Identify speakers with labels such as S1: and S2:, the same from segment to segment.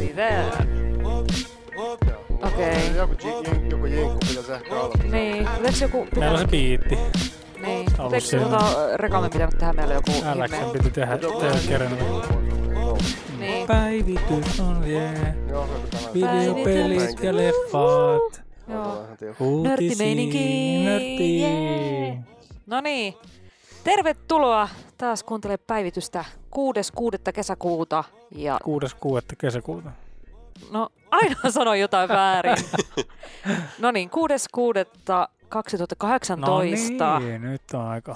S1: idea. Okei, okay.
S2: Joku, j- joku jinkku pitää ehkä olla.
S1: niin. Oliko joku
S3: Meillä on se
S1: pitänyt?
S3: biitti.
S1: Niin.
S3: ollut
S1: Oliko
S3: siinä.
S1: tota, Rekamme pitänyt tehdä meille joku
S3: Älksen
S1: ihme?
S3: piti tehdä tehdä kerran.
S1: Niin.
S3: Päivitys on jee.
S2: Joo, se on tämä.
S3: Videopelit ja leffat.
S1: Joo.
S2: Vähän tiukka.
S3: Uutisiin.
S1: Nörttimeininki, jee.
S3: Nörttiin.
S1: No niin. Tervetuloa taas kuuntele päivitystä 6.6. kesäkuuta. Ja
S3: 6.6. kesäkuuta.
S1: no aina sanoi jotain väärin. No niin, 6.6. 2018.
S3: No niin, nyt on aika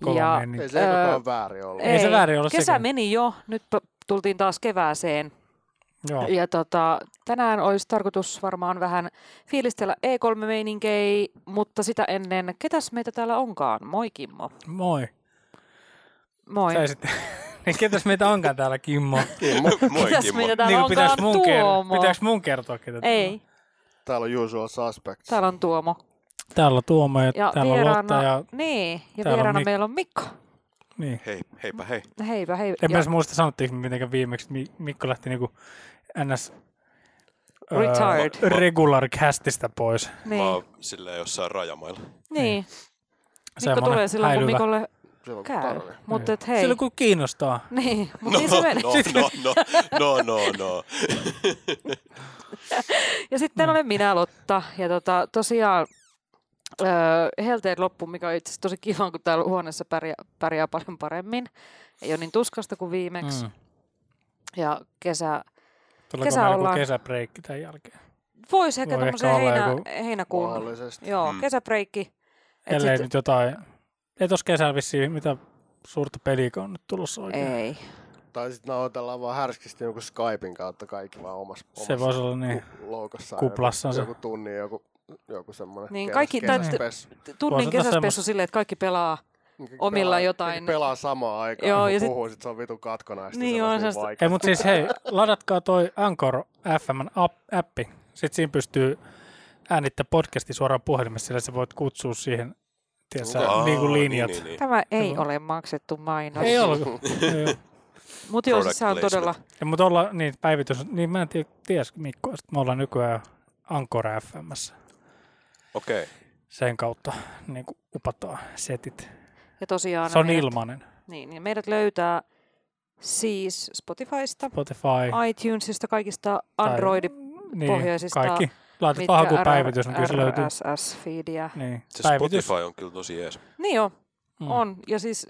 S1: Ja-
S3: kova meni.
S2: Ei se ei kukaan väärin ollut.
S3: Ei se väärin ollut
S1: Kesä
S3: sekään.
S1: meni jo, nyt p- tultiin taas kevääseen.
S3: Joo.
S1: Ja tota, tänään olisi tarkoitus varmaan vähän fiilistellä E3-meininkei, mutta sitä ennen, ketäs meitä täällä onkaan? Moi Kimmo.
S3: Moi.
S1: Moi.
S3: Sä sitten... niin ketäs meitä onkaan täällä, Kimmo?
S4: Kimmo. Moi
S1: Ketäs
S4: Kimmo.
S1: meitä
S3: Niin
S1: täällä
S3: kuin pitäis
S1: onkaan?
S3: mun, ker-
S1: Tuomo.
S3: pitäis mun kertoa, ketä täällä on.
S1: Ei,
S2: Täällä on usual suspects.
S1: täällä on Tuomo.
S3: Täällä on Tuomo ja,
S1: Ja
S3: täällä on Lotta
S1: vieraana,
S3: ja...
S1: niin, ja
S3: täällä on
S1: vieraana
S3: Mik-
S1: meillä on Mikko. No
S3: Niin.
S4: Hei, heipä hei.
S1: Heipä, hei.
S3: En mä
S1: ja
S3: edes muista sanottiinko me mitenkään viimeksi, että Mi- Mikko lähti niinku ns... öö,
S1: Retired.
S3: regular castista pois.
S4: Mä
S1: niin,
S4: oon silleen jossain rajamailla.
S1: niin. Mikko
S3: Semmonen
S1: tulee silloin, kun
S3: häilyvä.
S1: Mikolle
S2: Se on
S1: käy.
S2: tarve.
S1: Mutta et hei.
S3: Silloin kun kiinnostaa.
S1: Niin, mutta
S4: No,
S1: niin se
S4: no,
S1: meni.
S4: no, no, no, no, no.
S1: Ja sitten
S3: Mm.
S1: olen minä Lotta. Ja tota, tosiaan öö, helteen loppu, mikä on itse asiassa tosi kiva, kun täällä huoneessa pärjää, pärjää paljon paremmin. Ei ole niin tuskasta kuin viimeksi. Mm.
S3: Mm.
S1: Ja kesä,
S3: Tuleeko
S1: Kesä
S3: meillä
S1: ollaan.
S3: joku kesäbreikki tämän jälkeen?
S1: voisi ehkä
S3: Voi ehkä
S1: tämmöisen
S3: olla
S1: heinä,
S3: joku-
S1: heinäkuun,
S2: Mahdollisesti.
S1: joo,
S4: Mm.
S1: kesäbreikki. Et
S3: Ellei
S1: sit-
S3: nyt jotain... Ei tos kesällä vissiin mitä suurta peliä on nyt tulossa oikein.
S1: Ei.
S2: Tai sitten nauhoitellaan vaan härskisti joku Skypein kautta kaikki vaan omassa,
S3: Se
S2: omassa
S3: voisi olla niin.
S2: ku- loukossaan.
S3: Kuplassaan se.
S2: Joku, joku tunni, joku, joku semmoinen.
S1: Niin, kaikki- tai- Tunnin
S3: Voisi ottaa
S1: kesäspessu
S3: semmoista.
S1: silleen, että kaikki pelaa omilla jotain.
S2: Pelaa samaan aikaan,
S1: Joo,
S2: joo,
S1: ja
S2: ja
S1: sit-
S2: puhuu, sit se on vitun katkonaista.
S1: Niin
S2: se on
S1: on,
S2: niin
S1: se-
S2: vaikea.
S3: Ei, mutta siis hei, ladatkaa toi Anchor FM app- appi. Sitten siinä pystyy äänittää podcasti suoraan puhelimessa, sillä sä voit kutsua siihen tiedätkö,
S4: Aa,
S3: niin kuin linjat.
S4: Niin, niin, niin.
S1: Tämä ei ole maksettu mainos.
S3: Ei ollut.
S1: Mutta joo, siis
S4: Product
S1: se on todella...
S3: ja, mutta ollaan, niin päivitys, niin mä en tiedä, ties Mikko, että me ollaan nykyään Anchor FMssä.
S4: Okei.
S3: Sen kautta niin kuin upataan setit.
S1: Ja tosiaan
S3: Se on
S1: meidät-
S3: ilmainen.
S1: Niin, niin meidät löytää siis Spotifysta,
S3: Spotify.
S1: iTunesista, kaikista
S3: tai-
S1: Android-pohjaisista,
S3: Niin, kaikki. Laitat
S1: mitkä
S3: vaan haku päivitys, niin kyllä se löytyy.
S1: RSS-feedia.
S3: Niin,
S4: Se
S3: päivitys.
S4: Spotify on kyllä tosi jees.
S1: Niin joo,
S3: Mm.
S1: on. Ja siis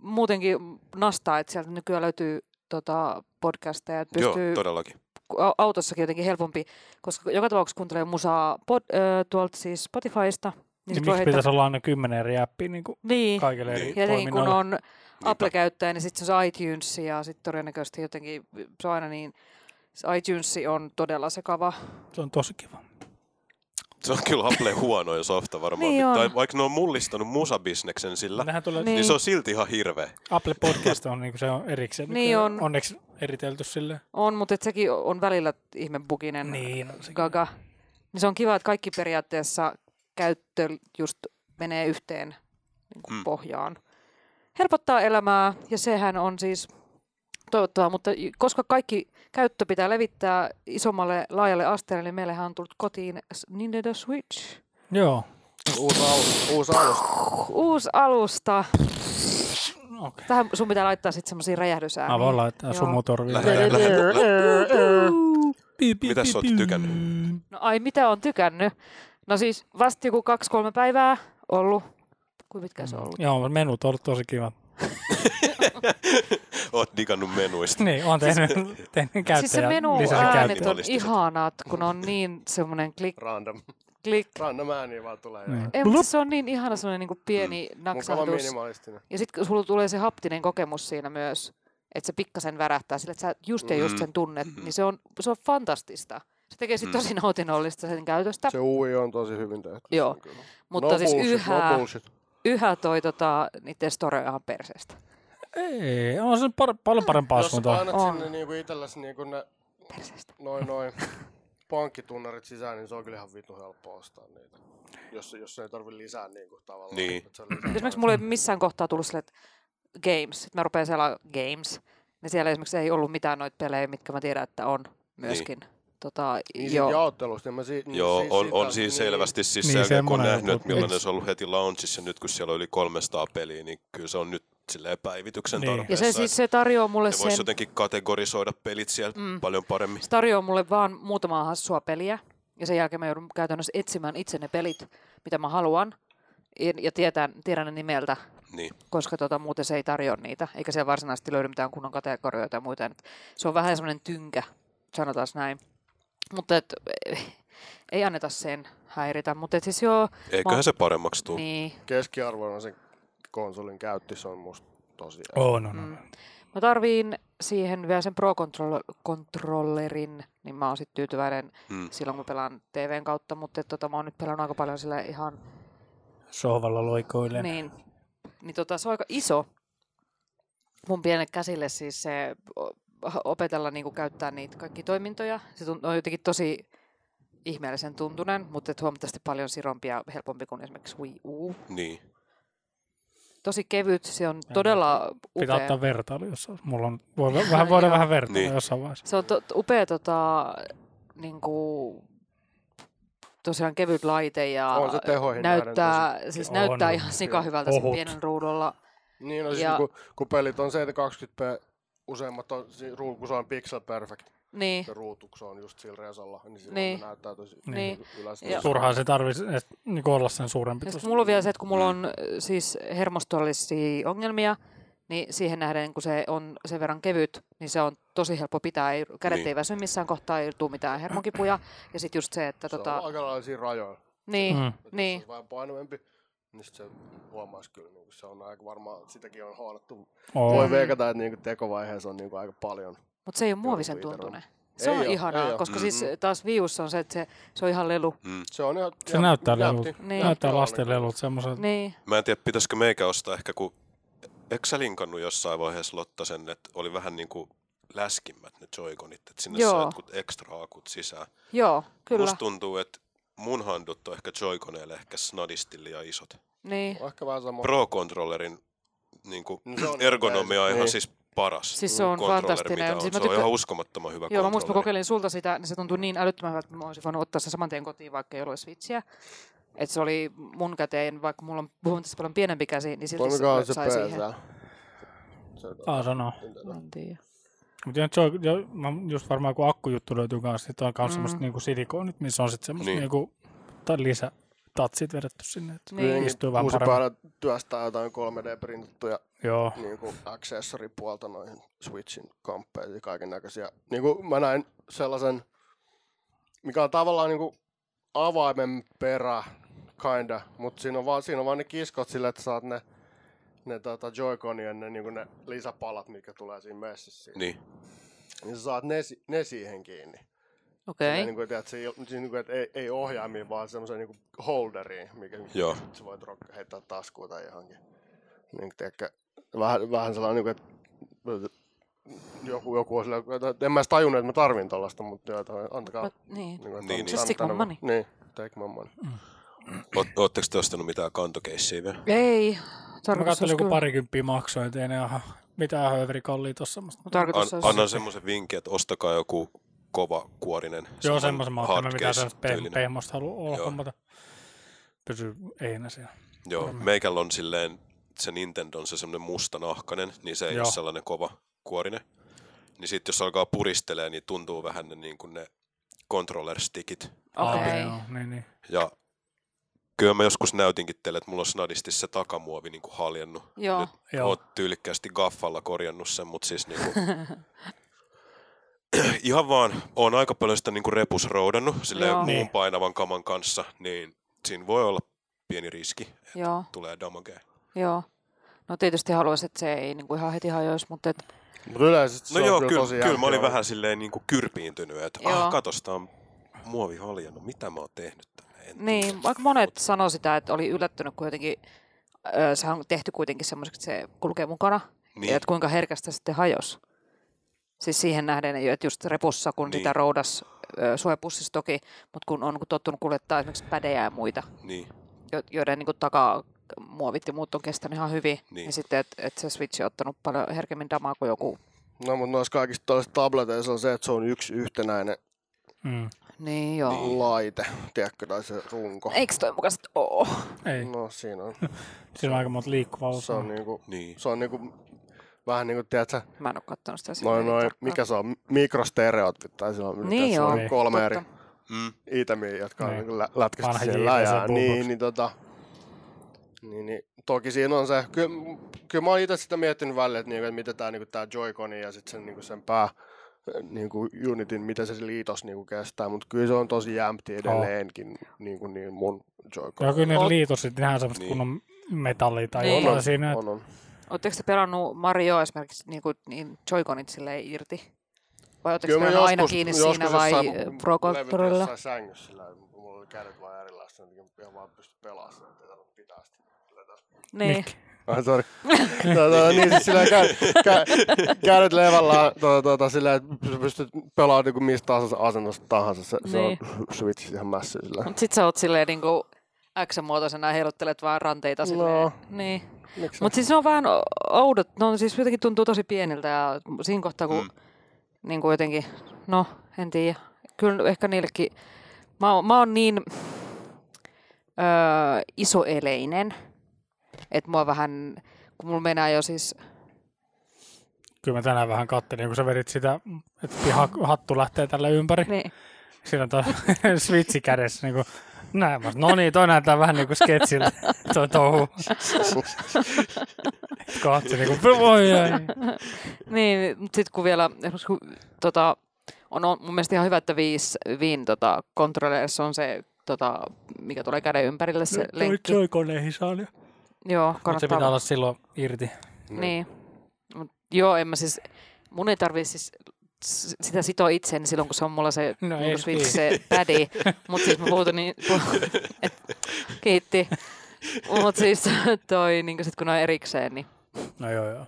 S1: muutenkin nastaa, että sieltä nykyään löytyy tota, podcasteja, että
S4: Joo,
S1: pystyy
S4: todellakin.
S1: au- autossakin jotenkin helpompi, koska joka tapauksessa kuuntelee musaa pod, ö, tuolta siis Spotifysta, niin,
S3: Niin
S1: sit voi
S3: miksi
S1: heittää...
S3: pitäisi olla aina kymmenen eri appia niin kuin
S1: Niin,
S3: kaikille eri
S1: ja jotenkin kun
S3: toiminnoille?
S1: on Apple-käyttäjä, niin sitten se on iTunes ja sitten todennäköisesti jotenkin, se on aina niin, se iTunes on todella sekava.
S3: Se on tosi kiva.
S4: Se on kyllä Apple huonoja softa varmaan.
S1: Niin on.
S4: tai vaikka ne on mullistanut musabisneksen sillä,
S3: Nehän tulee,
S1: Niin.
S4: niin se on silti ihan hirveä.
S3: Apple Podcast on, niinku, se on erikseen.
S1: Niin
S3: nykyään
S1: on.
S3: Onneksi eritelty sille.
S1: On, mutta et sekin on välillä ihmebuginen
S3: Niin. On se.
S1: gaga. Niin se on kiva, että kaikki periaatteessa käyttö just menee yhteen niin kuin
S4: Mm.
S1: pohjaan. Helpottaa elämää ja sehän on siis toivottavaa, mutta y- koska kaikki käyttö pitää levittää isommalle laajalle asteelle, niin meillähän on tullut kotiin s- Nintendo Switch.
S3: Joo.
S2: Uusi alusta. Uusi alusta.
S1: Uusi alusta.
S3: Okei.
S1: Tähän sun pitää laittaa sitten semmoisia räjähdysääniä.
S3: Mä voin laittaa
S1: Niin, Joo.
S3: sumutorviin.
S4: Lähdetään, lähdetään.
S3: Mitä
S4: Mitäs sä oot tykännyt?
S1: No ai, mitä on tykännyt? No siis vasta joku kaksi-kolme päivää ollut. Kuinka pitkä se on ollut?
S3: Joo, mutta menut on ollut tosi kiva.
S4: Oot digannut menuista.
S3: Niin, on tehnyt, tehnyt käyttäjä.
S1: Siis se menu
S3: lisäsin
S1: äänet
S3: käyttäjä.
S1: on
S4: Lisäsi
S1: ihanat, kun on niin semmoinen klik,
S2: Random.
S1: klik.
S2: Random ääniä vaan tulee.
S3: Niin.
S2: Niin.
S1: Ei, mutta se on niin ihana semmoinen niinku pieni mm.
S2: Mukava
S1: naksahdus.
S2: minimalistinen.
S1: Ja sitten kun sulla tulee se haptinen kokemus siinä myös, että se pikkasen värähtää sillä, että sä just ja just
S4: Mm.
S1: sen tunnet,
S4: Mhm.
S1: niin se on, se on fantastista. Se tekee sit
S4: Mm.
S1: tosi nautinnollista sen käytöstä.
S2: Se UI on tosi hyvin tehty.
S1: Joo.
S2: Kyllä.
S1: Mutta
S2: no
S1: siis
S2: bullshit,
S1: yhä,
S2: No bullshit.
S1: yhä toi tota, niiden story on ihan perseestä.
S3: Ei, on se par-
S1: Mm.
S3: paljon parempaa
S2: Jos sä
S3: suuntaa.
S2: painat
S1: On.
S2: sinne niinku itellesi niinku ne
S1: Perseestä.
S2: noin noin pankkitunnarit sisään, niin se on kyllä ihan vitu helppo ostaa niitä. Jos, jos ei tarvi lisää niinku tavallaan.
S4: Niin.
S2: että se on lisää
S1: Esimerkiksi mulla ei missään kohtaa tullut sille, että games, että mä rupean siellä games, niin siellä esimerkiksi ei ollut mitään noita pelejä, mitkä mä tiedän, että on. myöskin. Tota,
S2: Niin
S1: joo.
S2: siitä jaottelusta. Niin mä si- niin
S4: Joo,
S2: si-
S4: on,
S2: sitä-
S4: on siis selvästi siis
S3: Niin,
S4: niin, sen, kun on
S3: semmoinen
S4: nähnyt,
S3: joku-
S4: että millainen
S3: Eks-
S4: se on ollut heti launchissa ja nyt kun siellä on yli 300 peliä, niin kyllä se on nyt silleen päivityksen
S3: Niin.
S4: niin.
S3: Ja se
S1: Ja
S4: tarpeessa.
S1: se siis se tarjoaa mulle
S4: ne
S1: sen,
S4: voisi jotenkin kategorisoida pelit siellä
S1: Mm.
S4: mm. paljon paremmin.
S1: se tarjoaa mulle vaan muutamaa hassua peliä. Ja sen jälkeen mä joudun käytännössä etsimään itse ne pelit, mitä mä haluan. Ja, ja tietän, tiedän ne nimeltä,
S4: Niin.
S1: koska tota, muuten se ei tarjoa niitä. Eikä siellä varsinaisesti löydy mitään kunnon kategorioita ja muita. Et se on vähän semmoinen tynkä, sanotaan näin. Mutta et, ei anneta sen häiritä. Mutta et siis joo,
S4: Eiköhän
S1: Mä-
S4: se paremmaksi tule. Niin.
S1: niin,
S2: Keskiarvoina sen konsolin käytti, se on musta tosi
S3: On, on,
S1: Mm.
S3: on.
S1: Mä tarviin siihen vielä sen Pro-controllerin, niin mä oon sit tyytyväinen
S4: Mm.
S1: silloin, kun mä pelaan TVn kautta, mutta et tota, mä oon nyt pelannut aika paljon sillä ihan,
S3: Sohvalla loikoilee. Niin.
S1: niin, niin tota, se on aika iso mun pienet käsille siis se o- opetella niin käyttää niitä kaikki toimintoja. Se tunt- on jotenkin tosi ihmeellisen tuntunen, mutta et huomattavasti paljon sirompi ja helpompi kuin esimerkiksi Wii U.
S4: niin.
S1: Tosi kevyt, se on todella upea.
S3: Pitää ottaa vertailu, jos on. Mulla on, voi, vähän, voidaan
S1: Joo.
S3: vähän vertailla niin.
S4: Niin.
S3: jossain vaiheessa.
S1: Se on to, to- upea tota, niinku, tosiaan kevyt laite ja
S2: On se tehoihin nähden
S1: näyttää, siis
S3: On,
S1: näyttää
S3: on.
S1: ihan sikahyvältä sen
S3: Ohut.
S1: pienen ruudulla.
S2: Niin, no siis
S1: Ja-
S2: ja... kun, kun, pelit on 720p, useimmat on, si- ruu- kun se on pixel perfect,
S1: Niin,
S2: se ruutu, kun se on just sillä resalla, niin silloin
S1: Niin.
S2: niin. näyttää tosi
S1: Niin.
S2: niin. ylästä.
S1: Ja-
S3: Turhaan se tarvitsisi niin olla sen suurempi.
S1: ja sit
S3: tuossa.
S1: Siis mulla on vielä se, että kun mulla on äh, siis hermostollisia ongelmia, niin siihen nähden, kun se on sen verran kevyt, niin se on tosi helppo pitää. Ei, kädet
S4: Niin.
S1: ei väsy missään kohtaa, ei tule mitään hermokipuja. Ja sitten just se, että
S2: Se tota... on
S1: tota,
S2: aika lailla siinä rajoilla.
S1: niin,
S3: Mm.
S2: Et
S1: Niin.
S2: Jos se on vähän painavampi, niin sit se huomaisi kyllä. Niin se on aika varmaan, sitäkin on haadattu.
S3: Oo.
S2: Voi veikata, että niin tekovaiheessa on niin aika paljon.
S1: mutta se ei ole
S2: Joo,
S1: muovisen
S2: Twitter on.
S1: tuntunen. Se
S2: Ei
S1: on
S2: oo, ei
S1: ihanaa,
S2: oo.
S1: koska siis
S4: Mm.
S1: taas viussa on se, että se, se on ihan lelu.
S4: Mm.
S2: Se on ihan...
S3: Se
S2: ihan
S3: näyttää
S2: nätti.
S3: lelut.
S1: Niin.
S3: Näyttää
S2: Joo,
S3: lasten
S2: niin.
S3: lelut semmoiset.
S1: Niin.
S4: Mä en tiedä, pitäisikö meikä ostaa ehkä, kun eikö sä linkannut jossain vaiheessa Lotta sen, että oli vähän niin kuin läskimmät ne joikonit, että sinne
S1: Joo.
S4: saa jotkut ekstra akut sisään.
S1: Joo, kyllä.
S4: Musta tuntuu, että mun handut on ehkä joikoneille ehkä snadisti liian isot.
S1: Niin.
S2: On Ehkä vähän sama.
S4: Pro-controllerin niin kuin,
S2: No se on
S4: ergonomia on
S2: täysin-
S4: ihan
S2: niin.
S4: siis paras.
S1: Siis se on
S4: controller,
S1: fantastinen.
S4: Mitä on.
S1: Siis mä
S4: se on
S1: tykkään-
S4: ihan uskomattoman hyvä
S1: Joo, mä muistan, kun
S4: controlleri.
S1: kokeilin sulta sitä, niin se tuntui niin älyttömän hyvältä, että mä olisin voinut ottaa sen saman tien kotiin, vaikka ei ollut switchiä. Että se oli mun käteen, vaikka mulla on huomattavasti paljon pienempi käsi, niin silti
S2: Toimikaa se
S1: se sai siihen. Niin.
S2: PSA. Se on
S3: Saa sanoa.
S1: En tiedä.
S3: Mutta just varmaan kun akkujuttu löytyy kanssa, sit on myös
S1: Mm.
S3: semmoiset niinku silikoonit, missä on sitten semmoiset
S4: Niin.
S3: niinku, tai lisä tatsit vedetty sinne. Että
S1: Niin.
S3: niin. Istuu vähän
S2: Kuusi
S3: paremmin.
S2: päällä työstää jotain 3D-printittyjä
S3: Joo.
S2: niin kuin accessoripuolta noihin Switchin kamppeisiin ja kaiken näköisiä. Niin kuin mä näin sellaisen, mikä on tavallaan niin kuin avaimen perä, kinda, mutta siinä on vaan, siinä on vaan ne kiskot sille, että saat ne, ne tota Joy-Conien ne, niin kuin ne lisäpalat, mitkä tulee siinä messissä. Siinä.
S4: Niin.
S2: Niin sä saat ne, si- ne siihen kiinni.
S1: Okei.
S2: Niin kuin, tiedät, se, ei- siis niin kuin, että ei, ei ohjaimiin, vaan semmoiseen niin holderiin, mikä
S4: Joo.
S2: sä voit rock, heittää taskuun tai johonkin. Niin, tiedätkö, vähän, vähän sellainen, niin kuin, että joku, joku on sillä, että en mä edes tajunnut, että mä tarvin tällaista, mutta joo, toi- antakaa.
S1: Mut niin.
S2: kuin, että
S4: Niin,
S2: antakaa
S4: niin.
S1: Just take
S2: tänne
S1: my
S2: vaan.
S1: money.
S2: Niin, take my money.
S4: Oot- Ootteko te ostanut mitään kantokeissiä vielä?
S1: Ei.
S3: Mä
S1: Tarkoitus
S3: katsoin
S1: olisi
S3: joku
S1: kyllä.
S3: parikymppiä maksoi, et ei ne ihan mitään höverikallia tuossa.
S1: Mun
S4: An,
S1: tarkoitus olisi...
S4: annan semmoisen vinkin, että ostakaa joku kova kuorinen.
S3: Joo, semmoisen mä oon, mitä
S4: hardcase
S3: tämmöistä
S4: tyylinen.
S3: peh- pehmosta haluaa olla
S4: Joo.
S3: hommata. Pysy einä siellä.
S4: Joo, meikällä on silleen, se Nintendo on se semmoinen mustanahkainen, niin se ei
S3: Joo.
S4: ole sellainen kova kuorinen. Niin sitten jos alkaa puristelee, niin tuntuu vähän ne, niin kuin ne controller stickit.
S1: Okei.
S3: Joo, niin, niin.
S4: Ja kyllä mä joskus näytinkin teille, että mulla on snadisti se takamuovi niin kuin haljennut.
S1: Joo.
S4: Nyt
S3: Joo.
S4: oot tyylikkäästi gaffalla korjannut sen, mutta siis niin kuin, ihan vaan, on aika paljon sitä niin kuin repus roudannut silleen
S1: Joo.
S4: muun
S3: Niin.
S4: painavan kaman kanssa, niin siinä voi olla pieni riski, että
S1: Joo.
S4: tulee damagea.
S1: Joo. No tietysti haluaisin, että se ei niinku ihan heti hajoisi, mutta et,
S2: Mutta yleensä se
S4: No
S2: on
S4: joo,
S2: kyllä,
S4: kyllä,
S2: tosi
S4: kyllä, kyllä mä olin
S2: järkevä.
S4: vähän silleen niin kuin kyrpiintynyt, että
S1: Joo.
S4: ah, katos, tää on muovi haljennut, mitä mä oon tehnyt tänne. En
S1: Niin, vaikka monet sanoi sitä, että oli yllättynyt, kun jotenkin öö, se on tehty kuitenkin semmoiseksi, että se kulkee mukana, niin.
S4: Niin.
S1: ja että kuinka herkästä sitten hajos. Siis siihen nähden, ei ole, että just repussa, kun niin.
S4: Niin.
S1: sitä roudas öö, suojapussissa toki, mutta kun on tottunut kuljettaa esimerkiksi pädejä ja muita,
S4: Niin,
S1: jo- joiden niin takaa muovit ja muut on kestänyt ihan hyvin, niin,
S4: Niin.
S1: niin sitten, että et se Switch on ottanut paljon herkemmin damaa kuin joku
S2: No, mutta noissa kaikissa toisissa tableteissa on se, että se on yksi yhtenäinen
S3: Mm.
S1: Niin joo. Niin.
S2: laite, tiedätkö, tai se runko.
S1: Eikö toi mukaan sit oo?
S3: Ei,
S2: No siinä on.
S3: siinä on aika monta liikkuvaa
S2: Se
S3: osaa.
S2: on, niinku,
S4: Niin.
S2: se on niinku, vähän niin kuin, tiedätkö,
S1: Mä en oo kattonut sitä
S2: noin,
S1: silleen
S2: noin,
S1: tarkkaan.
S2: mikä se on, mikrostereotypit, tai se on,
S1: Niin
S2: se on
S3: joo.
S2: kolme eri
S1: Totta.
S4: Mm.
S2: itemiä, jotka on
S3: Niin.
S2: niin. lä- lätkästi
S3: Vanha
S2: siellä
S3: JVC
S2: läjään.
S3: Bulldogs.
S2: Niin, niin, tota, niin, niin, toki siinä on se, kyllä, kyllä mä oon itse sitä miettinyt välillä, että, niinku, että miten tämä niinku, tää Joy-Coni ja sitten sen, niinku, sen pää, niinku Unitin, miten se liitos niinku kestää, mutta kyllä se on tosi jämpti edelleenkin niinku, niin mun
S3: Joo,
S2: Joy-Con.
S3: kyllä ne
S1: On-
S3: liitos, että nehän on semmoista
S4: Niin.
S3: kunnon metallia tai
S1: Niin.
S3: niin. jotain siinä. että-
S2: On, on.
S1: Ootteko te pelannut Mario esimerkiksi niin kuin, niin Joy-Conit silleen irti? Vai ootteko te
S2: Kyllä mä
S1: pelannut aina
S2: joskus-
S1: kiinni
S2: joskus
S1: siinä vai
S2: jossain
S1: Pro
S2: levytin
S1: Controllerilla?
S2: jossain sängyssä sillä lailla, mulla oli kädet vaan erilaista, niin ihan vaan pysty pelaamaan sitä, että ei tarvitse pitää sitä.
S1: Niin.
S3: Mikki.
S2: Ai sori. tota, niin siis sillä kä- kä- kädet levällään tota, tota, sillä, että sä pystyt pelaamaan niinku mistä tahansa asennosta tahansa. Se, se on
S1: Niin.
S2: switch ihan mässi sillä.
S1: Mut sit sä oot silleen niin kuin X-muotoisena heiluttelet vaan ranteita silleen.
S2: No.
S1: Niin.
S2: Miksi?
S1: Mutta siis ne on vähän o- oudot, no siis jotenkin tuntuu tosi pieniltä ja siinä kohtaa kun mm. niin kuin jotenkin, no en tiedä, kyllä ehkä niillekin, mä, oon- mä oon niin öö, isoeleinen, että mua vähän, kun mulla mennään jo siis,
S3: Kyllä mä tänään vähän kattelin, kun sä vedit sitä, että piha, hattu lähtee tällä ympäri. Niin.
S1: niin,
S3: Siinä on tuo switchi kädessä. Niin kuin, näin. Mä sanoin, no niin, toi näyttää vähän niin kuin sketsiltä. Toi touhu. Katsi niin kuin, voi ei.
S1: niin mutta sitten kun vielä, esimerkiksi kun, tota, on, on mun mielestä ihan hyvä, että viis, viin tota, kontrolleissa on se, tota, mikä tulee käden ympärille se lenkki.
S3: Joy-Coneihin saa nyt.
S1: Joo,
S3: Mutta se
S1: kannattaa
S3: pitää olla silloin irti.
S1: Niin. Mut, joo, en mä siis, mun ei tarvii siis s- sitä sitoa itseäni silloin, kun se on mulla se,
S3: No
S1: no
S3: ei
S1: ei, switch,
S3: niin.
S1: se pädi. Mutta siis mä puhutan niin, pu- et, kiitti. Mutta siis toi, niin sit kun on erikseen, niin.
S3: No joo, joo.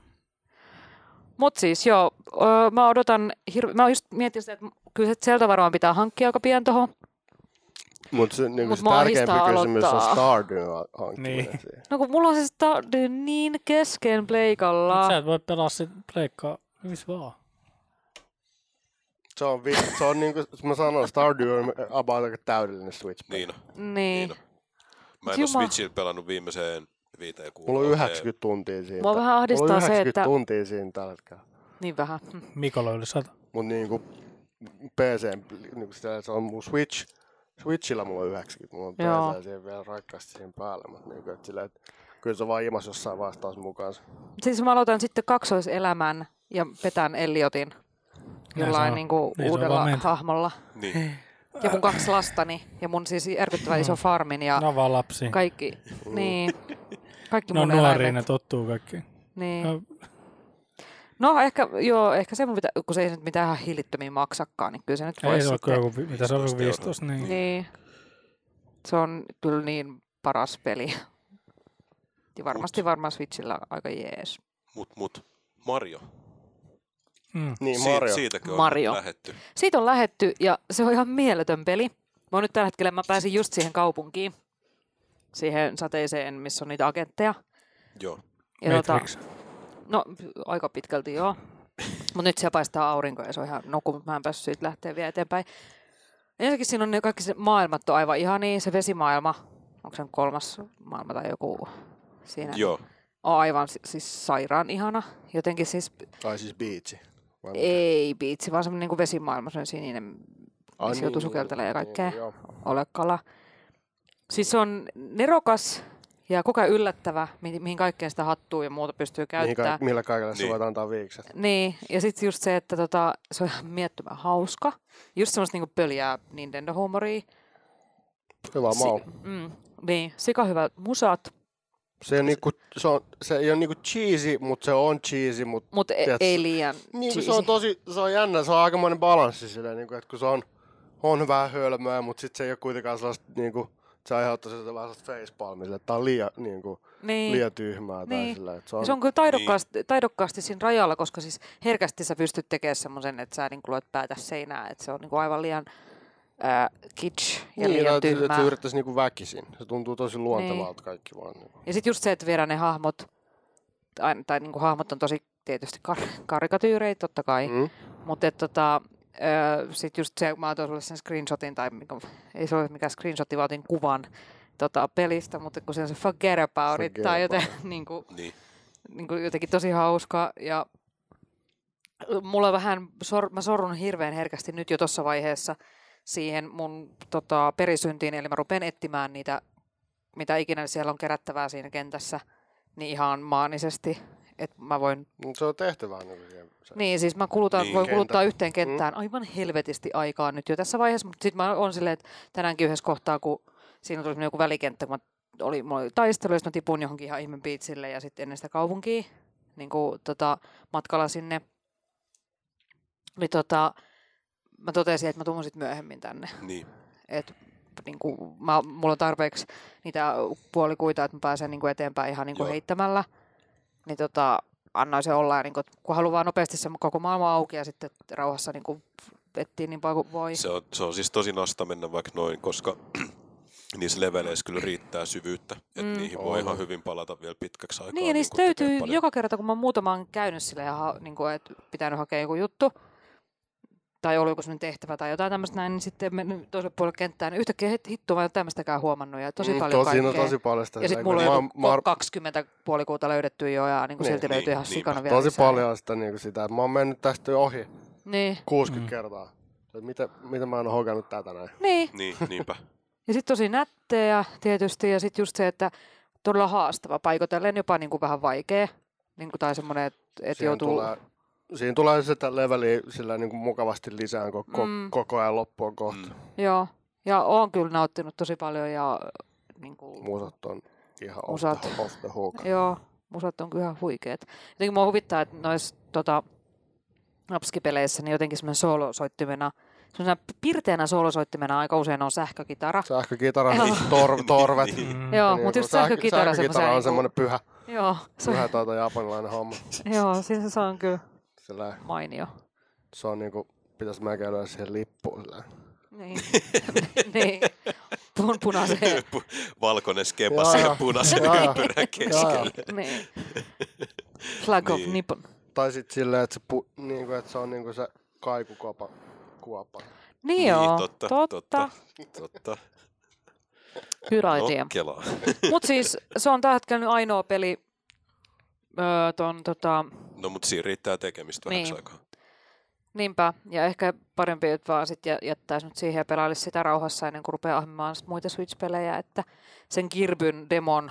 S1: Mutta siis joo, öö, mä odotan, hir- mä just mietin sitä, että kyllä se sieltä varmaan pitää hankkia aika pian tohon.
S2: Mutta se, niinku,
S1: Mut
S2: se
S1: mua
S2: tärkeämpi
S1: ahistaa
S2: kysymys on
S1: aloittaa.
S2: Stardew hankkiminen.
S3: Niin.
S2: siihen.
S1: No kun mulla on se Stardew niin kesken
S3: Mut
S1: pleikalla.
S3: sä et voi pelaa sit pleikkaa. Missä vaan?
S2: Se on, vi- se on niinku, mä sanon, Stardew on about aika täydellinen switch.
S4: Niin on.
S1: Niin.
S4: Niin on. Mä en
S1: Jumala.
S4: ole Switchillä pelannut viimeiseen viiteen
S2: Mulla on
S4: kuukauteen.
S2: 90 tuntia siinä.
S1: Mua vähän ahdistaa se,
S2: Mulla on 90
S1: että-
S2: tuntia siinä tällä hetkellä.
S1: Niin vähän. Mm.
S3: Mikolla yli sata.
S2: Mut niinku PC, niinku sitä, se on mun Switch, Switchillä mulla on 90, mulla on
S1: Joo.
S2: PC siihen vielä raikkaasti siihen päälle, mutta niinku, et sillä, et, kyllä se vaan imas jossain vaiheessa taas mukaan.
S1: Siis mä aloitan sitten kaksoiselämän ja petän Elliotin
S3: se
S1: jollain
S3: on.
S1: niin kuin
S3: Niin se on
S1: uudella
S3: vaan meitä.
S1: hahmolla.
S4: Niin.
S1: Ja mun kaksi lastani ja mun siis järkyttävän
S3: Mm.
S1: iso farmin ja
S3: Ne on vaan lapsia.
S1: kaikki, niin, kaikki
S3: Ne on
S1: mun
S3: nuoria, ne
S1: eläimet.
S3: tottuu kaikki.
S1: Niin.
S3: No,
S1: No ehkä, joo, ehkä se mun pitää, kun se ei nyt mitään ihan hillittömiä maksakaan, niin kyllä se nyt
S3: ei
S1: voisi
S3: se ole
S1: sitten.
S3: kyllä, joku, mitä se on joku
S4: 15 euroa.
S3: 15, niin.
S1: Niin. Se on kyllä niin paras peli. Ja varmasti varmaan Switchillä aika jees.
S4: Mut, mut. Mario.
S3: Mm.
S2: Niin,
S4: Si-
S2: Mario.
S4: siitäkö on
S1: Mario.
S4: Mario. lähetty?
S1: Siitä on lähetty ja se on ihan mieletön peli. Mä oon nyt tällä hetkellä, mä pääsin just siihen kaupunkiin, siihen sateiseen, missä on niitä agentteja.
S4: Joo.
S1: Ja tota,
S3: Matrix.
S1: no aika pitkälti joo. Mutta nyt siellä paistaa aurinko ja se on ihan nokku, mutta mä en päässyt siitä lähteä vielä eteenpäin. Ensinnäkin siinä on ne kaikki se maailmat on aivan ihania, se vesimaailma, onko se nyt kolmas maailma tai joku siinä.
S4: Joo.
S1: On aivan si- siis sairaan ihana. Jotenkin siis,
S2: Tai siis Beach. Vai mikä?
S1: ei biitsi, vaan semmoinen niin vesimaailma, se on sininen,
S2: Ai niin,
S1: missä joutuu sukeltelemaan ja kaikkea
S2: joo.
S1: olekala. Siis se on nerokas ja koko ajan yllättävä, mi- mihin kaikkeen sitä hattua ja muuta pystyy
S2: Mihin
S1: käyttämään.
S2: ka- millä kaikilla niin.
S4: Niin.
S2: voit antaa viikset.
S1: Niin, ja sitten just se, että tota, se on ihan miettömän hauska. Just semmoista niinku pöljää Nintendo-huumoria.
S2: Hyvä
S1: Si-
S2: mau.
S1: Mm, niin, sika hyvät musat,
S2: Se, on niinku, se, on, se ei ole niinku cheesy, mutta se on cheesy, mutta
S1: mutta e-
S2: Tiedätkö,
S1: ei liian
S2: Niin, kun se
S1: cheesy.
S2: on tosi, se on jännä, se on aikamoinen balanssi silleen, niin kuin, että kun se on, on vähän hölmöä, mutta sitten se ei ole kuitenkaan sellaista, niin kuin, se aiheuttaa sitä vähän sellaista facepalmille, että tämä on liian, niin kuin,
S1: niin.
S2: liian tyhmää tai
S1: Niin.
S2: silleen, että se
S1: Ja
S2: on,
S1: Se on kyllä taidokkaasti, niin. taidokkaasti siinä rajalla, koska siis herkästi sä pystyt tekemään semmoisen, että sä niin luet päätä seinää, että se on niin aivan liian äh, kitsch ja
S2: niin,
S1: liian
S2: tai että- että
S1: tyhmää.
S2: se yrittäisi niin kuin väkisin. Se tuntuu tosi luontevalta kaikki vaan. Niin.
S1: Ja sitten just se, että viedään ne hahmot aina, tai niin kuin hahmot on tosi tietysti kar- karikatyyreitä totta kai, mm.
S2: Mm.
S1: mutta tota, sitten just se, mä otan sulle sen screenshotin, tai mikä, ei se ole mikään screenshotti, vaan otin kuvan tota, pelistä, mutta kun se on se forget about it,
S2: Forget
S1: tai joten
S2: about
S1: niin kuin,
S4: Niin.
S1: niin kuin jotenkin tosi hauska ja mulla vähän, sor, mä sorrun hirveän herkästi nyt jo tuossa vaiheessa siihen mun tota, perisyntiin, eli mä rupean etsimään niitä, mitä ikinä siellä on kerättävää siinä kentässä, niin ihan maanisesti, että mä voin,
S2: Mut se on tehtävää nykyään. Se.
S1: niin siis mä kulutan,
S4: Niin,
S1: niin, voin
S2: kenttä.
S1: kuluttaa yhteen kenttään aivan helvetisti aikaa nyt jo tässä vaiheessa, mutta sitten mä oon silleen, että tänäänkin yhdessä kohtaa, kun siinä tuli semmonen joku välikenttä, kun mä oli, mulla oli taistelu, ja sit mä tipun johonkin ihan ihme biitsille ja sitten ennen sitä kaupunkia, niin kuin, tota, matkalla sinne, niin tota, mä totesin, että mä tuun sit myöhemmin tänne.
S4: Niin.
S1: Et, niin kuin, mä, mulla on tarpeeksi niitä puolikuita, että mä pääsen niin kuin eteenpäin ihan niin kuin
S4: Joo.
S1: heittämällä. Niin tota, annoin se olla, ja niin kuin, kun haluaa vaan nopeasti se koko maailma auki ja sitten rauhassa niin kuin, etsii niin paljon kuin voi.
S4: Se on, se on siis tosi nasta mennä vaikka noin, koska niissä leveleissä kyllä riittää syvyyttä, että
S1: Mm.
S4: mm. niihin voi
S2: On.
S4: ihan hyvin palata vielä pitkäksi aikaa.
S1: Niin, ja niistä
S4: kun niinku tekee
S1: löytyy
S4: paljon.
S1: joka kerta, kun mä oon muutaman käynyt sillä ja ha, niin kuin, että pitänyt hakea joku juttu, tai oli joku sellainen tehtävä tai jotain tämmöistä näin, niin sitten mennyt toiselle puolelle kenttään, niin yhtäkkiä het- hitto, mä en ole tämmöistäkään huomannut, ja
S4: Niin,
S1: tosi mm, paljon
S2: tosi, no,
S1: kaikkea.
S2: tosi paljon sitä.
S1: ja sitten
S2: Niin
S1: mulla on joku
S2: kuin mä oon- mä oon-
S1: 20 puolikuuta löydetty jo, ja niin kuin
S2: Niin,
S1: silti löytyy
S4: niin,
S1: ihan
S4: niinpä.
S1: sikana vielä
S2: Tosi
S1: lisää.
S2: paljon sitä, niin kuin sitä. Mä oon mennyt tästä jo ohi
S1: Niin,
S2: 60 kertaa. Et Mitä, mitä mä en ole hokannut tätä näin.
S1: niin.
S4: Niin, niinpä.
S1: ja sitten tosi nättejä tietysti, ja sitten just se, että todella haastava, paikotellen jopa niin kuin vähän vaikea, niin kuin, tai semmoinen, että et
S2: Siihen
S1: joutuu...
S2: Tulee, siinä tulee sitä leveliä sillä niin kuin mukavasti lisään koko,
S1: Mm.
S2: mm. koko ajan loppuun kohta. Mm.
S1: Joo, ja oon kyllä nauttinut tosi paljon, ja niin
S4: Mm.
S1: kuin,
S2: Musat on ihan off
S1: Musat.
S2: the, off the hook.
S1: Joo, musat on kyllä ihan huikeet. Jotenkin mua huvittaa, että noissa tota, napskipeleissä niin jotenkin semmoinen soolosoittimena, semmoisena pirteänä soolosoittimena aika usein on sähkökitara.
S2: Sähkökitara, siis
S1: Joo.
S2: tor, torvet.
S4: Niin.
S3: Mm.
S1: Joo,
S2: Niin,
S1: mutta
S2: kun
S1: just
S2: sähkö-
S1: sähkökitara,
S2: sähkökitara on semmoinen pyhä,
S1: Niin, joo, se,
S2: pyhä tuota japanilainen homma.
S1: joo, siis se on kyllä
S2: Sillä,
S1: mainio.
S2: se on niinku, pitäis mä käydä siihen lippuun. Sillä.
S1: Niin, niin. Pun, punaiseen.
S4: Valkoinen skepa
S2: Joo,
S4: siihen
S2: joo.
S4: punaisen
S2: Joo, joo.
S4: ympyrän keskelle.
S1: Niin. Flag of
S4: Niin.
S1: Nippon.
S2: Tai sit silleen, että se, pu, niinku, että se on niinku se kaikukopa kuoppa.
S1: Niin joo,
S4: totta,
S1: totta.
S4: totta. No,
S1: Hyvä idea.
S4: Nokkelaa.
S1: Mutta siis se on tällä hetkellä nyt ainoa peli, öö, ton, tota,
S4: No mut siinä riittää tekemistä
S1: Niin.
S4: vähäksi aikaa.
S1: Niinpä, ja ehkä parempi, että vaan sit jä- jättäisi nyt siihen ja pelailisi sitä rauhassa ennen kuin rupeaa ahmimaan sit muita Switch-pelejä, että sen Kirbyn demon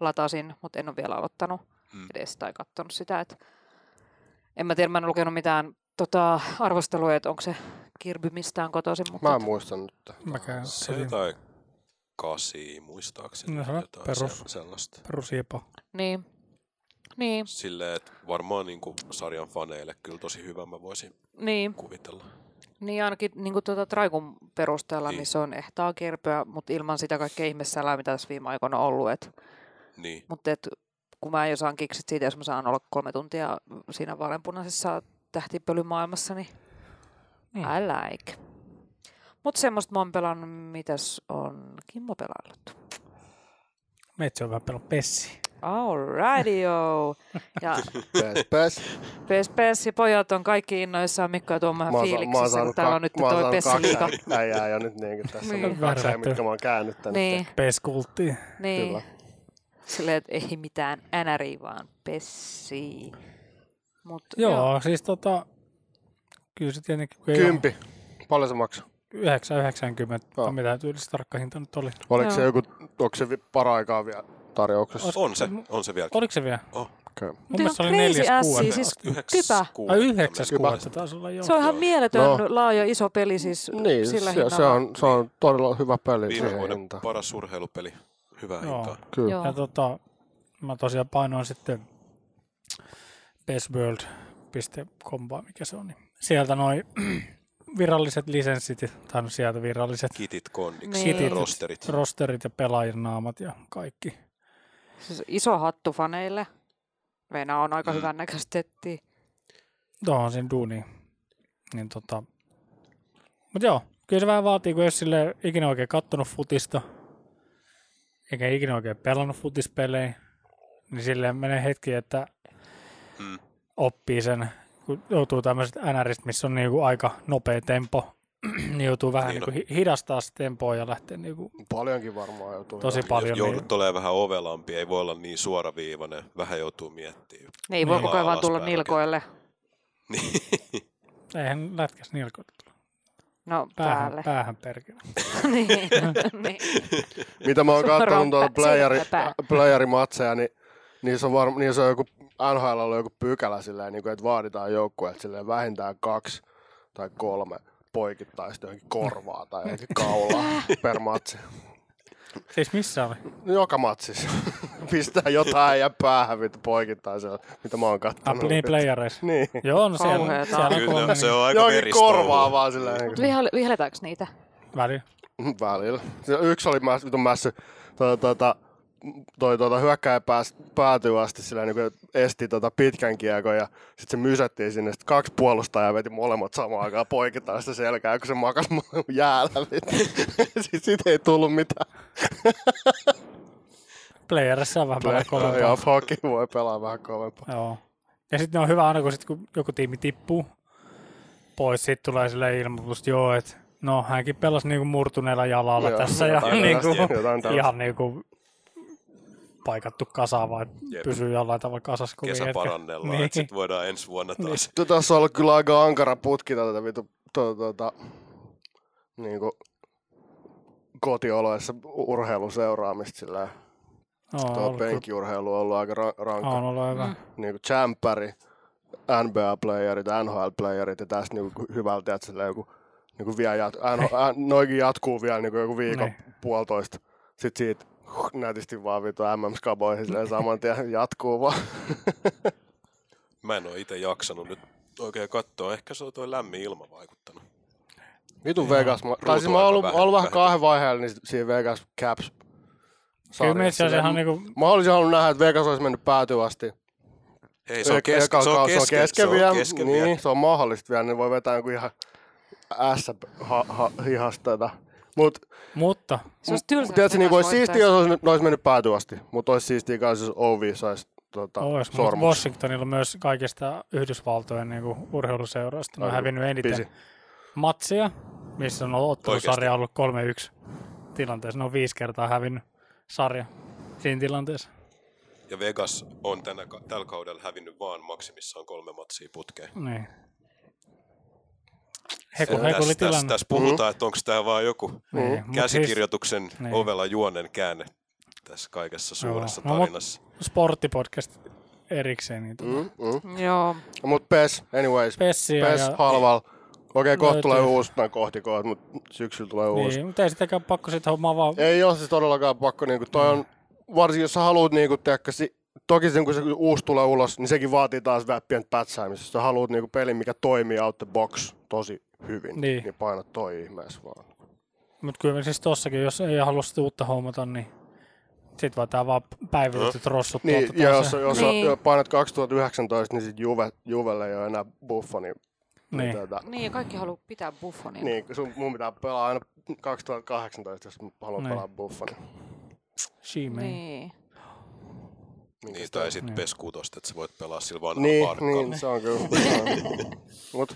S1: latasin, mutta en ole vielä aloittanut
S4: Mm.
S1: edes tai katsonut sitä, että en mä tiedä, mä en lukenut mitään tota, arvosteluja, että onko se Kirby mistään kotoisin, mutta
S2: Mä en muista nyt.
S3: Mä käyn
S4: Se on
S3: eli
S4: jotain kasi muistaakseni.
S3: No se on
S4: jotain
S3: perus.
S4: se- sellaista.
S3: perusjepo.
S1: niin, niin,
S4: Silleen, että varmaan niinku sarjan faneille kyllä tosi hyvä mä voisin
S1: niin,
S4: kuvitella.
S1: niin ainakin niin kuin tuota Traikun perusteella, niin.
S4: Niin.
S1: niin se on ehtaa Kirbyä, mutta ilman sitä kaikkea ihmessälää, mitä tässä viime aikoina on ollut, että
S4: Niin,
S1: Mutta et, kun mä jo saan kiksit siitä, jos mä saan olla kolme tuntia siinä vaaleanpunaisessa tähtipölymaailmassa, niin mm.
S3: Mm.
S1: I like. Mutta semmoista mä oon pelannut, mitäs on Kimmo pelannut.
S3: Meitsi on vähän pelon pessi.
S1: Alrighty-o. Ja
S2: Pes, pes.
S1: pes, pes ja pojat on kaikki innoissaan. Mikko ja Tuomo
S2: Mä
S1: ihan
S2: oon sa- mä oon
S1: fiiliksissä, kun
S2: saanut
S1: täällä
S2: kak-
S1: on nyt
S2: mä oon
S1: toi
S2: saanut
S1: pessi
S2: kaksi
S1: liika.
S2: äi- äijää jo nyt niinku tässä.
S1: Niin.
S2: Niin. Kaksi äijää,
S3: Värvätty.
S2: mitkä mä oon käännyttänyt.
S1: Niin,
S3: Peskultti.
S1: niin.
S2: Kyllä.
S1: Silleen, että ei mitään NRI, vaan pessi. Mut,
S3: Joo, joo, siis tota, kyllä se tietenkin, kun ei ole
S2: Kympi. Paljon se maksaa?
S3: 990,
S2: Joo.
S3: mitä tyylistä tarkka hinta nyt oli.
S2: Oliko se
S1: Joo.
S2: joku, onko se vi- para-aikaa vielä tarjouksessa?
S4: on se, on se vielä.
S3: Oliko se vielä? Mun
S4: Oh,
S2: Okay.
S1: Mut ihan
S3: mielestä se oli
S1: crazy
S3: neljäs
S1: assi,
S3: kuudetta.
S1: siis
S4: yhdeksäs
S1: Kypä.
S4: kuudetta
S3: Ai yhdeksäs
S4: menee.
S3: kuudetta taisi olla joo.
S1: Se on ihan
S4: Joo.
S1: mieletön
S2: No.
S1: laaja iso peli siis
S2: Niin,
S1: sillä
S2: se, se,
S1: hinnalla.
S2: on, se on todella hyvä peli
S4: Viime
S2: siihen
S4: vuoden
S2: hintaan.
S4: paras urheilupeli. Hyvää
S3: Joo.
S4: hintaa.
S2: Kyllä.
S1: Joo.
S3: Ja tota, mä tosiaan painoin sitten bestworld.com, vai mikä se on, niin sieltä noin viralliset lisenssit, tai no sieltä viralliset
S4: Kitit, kondikset,
S1: Niin.
S4: ja
S1: Kitit.
S4: rosterit.
S3: rosterit ja pelaajien naamat ja kaikki.
S1: Siis iso hattu faneille. Venä on aika
S4: Mm.
S1: mm. hyvän näköistä settiä.
S3: Tuohon sen duuniin. Niin tota. Mut joo, kyllä se vähän vaatii, kun ei ole sille ikinä oikein kattonut futista, eikä ikinä oikein pelannut futispelejä, niin silleen menee hetki, että
S4: Mm.
S3: oppii sen, kun joutuu tämmöiset NRist, missä on niinku aika nopea tempo, niin joutuu vähän
S4: Niin
S3: niin niinku hi- hidastaa se tempoa ja lähteä niinku
S2: Paljonkin varmaan joutuu.
S3: tosi
S2: Joo.
S3: paljon.
S4: Joudut
S3: Niin,
S4: olemaan vähän ovelampi, ei voi olla niin suoraviivainen, vähän joutuu miettimään.
S1: Ne ei voi
S4: Niin.
S1: koko ajan vaan tulla
S4: Alaspäin
S1: nilkoille.
S4: Niin.
S3: eihän lätkäs nilkoita tulla.
S1: No, päälle.
S3: Päähän, päähän perkele.
S1: niin, niin.
S2: Mitä mä oon
S1: Suoraan
S2: katsonut tuota
S1: pä-
S2: playeri,
S1: silmä pää.
S2: playerimatseja, niin niissä on, varm, niissä on joku, NHL on joku pykälä silleen, niin kuin, että vaaditaan joukkueelta silleen vähintään kaksi tai kolme poikittaista johonkin korvaa tai johonkin kaulaa per matsi. No,
S3: Siis missä oli?
S2: Joka matsissa. Pistää jotain ja päähän vittu poikittaisella, mitä mä oon
S3: Ah,
S2: kattonut.
S3: niin, playereissa.
S2: Niin.
S3: Joo, no siellä,
S1: Kauheeta.
S3: siellä on kolme
S4: Kyllä, se
S3: niin
S4: on aika
S2: Johonkin
S4: veristä
S2: korvaa
S4: ollut.
S2: vaan silleen. Niin kuin.
S1: Mut vihail- Vihelletäänkö niitä?
S3: väliä.
S2: välillä. Se yksi oli mä, vitun mässy, tota, tota, toi tota, hyökkäjä pääs, päätyy asti sillä niin esti tota, pitkän kiekon ja sitten se mysättiin sinne. Sitten kaksi puolustajaa veti molemmat samaan aikaan poikitaan sitä selkää, kun se makas jäällä. sitten siitä ei tullut mitään.
S3: Playereissa on vähän paljon
S2: Joo,
S3: kovempaa.
S2: fucking voi pelaa vähän kovempaa.
S3: Joo. Ja sitten on hyvä aina, kun, sit, kun joku tiimi tippuu pois, sitten tulee sille ilmoitus, että joo, että no hänkin pelasi niinku murtuneella jalalla
S2: Joo,
S3: tässä ja
S2: jotain
S3: niinku,
S2: tällaista, jotain tällaista.
S3: ihan niinku paikattu kasaan, vaan
S4: Jep.
S3: pysyy jollain tavalla kasassa. kovin
S4: Kesä
S3: hetken.
S4: parannellaan, niin.
S3: Niin.
S4: että sit voidaan ensi vuonna taas.
S2: Nyt tässä on ollut kyllä aika ankara putki tätä vitu, tuota, tuota, niin kuin kotioloissa urheiluseuraamista sillä Tuo
S3: on ollut, kyllä-
S2: penkkiurheilu on ollut aika ra- rankka.
S3: on ollut hyvä. Mm.
S2: Niin kuin champäri, NBA-playerit, NHL-playerit ja tästä niin kuin hyvältä, että sillä joku niin kuin vielä jat- NH- N- noikin jatkuu vielä niin kuin joku viikon
S3: Niin.
S2: puolitoista. Sitten siitä huh, nätisti vaan vitu MM-skaboihin silleen saman tien jatkuu vaan.
S4: Mä en oo itse jaksanut nyt oikein katsoa. Ehkä se on toi lämmin ilma vaikuttanut.
S2: Vitu Vegas. Mä, tai siis mä
S4: Ruutu
S2: oon ollut,
S4: aika vähe-
S2: ollut vähän
S4: vähentynyt.
S2: kahden vaiheella niin siinä Vegas Caps.
S3: Kyllä me itse asiassa ihan niinku,
S2: Mä olisin halunnut nähdä, että Vegas olisi mennyt päätyä asti.
S4: Ei, se on,
S2: Eka-
S4: kes-
S2: eka
S4: se on
S2: kausi
S4: kesken,
S2: on kesken vielä.
S4: kesken
S2: niin,
S4: vielä.
S2: se on mahdollista vielä. Ne voi vetää joku ihan ässä ha, ha, hihasta tätä. Mut,
S3: mutta
S1: Se olisi tylsä. jos
S2: tiedätkö, niin
S1: kukaan
S2: olisi
S1: voittaisi.
S2: siistiä, jos olisi, ne olisi mennyt päätyvästi. Mutta olisi siistiä myös, jos Ovi saisi tota,
S3: Ois, mutta
S2: sormus.
S3: Washingtonilla on myös kaikista Yhdysvaltojen niinku, urheiluseuroista. Ne on
S2: Ai,
S3: hävinnyt eniten
S2: pisi.
S3: matseja, missä on ottelusarja ollut 3-1 tilanteessa. Ne on viisi kertaa hävinnyt sarja siinä tilanteessa.
S4: Ja Vegas on tänä, ka- tällä kaudella hävinnyt vaan maksimissaan kolme matsia putkeen.
S3: Niin. Heku,
S4: Tässä
S3: heku oli
S4: täs, täs,
S3: tilanne.
S4: täs puhutaan, että onko tämä vaan joku
S3: Niin, mut
S4: käsikirjoituksen
S3: niin.
S4: ovella juonen käänne tässä kaikessa suuressa
S3: No, mut-
S4: tarinassa.
S3: Siis sporttipodcast erikseen. Niin tuota.
S2: Mm, mm.
S1: Joo.
S2: Mut PES, anyways. PES,
S3: Pessiä ja...
S2: halval. Okei, okay, kohta
S3: Löytyy.
S2: tulee uusi, tai kohti kohta, mutta syksyllä tulee uusi.
S3: Niin, mutta ei sitäkään pakko sit hommaa vaan...
S2: Ei ole siis todellakaan pakko. Niin kuin, toi on, varsinkin jos sä haluat, niin kuin, tiedätkö, si- toki sen, kun se uusi tulee ulos, niin sekin vaatii taas vähän pientä pätsäämistä. Jos sä haluat niin kuin, pelin, mikä toimii out the box tosi hyvin, niin,
S3: Niin.
S2: niin paina toi ihmeessä vaan.
S3: Mutta kyllä siis tossakin, jos ei halua sitä uutta hommata, niin sit vaan tää vaan
S4: Äh.
S3: päivitetyt rossut
S2: Niin,
S3: tuolta
S2: ja
S3: taas
S2: jos,
S3: ja-
S2: jos
S1: Niin.
S2: niin. painat 2019, niin sit Juve, Juvelle ei ole enää buffa, niin, niin.
S3: Niin.
S2: Tätä,
S1: Niin, ja kaikki haluaa pitää buffonia. Niin.
S2: niin sun, mun pitää pelaa aina 2018, jos mä haluan
S3: Niin.
S2: pelaa buffa. Niin.
S3: She-Man.
S1: niin.
S2: Minkä
S4: Niin,
S2: sitä-
S4: tai sitten pes kutosta, että sä voit pelaa sillä vanhalla
S2: Niin,
S4: varkalla.
S2: niin, se on kyllä. se on. Mut,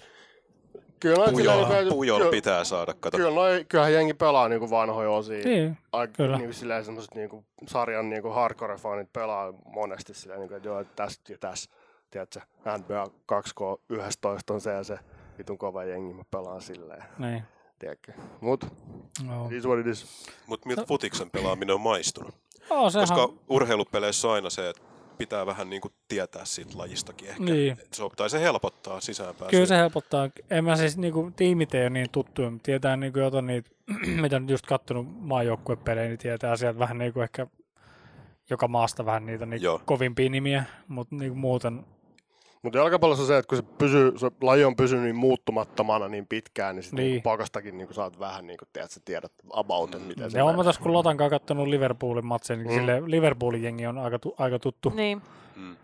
S2: kyllä noin
S4: Pujola,
S2: silleen täytyy-
S4: Pujola
S2: kyllä-
S4: pitää saada, kato.
S2: Kyllä noi, kyllähän jengi pelaa niinku vanhoja osia.
S3: Niin.
S2: Ai,
S3: kyllä.
S2: Niinku silleen semmoset niinku sarjan niinku hardcore-fanit pelaa monesti silleen, niinku, että joo, että tästä ja tässä. Tiedätkö, NBA 2K11 on se ja se vitun kova jengi, mä pelaan silleen.
S3: Niin.
S2: Tiedätkö? Mut,
S3: Joo.
S2: it is what it is.
S4: Mutta
S3: No.
S4: miltä futiksen pelaaminen on maistunut?
S3: Oh, sehän,
S4: Koska urheilupeleissä on aina se, että pitää vähän niin kuin tietää siitä lajistakin ehkä.
S3: Niin.
S4: Et Se, on- tai se helpottaa sisäänpääsyä.
S3: Kyllä se helpottaa. En mä siis niinku, tiimit ei ole niin tuttuja, mutta tietää niinku jotain niitä, mitä nyt just kattonut maajoukkuepelejä, niin tietää sieltä vähän niinku ehkä joka maasta vähän niitä niitä
S4: Joo.
S3: kovimpia nimiä, mutta niinku muuten
S2: Mutta jalkapallossa se, että kun se, pysyy, se laji on pysynyt niin muuttumattomana niin pitkään, niin sitten
S3: Niin.
S2: niin. niinku pakostakin niinku saat vähän niin kuin tiedät, sä tiedät about, mm. miten se
S3: ja oon
S2: menee.
S3: mä tässä kun Lotan kanssa kattonut Liverpoolin matseja, niin
S2: Mm.
S3: sille Liverpoolin jengi on aika, tu- aika tuttu.
S1: Niin.
S4: Mm.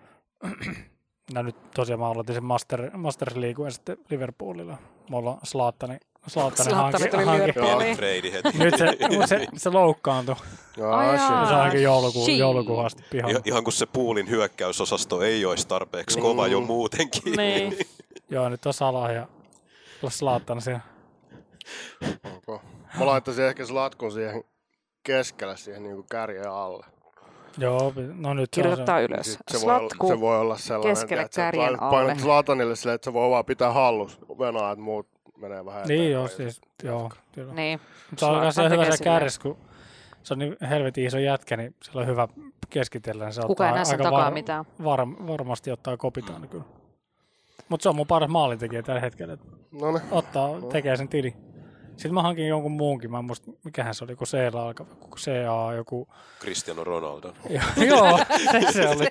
S3: No nyt tosiaan mä aloitin sen Master, Masters Leaguen sitten Liverpoolilla. Me ollaan Slaattani Slaattanen
S1: Zlatanin
S3: hanki,
S1: tuli
S3: hanki.
S1: Liverpooliin.
S4: Pieni
S1: Niin.
S4: trade heti.
S3: Nyt se, mut se, se loukkaantui.
S1: Ai jaa.
S3: Se on ainakin joulukuun,
S1: Shii.
S3: joulukuun asti pihalla.
S4: Ihan, ihan kun se puulin hyökkäysosasto ei olisi tarpeeksi
S2: Mm.
S4: kova jo muutenkin.
S1: Niin.
S3: Joo, nyt on Salah ja Slaattan siellä.
S2: Okay. niinku- Mä laittaisin ehkä slatkon siihen keskelle siihen niinku kärjen alle.
S3: Joo, no nyt se on se.
S1: Kirjoittaa ylös.
S2: Sit se, voi olla,
S1: Slatku.
S2: se voi olla sellainen,
S1: keskelle
S2: tiedätkö, että
S1: kärjen
S2: laitat- painat
S1: alle.
S2: Zlatanille silleen, että se voi vaan pitää hallus venaa, että muut menee vähän
S3: Niin joo,
S2: eteenpäin.
S3: siis joo. Kyllä.
S1: Niin.
S3: Mut Se on
S1: Zlatan
S3: myös hyvä
S1: tekee
S3: se
S1: silleen.
S3: kärjessä, kun se on niin helvetin iso jätkä, niin sillä on hyvä keskitellä. Niin se
S1: Kuka ei
S3: ottaa
S1: näe sen
S3: aika
S1: takaa mitään.
S3: Varm, varmasti ottaa kopitaan mm. kyllä. Mutta se on mun paras maalintekijä tällä hetkellä. että
S2: No niin.
S3: Ottaa, tekee sen tili. Sitten mä hankin jonkun muunkin, mä en muista, mikähän se oli, kun C alkava, kun CA joku.
S4: Cristiano Ronaldo.
S3: Joo, se se oli.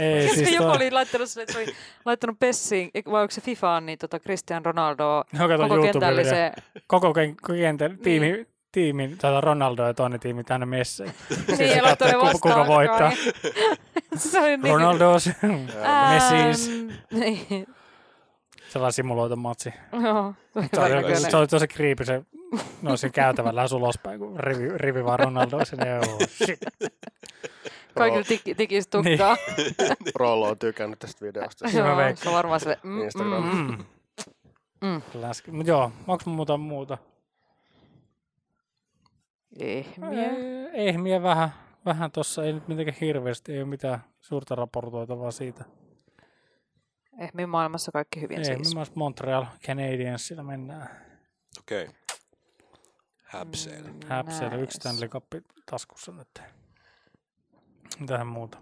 S3: Ei, siis
S1: Joku
S3: toi-
S1: oli laittanut, sille, että se oli laittanut Pessiin, eikö- vai onko se FIFAan, niin tota Christian Ronaldoa
S3: No kato
S1: koko kentällä
S3: YouTube-video.
S1: se
S3: Koko ken- kentän tiimi, tiimin, tai Ronaldo ja toinen tiimi tänne messiin.
S1: Niin, ja
S3: Siis katsoa,
S1: laittanut
S3: kuka-
S1: vastaan.
S3: kuka voittaa.
S1: se oli niin.
S3: Ronaldo, siis.
S1: Ähm,
S3: Messis.
S1: Niin.
S3: Sellainen simuloitu matsi.
S1: Joo.
S3: Se oli,
S1: hyvän
S4: kyllä.
S1: näköinen.
S3: se oli tosi kriipi se, no siinä käytävällä asu ulospäin, kun rivi, rivi vaan Ronaldo sinne. Joo, shit.
S1: Kaikilla tiki, tikis tukkaa.
S2: Rollo on tykännyt tästä videosta.
S3: Niin mä
S1: Joo,
S3: veikkaan.
S1: se on varmaan sille. Mm,
S2: Instagramissa.
S1: mm,
S3: Mm.
S1: Mm.
S3: Läski. Mut joo, onks mun muuta muuta?
S1: Ihmiä.
S3: Ei, mie vähän, vähän tossa, ei nyt mitenkään hirveästi, ei ole mitään suurta raportoitavaa siitä.
S1: Ihmiä maailmassa kaikki hyvin
S3: Ei, no me
S1: siis.
S3: myös Montreal Canadiensilla mennään.
S4: Okei. Okay.
S1: Mm,
S4: Häpseillä.
S3: Häpseillä yksi
S1: Nice.
S3: Stanley Cup taskussa nyt. Mitähän muuta?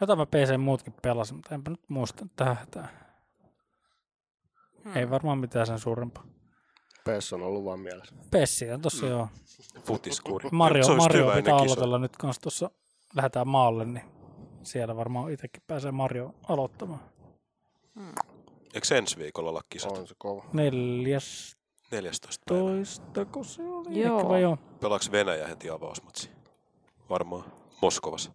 S3: Jotain mä PC muutkin pelasin, mutta enpä nyt muista tähtää.
S1: Mm. Hmm.
S3: Ei varmaan mitään sen suurempaa.
S2: Pess on ollut vaan mielessä.
S3: Pessi on tossa joo.
S4: Futiskuri. Mm. Se
S3: Mario,
S4: olisi
S3: Mario
S4: hyvä
S3: pitää
S4: ennen kisoja.
S3: aloitella nyt kanssa tuossa. Lähdetään maalle, niin siellä varmaan itsekin pääsee Mario aloittamaan.
S4: Eikö ensi viikolla olla kisat?
S2: On se kova.
S3: 14,
S4: 14 päivää.
S3: kun se oli.
S1: Joo.
S3: Ehkä vai joo.
S4: Pelaaks Venäjä heti avausmatsi? Varmaan. Moskovassa.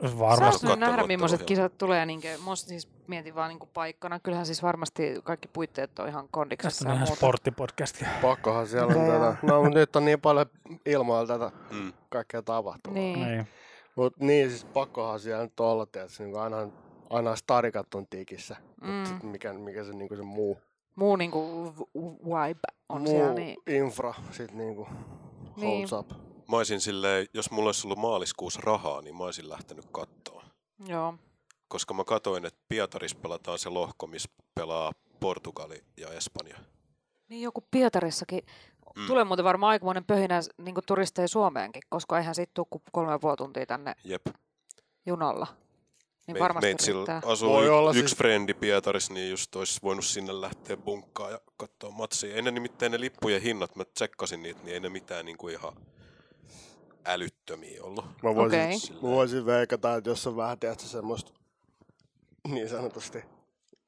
S1: Saas
S3: Varmasti.
S1: nyt nähdä,
S4: Kattelua
S1: millaiset
S4: ottelua.
S1: kisat tulee. Niin mos, siis mietin vaan niin paikkana. Kyllähän siis varmasti kaikki puitteet on ihan kondiksessa.
S3: Tästä
S1: ja
S3: on ihan
S1: muuta.
S3: sporttipodcastia.
S2: Pakkohan siellä on
S1: Joo,
S2: tätä. No mut nyt on niin paljon ilmaa tätä
S4: Mm.
S2: kaikkea tapahtumaa. Niin.
S1: Niin.
S3: Niin.
S2: Mut niin, siis pakkohan siellä nyt olla, tietysti. Niin aina, aina starikat on tikissä. Mm.
S1: Mm.
S2: Mut sit mikä, mikä se, niinku se muu,
S1: Muu niin kuin vibe on
S2: muu
S1: siellä. Niin.
S2: infra sit niinku holds
S1: Niin.
S2: up.
S4: Mä olisin silleen, jos mulla olisi ollut maaliskuussa rahaa, niin mä olisin lähtenyt kattoon.
S1: Joo.
S4: Koska mä katoin, että Pietaris pelataan se lohko, missä pelaa Portugali ja Espanja.
S1: Niin joku Pietarissakin.
S4: Mm.
S1: Mm. Tulee muuten varmaan aikamoinen pöhinä niin turisteja Suomeenkin, koska eihän siitä tule kuin kolme ja puoli tuntia tänne
S4: Jep.
S1: junalla. Niin
S4: Me-
S1: varmasti
S4: Meitsillä
S1: riittää.
S4: asuu
S2: Voi
S4: y-
S2: olla
S4: yksi
S2: siis-
S4: frendi Pietaris, niin just olisi voinut sinne lähteä bunkkaan ja katsoa matsia. Ei ne nimittäin ne lippujen hinnat, mä tsekkasin niitä, niin ei ne mitään niinku ihan älyttömiä ollut.
S2: Mä voisin,
S1: Okei.
S2: okay. mä voisin veikata, että jos on vähän tietysti semmoista niin sanotusti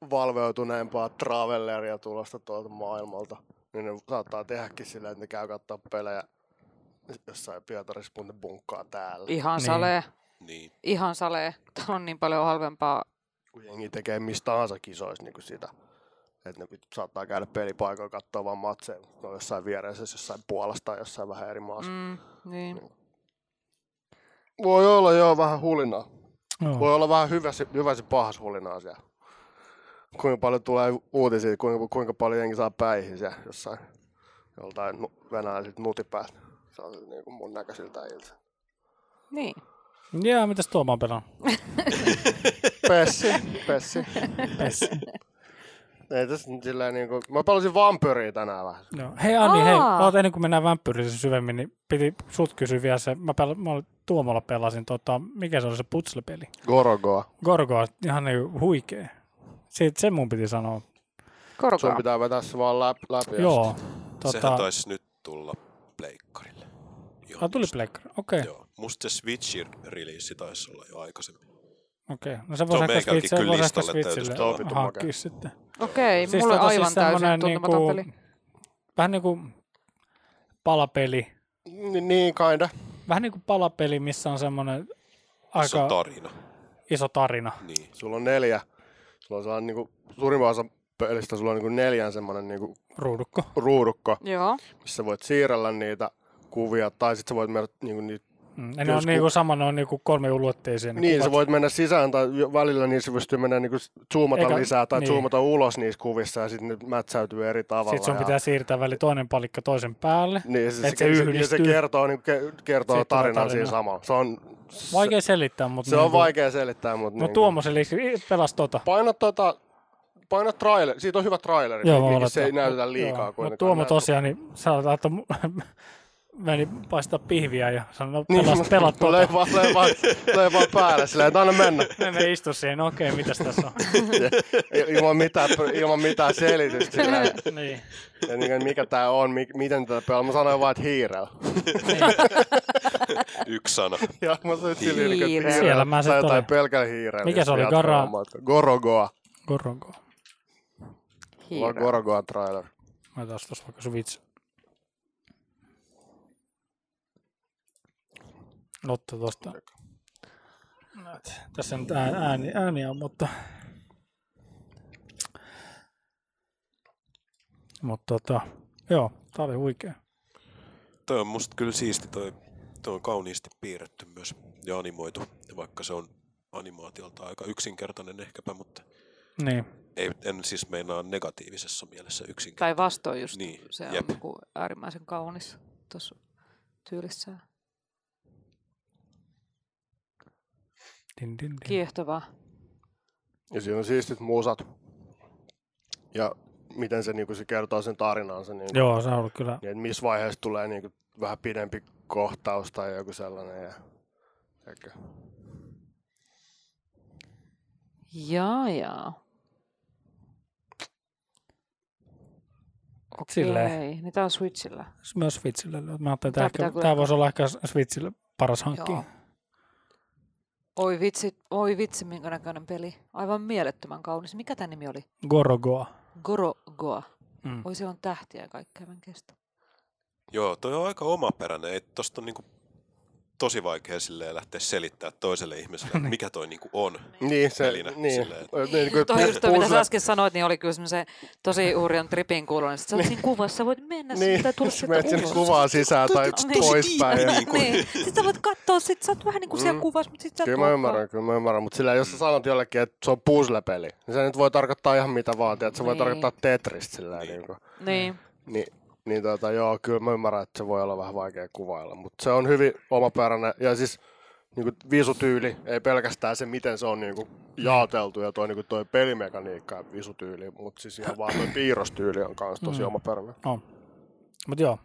S2: valveutuneempaa travelleria tulosta tuolta maailmalta, niin ne saattaa tehdäkin silleen, että ne käy katsoa pelejä jossain Pietarissa, kun ne bunkkaa täällä.
S1: Ihan
S3: Niin.
S1: salee.
S4: Niin.
S1: Ihan salee. Täällä on niin paljon halvempaa.
S2: Kun jengi tekee mistä tahansa kisoissa niin kuin sitä, että ne pit- saattaa käydä pelipaikoilla katsoa vaan matseja, mutta ne on jossain viereisessä, jossain Puolassa tai jossain vähän eri maassa. Mm.
S1: Mm, niin.
S2: Voi olla joo vähän hulinaa.
S3: Joo.
S2: Voi olla vähän hyvä se, hyvä se pahas hulinaa siellä. Kuinka paljon tulee uutisia, kuinka, kuinka paljon jengi saa päihin siellä jossain joltain nu, venäläisiltä nutipäät. Se on niin kuin mun näköisiltä ilta.
S1: niin.
S3: Jaa, mitäs Tuomaan pelaa?
S2: Pessi, pessi. Ei tässä nyt silleen niin kuin, mä pelasin vampyriä tänään vähän.
S3: No. Hei Anni, hei,
S1: Aa.
S3: oot ennen kuin mennään vampyyrissä syvemmin, niin piti sut kysyä vielä se, mä, pel- mä olin- Tuomolla pelasin, tota, mikä se oli se putslepeli?
S2: Gorogoa.
S3: Gorgoa, ihan niinku huikee. Siitä sen mun piti sanoa.
S2: Sun
S1: Korkaa.
S2: pitää vetää se vaan läpi. läpi
S3: Joo.
S4: Tota... Sehän
S3: Tota,
S4: taisi nyt tulla pleikkarille. Ihan
S3: ah, tuli
S4: just-
S3: plekkari, okei.
S2: Eh.
S3: Okay.
S4: Joo. Musta se Switchin release taisi olla jo aikaisemmin.
S3: Okei, no se voisi ehkä, Switch,
S4: meikälläkin
S3: se
S4: kyllä
S3: voisi ehkä
S4: listalle täytyisi
S3: Switchille
S2: tulla. Vittu
S3: hankkia
S2: makea.
S3: sitten. tota,
S1: Okei, siis mulla on aivan siis täysin
S3: semmonen
S1: tuntematon niinku... peli.
S3: vähän niin kuin palapeli.
S2: Niin, niin kinda.
S3: Vähän niin kuin palapeli, missä on semmoinen aika
S4: Se on tarina.
S3: iso tarina.
S4: Niin.
S2: Sulla on neljä. Sulla on sellainen niin kuin, suurimman osa niinku- pelistä sulla on niin neljän semmoinen niin
S3: Ruudukko.
S2: ruudukko,
S1: Joo.
S2: missä voit siirrellä niitä kuvia, tai sitten sä voit mennä, niin kuin, niitä,
S3: Mm. Ja ne on
S2: Jos ku-
S3: niinku sama, ne on niinku kolme ulotteisia.
S2: niin, niin sä voit mennä sisään, tai jo- välillä niissä pystyy mennä niin kuin zoomata
S3: Eikä-
S2: Eikä, lisää tai
S3: niin.
S2: niin. zoomata ulos niissä kuvissa, ja sitten ne mätsäytyy eri tavalla.
S3: Sitten sun
S2: ja-
S3: pitää siirtää väli toinen palikka toisen päälle.
S2: Niin, se,
S3: Et
S2: se,
S3: se
S2: se, ja se
S3: yhdistyy.
S2: kertoo, niin ke, kertoo
S3: Siitä tulee
S2: tarinan
S3: tarina.
S2: siinä samalla. Se on, se,
S3: Vaikea selittää, mutta...
S2: se on vaikea niinku- selittää, mutta...
S3: No Tuomas, eli pelas tota.
S2: Paina tota, paina trailer, siitä on hyvä traileri,
S3: Joo, mä
S2: kuitenkin,
S3: oletan.
S2: se ei näytä
S3: Joo. No
S2: liikaa
S3: Mut
S2: kuitenkaan.
S3: Tuomo
S2: Näytä-
S3: tosiaan, niin sanotaan, että mu- meni paistaa pihviä ja sanoi, no
S2: Niin,
S3: pelas,
S2: mä-
S3: pelat
S2: mä
S3: tota.
S2: löin vaan, löin vaan, löin vaan päälle, silleen, että anna mennä.
S3: Me me istu siihen, no okei, mitäs tässä on?
S2: Ja Ilman mitään, ilman mitään selitystä. Silleen.
S3: niin.
S2: Ja niin, kuin, mikä tää on, mi, miten tätä pelaa. Mä sanoin vaan, että hiirellä.
S3: niin.
S4: Yksi sana.
S2: Ja mä sanoin, että silleen,
S1: Hiirellä.
S2: niin, hiirellä.
S3: Siellä mä sit
S2: tai jotain
S3: olin.
S2: pelkällä hiirellä.
S3: Mikä
S2: jos
S3: se oli,
S2: jatkaa
S3: Gara-
S2: matka. Gorogoa.
S3: Koronko?
S2: Mulla
S1: Hiira.
S2: on Gorogoa trailer.
S3: Mä taas tuossa vaikka Switch. Lotta tosta. Näet, Tässä nyt ää- ääni, ääniä on, mutta... Mutta tota, joo, tää oli huikea.
S4: Toi on musta kyllä siisti, toi, toi on kauniisti piirretty myös ja animoitu, ja vaikka se on animaatiolta aika yksinkertainen ehkäpä, mutta
S3: Niin.
S4: ei, en siis meinaa negatiivisessa mielessä yksinkertainen.
S1: Tai vastoin just
S4: Niin,
S1: se on
S4: jep.
S1: joku äärimmäisen kaunis tuossa tyylissään.
S3: Din, din, din.
S1: Kiehtovaa.
S2: Ja siinä on siistit musat. Ja miten se, niin kuin, se kertoo sen tarinansa. Niin,
S3: Joo, se on ollut kyllä.
S2: niin että missä vaiheessa tulee niin kuin, vähän pidempi kohtaus tai joku sellainen. Ja, ehkä.
S1: Jaa, jaa. Okei,
S3: Silleen.
S1: niin tää on Switchillä.
S3: Myös Switchille. Mä ajattelin, että
S1: Tää
S3: ehkä,
S1: pitää kyllä-
S3: tämä voisi olla ehkä Switchille paras hankki.
S1: Joo. Oi vitsi, oi vitsi, minkä näköinen peli. Aivan mielettömän kaunis. Mikä tämä nimi oli?
S3: Gorogoa.
S1: Gorogoa.
S3: Mm.
S1: Oi, siellä on tähtiä ja kaikkea, mä en kestä.
S4: Joo, toi on aika omaperäinen. Ei, tosta on niinku tosi vaikea silleen lähteä selittämään toiselle ihmiselle, että mikä toi niinku on.
S2: Niin, se,
S4: Pelinä,
S2: niin.
S4: silleen, että-
S2: Ö, niin kuin,
S1: Toi just toi, mitä sä
S2: puzzle-
S1: äsken sanoit, niin oli kyllä semmoisen tosi hurjan tripin kuulonen. Sitten sä oot siinä kuvassa, sä voit mennä
S2: Niin,
S1: siitä ja tulla
S2: sä
S1: sieltä
S2: menet sinne
S1: ulos.
S2: kuvaan sisään tai
S1: Niin.
S2: poispäin. ja-
S1: Niin, niin. Sitten sä voit katsoa, sit sä oot vähän niin kuin siellä
S2: Mm.
S1: kuvassa, mutta sit sä et
S2: Kyllä mä
S1: olekaan.
S2: ymmärrän, kyllä mä ymmärrän, mutta sillä jos sä sanot jollekin, että se on puzzle-peli, niin se nyt voi tarkoittaa ihan mitä vaan, että se voi
S1: Niin.
S2: tarkoittaa Tetristä sillä niin. niin kuin.
S1: Niin.
S2: Niin, niin tota, joo, kyllä mä ymmärrän, että se voi olla vähän vaikea kuvailla, mutta se on hyvin omaperäinen ja siis niin kuin viisutyyli, ei pelkästään se, miten se on niin kuin jaoteltu ja toi, niin kuin toi pelimekaniikka ja visutyyli, mutta siis ihan vaan toi piirrostyyli on myös tosi
S3: Mm.
S2: omaperäinen.
S3: On. Mut joo,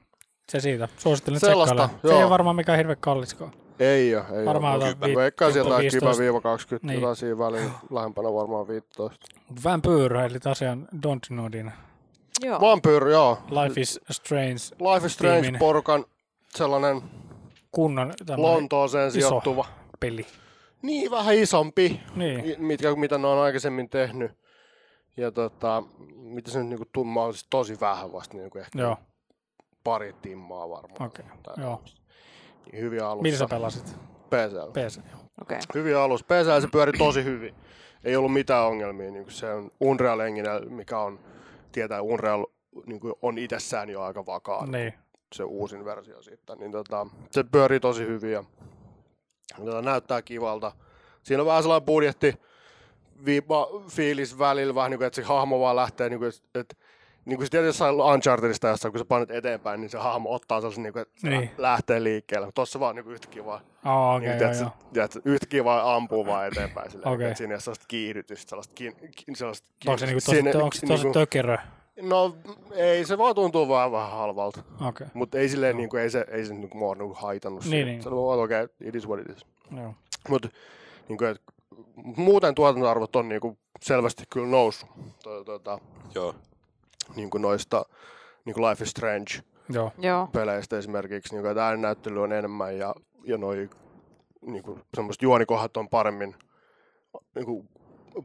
S3: se siitä. Suosittelen
S2: Sellaista,
S3: tsekkailla. Se ei
S2: joo.
S3: ole varmaan mikään hirveä kalliskaan.
S2: Ei ole, ei
S3: Varmaan
S2: ole.
S3: jotain vi-
S2: Veikkaan sieltä jotain
S3: 15.
S2: 10-20,
S3: Niin.
S2: niin. jotain siinä väliin, lähempänä varmaan 15.
S3: Vampyr, eli tosiaan Don't Nodin
S2: Niin.
S3: Ah.
S1: Joo.
S2: Vampyr, joo.
S3: Life is Strange
S2: Life is Strange
S3: Tiimin.
S2: porukan sellainen
S3: kunnon tämmönen
S2: Lontooseen
S3: iso.
S2: sijoittuva.
S3: peli.
S2: Niin, vähän isompi,
S3: Niin.
S2: i- mitkä, mitä ne on aikaisemmin tehnyt. Ja tota, mitä se nyt niinku tummaa on siis tosi vähän vasta, niinku ehkä
S3: Joo,
S2: pari timmaa varmaan.
S3: okei.
S2: Tai
S3: Joo.
S2: Niin hyviä alussa.
S3: Millä sä pelasit?
S2: PCllä.
S3: PC. joo.
S1: Okei.
S2: Hyviä alussa. PCllä se pyöri tosi hyvin. Ei ollut mitään ongelmia. Niinku se on Unreal Engine, mikä on, tietää Unreal niinku on itsessään jo aika vakaa.
S3: Niin.
S2: se uusin versio siitä, niin tota, se pyörii tosi hyvin ja tota, näyttää kivalta. Siinä on vähän sellainen budjetti viipa, fiilis välillä, vähän niin kuin, että se hahmo vaan lähtee, niin kuin, että niin kuin sitten jossain Unchartedista, jossa kun sä painat eteenpäin, niin se hahmo ottaa sellaisen, niin kuin, että se
S3: Niin.
S2: lähtee liikkeelle. Mutta tossa vaan niin kuin yhtäkkiä vaan,
S3: Aa,
S2: niin
S3: okei,
S2: kuin,
S3: joo,
S2: tiedätkö,
S3: joo.
S2: tiedätkö, yhtäkkiä vaan ampuu vaan eteenpäin. Silleen,
S3: Okei.
S2: että siinä ei ole sellaista kiihdytystä, sellaista, kiin, ki, sellaista
S3: Onko se niinku
S2: siinä-
S3: tosi, onko se tosi
S2: niinku-
S3: tökerö?
S2: No ei, se vaan tuntuu vaan vähän halvalta.
S3: Okei,
S2: Mutta ei silleen, niinku, ei se, ei se niinku, mua niinku haitannut.
S3: Niin,
S2: siinä.
S3: niin.
S2: Se on ollut, okei, okay, it is what it is.
S3: joo.
S2: Mut, niinku, et, muuten tuotantoarvot on niinku, selvästi kyllä noussut tuota, tuota,
S4: Joo. niin.
S2: niinku noista niinku Life is Strange
S3: Joo,
S1: Joo.
S2: peleistä esimerkiksi. Niinku, että äänennäyttely on enemmän ja, ja noi, niinku, semmoiset juonikohdat on paremmin, niinku,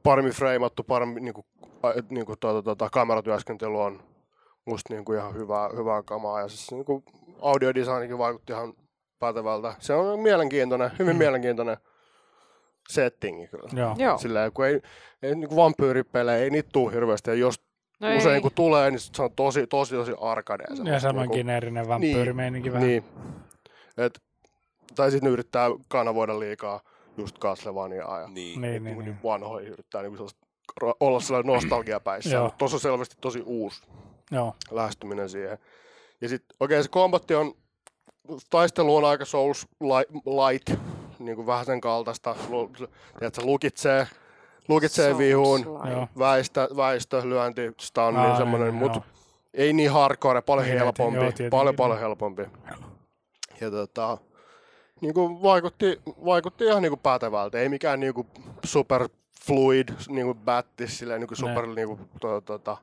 S2: paremmin freimattu, paremmin niinku, a- et niinku, tuota, tuota, kameratyöskentely on musta niinku ihan hyvää, hyvää kamaa. Ja siis niinku audiodesignikin vaikutti ihan pätevältä. Se on mielenkiintoinen, hyvin
S3: Mm.
S2: mm. mielenkiintoinen settingi kyllä.
S3: joo.
S1: Joo.
S2: niin Silleen, kun ei, ei niinku vampyyripelejä, ei niitä tuu hirveästi. Ja jos
S1: No
S2: usein
S1: ei.
S2: kun tulee, niin sit se on tosi, tosi, tosi arkadeja.
S3: Ja
S2: semmoista
S3: samoin
S2: niinku-
S3: geneerinen vampyyrimeininki vähän.
S2: Niin. Et, tai sitten ne yrittää kanavoida liikaa just Castlevaniaa ja
S4: Niin. niin.
S3: Niin,
S2: niin,
S3: niin, niin.
S2: vanhoja yrittää niinku sellaista- ra- olla sellainen nostalgiapäissä.
S3: Joo.
S2: Mutta tuossa on selvästi tosi uusi
S3: Joo,
S2: lähestyminen siihen. Ja sitten okei okay, se kombatti on, taistelu on aika Souls li- light, niin kuin vähän sen kaltaista. Lu, tiedätkö, lukitsee, lukitsee vihuun,
S1: Souls-like.
S3: joo.
S2: väistä, väistö, lyönti, stun,
S3: Aa,
S2: niin semmoinen,
S3: niin,
S2: mutta
S3: joo.
S2: ei niin hardcore, paljon
S3: Niin,
S2: helpompi,
S3: joo, tietenkin.
S2: paljon paljon helpompi. Ja tota, niin kuin vaikutti, vaikutti ihan niin kuin pätevältä, ei mikään niin kuin super fluid niin kuin batti, silleen niin kuin super niin kuin, to, tota,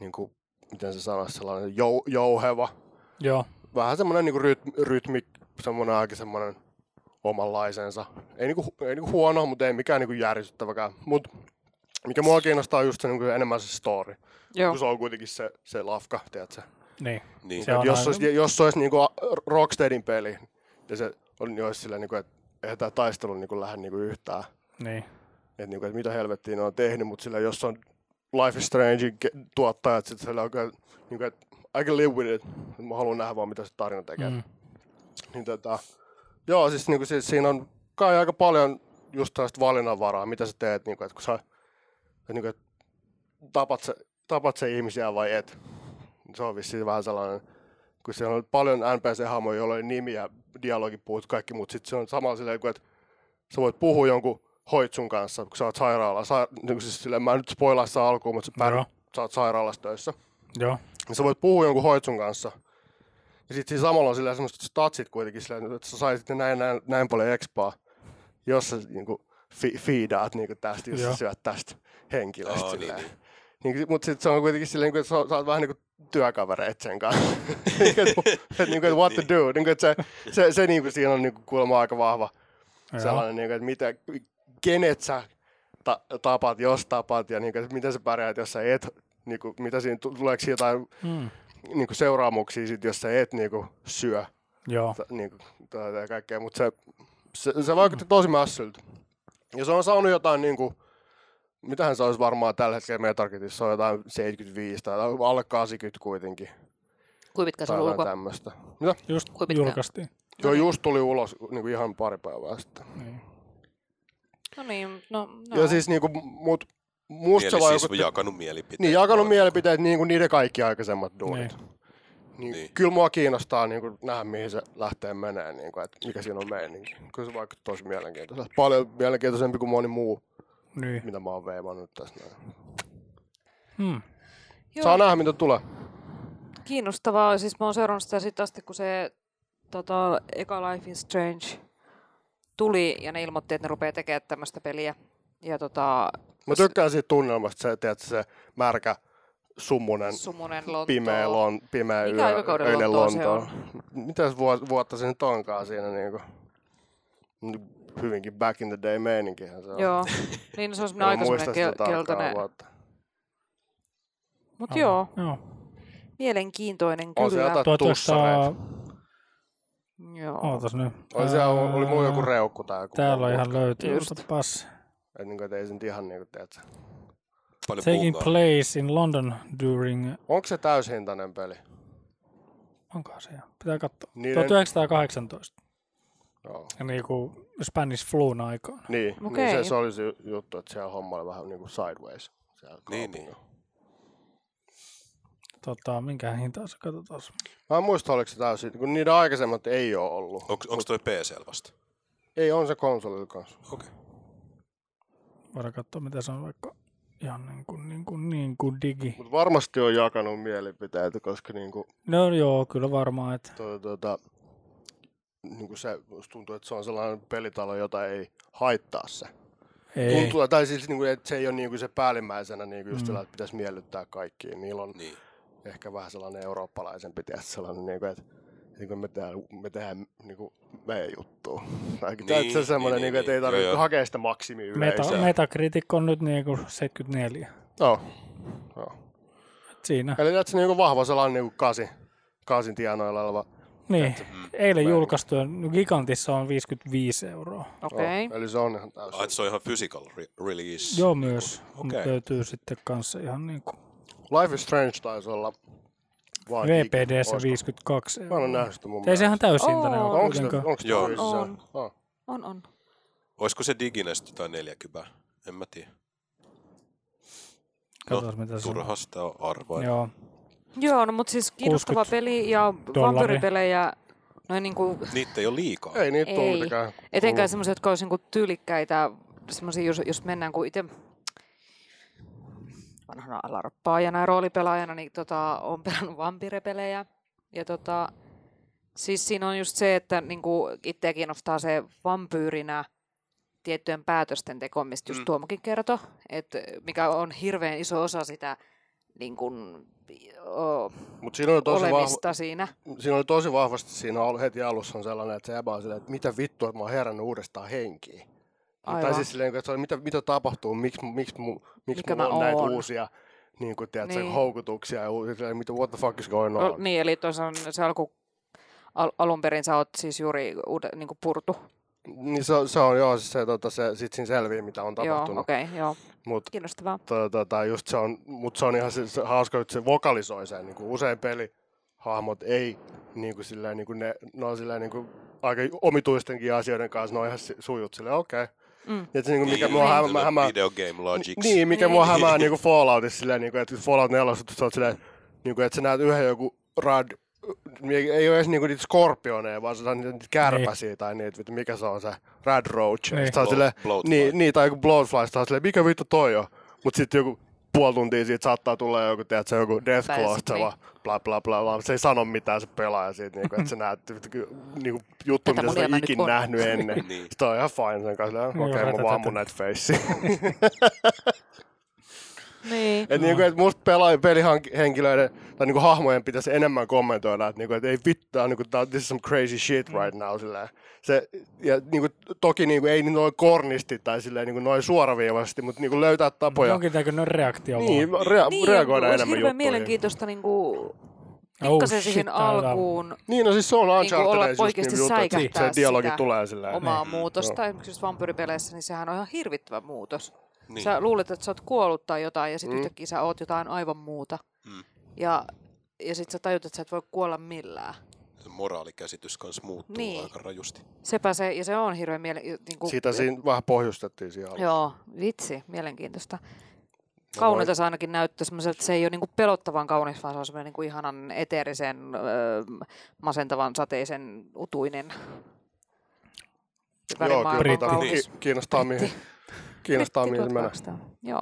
S2: niin kuin, miten se sanoisi, sellainen jou, jouheva,
S3: Joo,
S2: vähän semmoinen niin rytmi, rytmi semmoinen aika semmoinen omanlaisensa. Ei, niinku, hu- ei niinku huono, mutta ei mikään niinku järsyttäväkään. Mut mikä mua kiinnostaa on just se niinku enemmän se story.
S1: Joo.
S2: Kun se on kuitenkin se, se lafka, tiedätkö?
S3: niin.
S4: niin.
S3: Se on
S2: Jos,
S3: aina-
S2: olisi, jos se olisi niinku a- Rocksteadin peli, ja se on, niin olisi silleen, niinku, että eihän tämä taistelu niinku lähde niinku yhtään.
S3: Niin.
S2: Et niinku, et mitä helvettiä ne on tehnyt, mutta sillä jos on Life is Strange ke- tuottajat, sit sillä on kyllä, niinku, että I can live with it. Mä haluan nähdä vaan, mitä se tarina tekee.
S3: Mm.
S2: Niin tota, joo, siis, niin kuin, siis siinä on kai aika paljon just tällaista valinnanvaraa, mitä sä teet, niin kuin, että kun sä että, niin kuin, että tapat, se, tapat se ihmisiä vai et. Se on vissiin vähän sellainen, kun siellä on paljon NPC-hahmoja, joilla on nimi ja dialogipuut kaikki, mutta sitten se on sama silleen, kuin, että sä voit puhua jonkun hoitsun kanssa, kun sä oot sairaala. Sa, niin kuin, siis, silleen, mä en nyt spoilaa sitä alkuun, mutta sä,
S3: Joo.
S2: päät, sä oot sairaalassa töissä
S3: Joo,
S2: niin sä voit puhua jonkun hoitsun kanssa. Ja sitten siinä samalla on sillä semmoiset statsit kuitenkin, sillä, että sä saisit ne näin, näin, näin paljon expaa, jos sä niinku, fi, fiidaat niinku tästä, jos
S3: Joo.
S2: sä syöt tästä henkilöstä.
S4: Aa,
S2: Oh,
S4: niin,
S2: niin,
S4: niin.
S2: niin, mutta sitten se on kuitenkin silleen, että sä, sä oot vähän niinku työkavereit sen kanssa. Niinku, että et, niinku, et what to do. Niinku, et se, se, se niinku, siinä on niinku, kuulemma aika vahva
S3: joo.
S2: sellainen, niin kuin, että mitä, kenet sä ta- tapat, jos tapat, ja niin kuin, että miten sä pärjäät, jos sä et, niin kuin, mitä siinä, tu- tuleeko siinä jotain
S3: Mm.
S2: niin kuin seuraamuksia, sit, jos sä et niin kuin, syö
S3: Joo,
S2: ta- niin kuin, tai tai kaikkea, mutta se, se, se vaikutti tosi mässyltä. Ja se on saanut jotain, niin kuin, mitähän se olisi varmaan tällä hetkellä meidän targetissa, on jotain 75 tai alle 80 kuitenkin,
S1: Kuinka pitkä se
S2: tai
S1: on
S2: jotain
S1: ulko? No
S2: tämmöistä. Mitä?
S3: just
S1: Kuinka pitkään?
S3: julkaistiin.
S2: Joo, just tuli ulos niin kuin ihan pari päivää sitten.
S3: Niin.
S1: No niin, no, no.
S2: Ja siis niinku, mut musta
S4: Mieli
S2: se
S4: siis
S2: vaikutti. Siis
S4: jakanut mielipiteet.
S2: niin, jakanut mielipiteet niinku niiden kaikki aikaisemmat duunit. Niin. Niin,
S4: Niin.
S2: niin. Kyllä mua kiinnostaa niinku nähdä, mihin se lähtee menee, niinku, että mikä siinä on meininki. Kyllä se vaikuttaa tosi mielenkiintoiselta. Paljon mielenkiintoisempi kuin moni muu,
S3: Niin.
S2: mitä mä oon veivannut tässä näin.
S3: Mm.
S1: Joo.
S2: Saa nähdä, mitä tulee.
S1: kiinnostavaa. Siis mä oon seurannut sitä sitten asti, kun se tota, eka Life is Strange tuli ja ne ilmoitti, että ne rupeaa tekemään tämmöistä peliä. Ja tota,
S2: Mä tykkään siitä tunnelmasta, se, tiedät, se märkä, sumunen,
S1: Sumunen Lontoo.
S2: pimeä, lon, pimeä
S1: Mikä
S2: yö,
S1: aikakauden
S2: öinen
S1: Lontoo se
S2: Lontoa. Mitäs vuo- vuotta se nyt onkaan siinä niinku? Hyvinkin back in the day meininkihän se on.
S1: Joo, niin se on semmoinen
S2: En
S1: aika
S2: muista
S1: semmoinen
S2: sitä
S1: kel-
S2: tarkkaa
S1: keltainen.
S2: vuotta.
S1: Mutta joo,
S3: Joo.
S1: mielenkiintoinen
S2: On se
S1: kyllä.
S2: jotain
S3: Tuota,
S2: tussareita.
S3: 1900...
S1: Joo.
S3: Ootas nyt.
S2: Oli, se, oli muu joku reukku tai joku.
S3: Täällä on
S2: muu.
S3: ihan löytyy.
S1: Just.
S3: Otapas.
S2: Et niinku, et ei se nyt ihan niinku, tiedätkö.
S4: Paljon
S3: Taking
S4: puhutaan.
S3: place in London during...
S2: Onko se täyshintainen peli?
S3: Onkohan se? Pitää katsoa.
S2: Niiden-
S3: 1918.
S2: Joo.
S3: Niin kuin Spanish flun aikaan.
S2: Niin,
S1: Okei.
S2: niin se, se oli se ju- juttu, että siellä homma oli vähän niinku sideways. Siellä
S4: Niin,
S2: kaupungilla.
S3: Tota, minkä hintaa se katsotaan.
S2: Mä en muista, oliko se täysin, kun niiden aikaisemmat ei ole ollut.
S4: Onko, onko toi PC vasta?
S2: Ei, on se konsolilla kanssa.
S4: Okei.
S3: Voidaan katsoa, mitä se on vaikka ihan niin kuin, niin kuin, niin kuin digi.
S2: Mutta varmasti on jakanut mielipiteitä, koska niinku,
S3: No joo, kyllä varmaan, että
S2: tuota, tuota, niinku se musta tuntuu, että se on sellainen pelitalo, jota ei haittaa se.
S3: ei.
S2: Tuntuu, tai siis niinku, että se ei ole niinku se päällimmäisenä niinku just mm. sillä, että pitäisi miellyttää kaikkia. Niillä on
S4: Niin.
S2: ehkä vähän sellainen eurooppalaisempi, tiedätkö, sellainen, niinku, että niinku me tehdään, me tehdään niinku meidän juttua. Tai niin,
S4: Niin,
S2: se semmoinen,
S4: niin,
S2: niinku, että
S4: niin,
S2: ei tarvitse
S4: joo, joo.
S2: hakea sitä maksimiyleisöä.
S3: Meta, Metacritic on nyt niin kuin 74.
S2: Joo. Joo.
S3: Et Siinä.
S2: Eli tiedätkö, niinku vahva sellainen niinku kasi, kasin tienoilla oleva.
S3: Niin. Eilen julkaistu, ja Gigantissa on 55 euroa.
S1: Okei.
S2: Joo, eli se on ihan täysin.
S4: Ah, et se on ihan physical re- release.
S3: Joo myös.
S4: Okei.
S3: Mut Löytyy sitten kanssa ihan niin kuin.
S2: Life is Strange taisi olla vaan
S3: VPD se
S2: Oisko?
S3: 52
S2: niin, Mä en ole
S3: euroa.
S2: nähnyt sitä mun
S3: Ei sehän
S2: mielestä.
S3: täysintainen
S1: Oo.
S3: ole
S2: Onko se,
S3: kuitenkaan.
S2: onko se
S4: Joo.
S2: on.
S1: On.
S2: Ah.
S1: On, on.
S4: Olisiko se diginen sitten jotain 40? En mä tiedä.
S3: Katsotaan mitä se on.
S4: Turha sitä on arvaa.
S3: Joo.
S1: Joo, no, mutta siis kiinnostava
S3: 60
S1: peli ja
S3: dollaria.
S1: vampyyripelejä, noin niin kuin,
S4: Niitä ei ole liikaa.
S2: Ei niitä tule
S1: Ei.
S2: mitenkään.
S1: etenkään semmoisia, jotka olisi niin kuin tyylikkäitä, semmoisia, jos, jos mennään kuin itse vanhana alarppaajana ja roolipelaajana, niin tota, on pelannut vampirepelejä. Ja tota, siis siinä on just se, että niin kuin itseä kiinnostaa se vampyyrinä tiettyjen päätösten teko, mistä just
S4: Mm.
S1: mm. Tuomokin kertoi, että mikä on hirveän iso osa sitä niin kuin, o,
S2: Mutta siinä oli tosi vahva,
S1: olemista siinä.
S2: siinä oli tosi vahvasti siinä al- heti alussa on sellainen, että se jäbä on silleen, että mitä vittua, että mä oon herännyt uudestaan henkiin. Aivan. Tai
S1: Aivan.
S2: siis silleen, että se oli, mitä, mitä tapahtuu, miksi, miksi, mu- miksi
S1: Mikä
S2: mulla
S1: mä
S2: on näitä
S1: oon?
S2: uusia niin kuin, tiedätkö,
S1: Niin.
S2: niin. houkutuksia ja uusia, silleen, mitä what the fuck is going on.
S1: No, niin, eli tuossa on se alku, al, alun perin sä oot siis juuri uude, niin kuin purtu.
S2: Niin se, on- se on joo, siis se, tota, se sit siinä selviää, mitä on
S1: Joo,
S2: tapahtunut.
S1: okei, okay, joo.
S2: Mut,
S1: Kiinnostavaa.
S2: tota, tota, just se on, mut se on ihan se, se hauska, että se vokalisoi sen. Niin kuin usein pelihahmot ei, niin kuin silleen, niin kuin ne, ne on silleen, niin kuin, aika omituistenkin asioiden kanssa, ne on ihan si- sujut silleen, okei. Okay.
S1: Mm.
S2: Ja se, niin kuin, mikä mua hämää, hämää,
S4: Video game logics.
S2: niin, mikä mua
S4: Niin.
S2: hämää niin kuin Falloutissa, silleen, niin kuin, että Fallout 4 sä oot silleen, niin kuin, että sä näet yhden joku rad, ei ei ole edes niinku niitä skorpioneja, vaan se on niitä niitä kärpäsiä tai niitä, vittu, mikä se on se Rad Roach.
S3: Niin.
S2: Niin. Sä oot
S4: Blow-
S2: silleen,
S4: Bloatfly.
S2: niin, niin, tai joku Bloodfly, sä oot silleen, mikä vittu toi on? Mut sit joku puoli tuntia siitä saattaa tulla joku, tiedätkö, joku Death
S1: Tai
S2: Claw,
S1: sitten
S2: se
S1: niin.
S2: vaan bla bla bla, bla. se ei sano mitään se pelaaja siitä, niinku, että sä näet vittu, ky- niinku, juttu,
S1: Tätä
S2: mitä
S1: mun
S2: sä
S1: elämä
S2: et
S1: nyt
S2: ikinä
S1: on.
S2: nähnyt ennen.
S4: Niin.
S2: Sitä on ihan fine sen kanssa, okei,
S3: Joo,
S2: okay, Niin, mä
S3: tätä-
S2: vaan ammun näitä feissejä.
S1: Niin.
S2: Et niinku, et musta pelaaja, pelihenkilöiden tai niinku hahmojen pitäisi enemmän kommentoida, että niinku, et ei vittaa, niinku, tää, on- this is some crazy shit
S1: Mm.
S2: right now. Silleen. Se, ja niinku, toki niinku, ei niin noin kornisti tai silleen, niinku, noin suoraviivaisesti, mutta niinku, löytää tapoja.
S3: Onkin tämä kyllä reaktio.
S2: Niin, rea-
S1: niin,
S2: reagoida
S1: olisi
S2: enemmän
S1: hirveän
S2: juttuihin.
S1: mielenkiintoista niin kuin, pikkasen siihen
S3: Oh, shit, tää on-
S1: alkuun
S2: Niin, no siis se on
S1: niin kuin olla
S2: Uncharted, niin
S1: oikeasti
S2: juttu, että se-
S1: säikähtää
S2: se dialogi
S1: sitä
S2: tulee silleen.
S1: omaa
S2: niin.
S1: muutosta. Esimerkiksi jos vampyyripeleissä, niin sehän on ihan hirvittävä muutos.
S4: Niin.
S1: Niin. Sä luulet, että sä oot kuollut tai jotain, ja sitten
S2: Mm.
S1: mm. yhtäkkiä sä oot jotain aivan muuta.
S4: Mm.
S1: Mm. Ja, ja sitten sä tajut, että sä et voi kuolla millään.
S4: Se moraalikäsitys kanssa muuttuu niin.
S1: Niin.
S4: aika rajusti.
S1: Sepä se, ja se on hirveän miele- niin kuin,
S2: Sitä siinä vähän pohjustettiin siellä.
S1: Joo, vitsi, mielenkiintoista. Kauniilta se ainakin näyttää semmoiselta, että se ei ole niinku pelottavan kaunis, vaan se on semmoinen niinku ihanan eteerisen, öö, masentavan, sateisen, utuinen. Ympäri
S2: Joo,
S1: maailman
S2: kyllä, tota,
S1: kaunis.
S2: ki- kiinnostaa mihin, kiinnostaa
S1: Britti
S2: mihin se menee.
S1: 1200, Joo.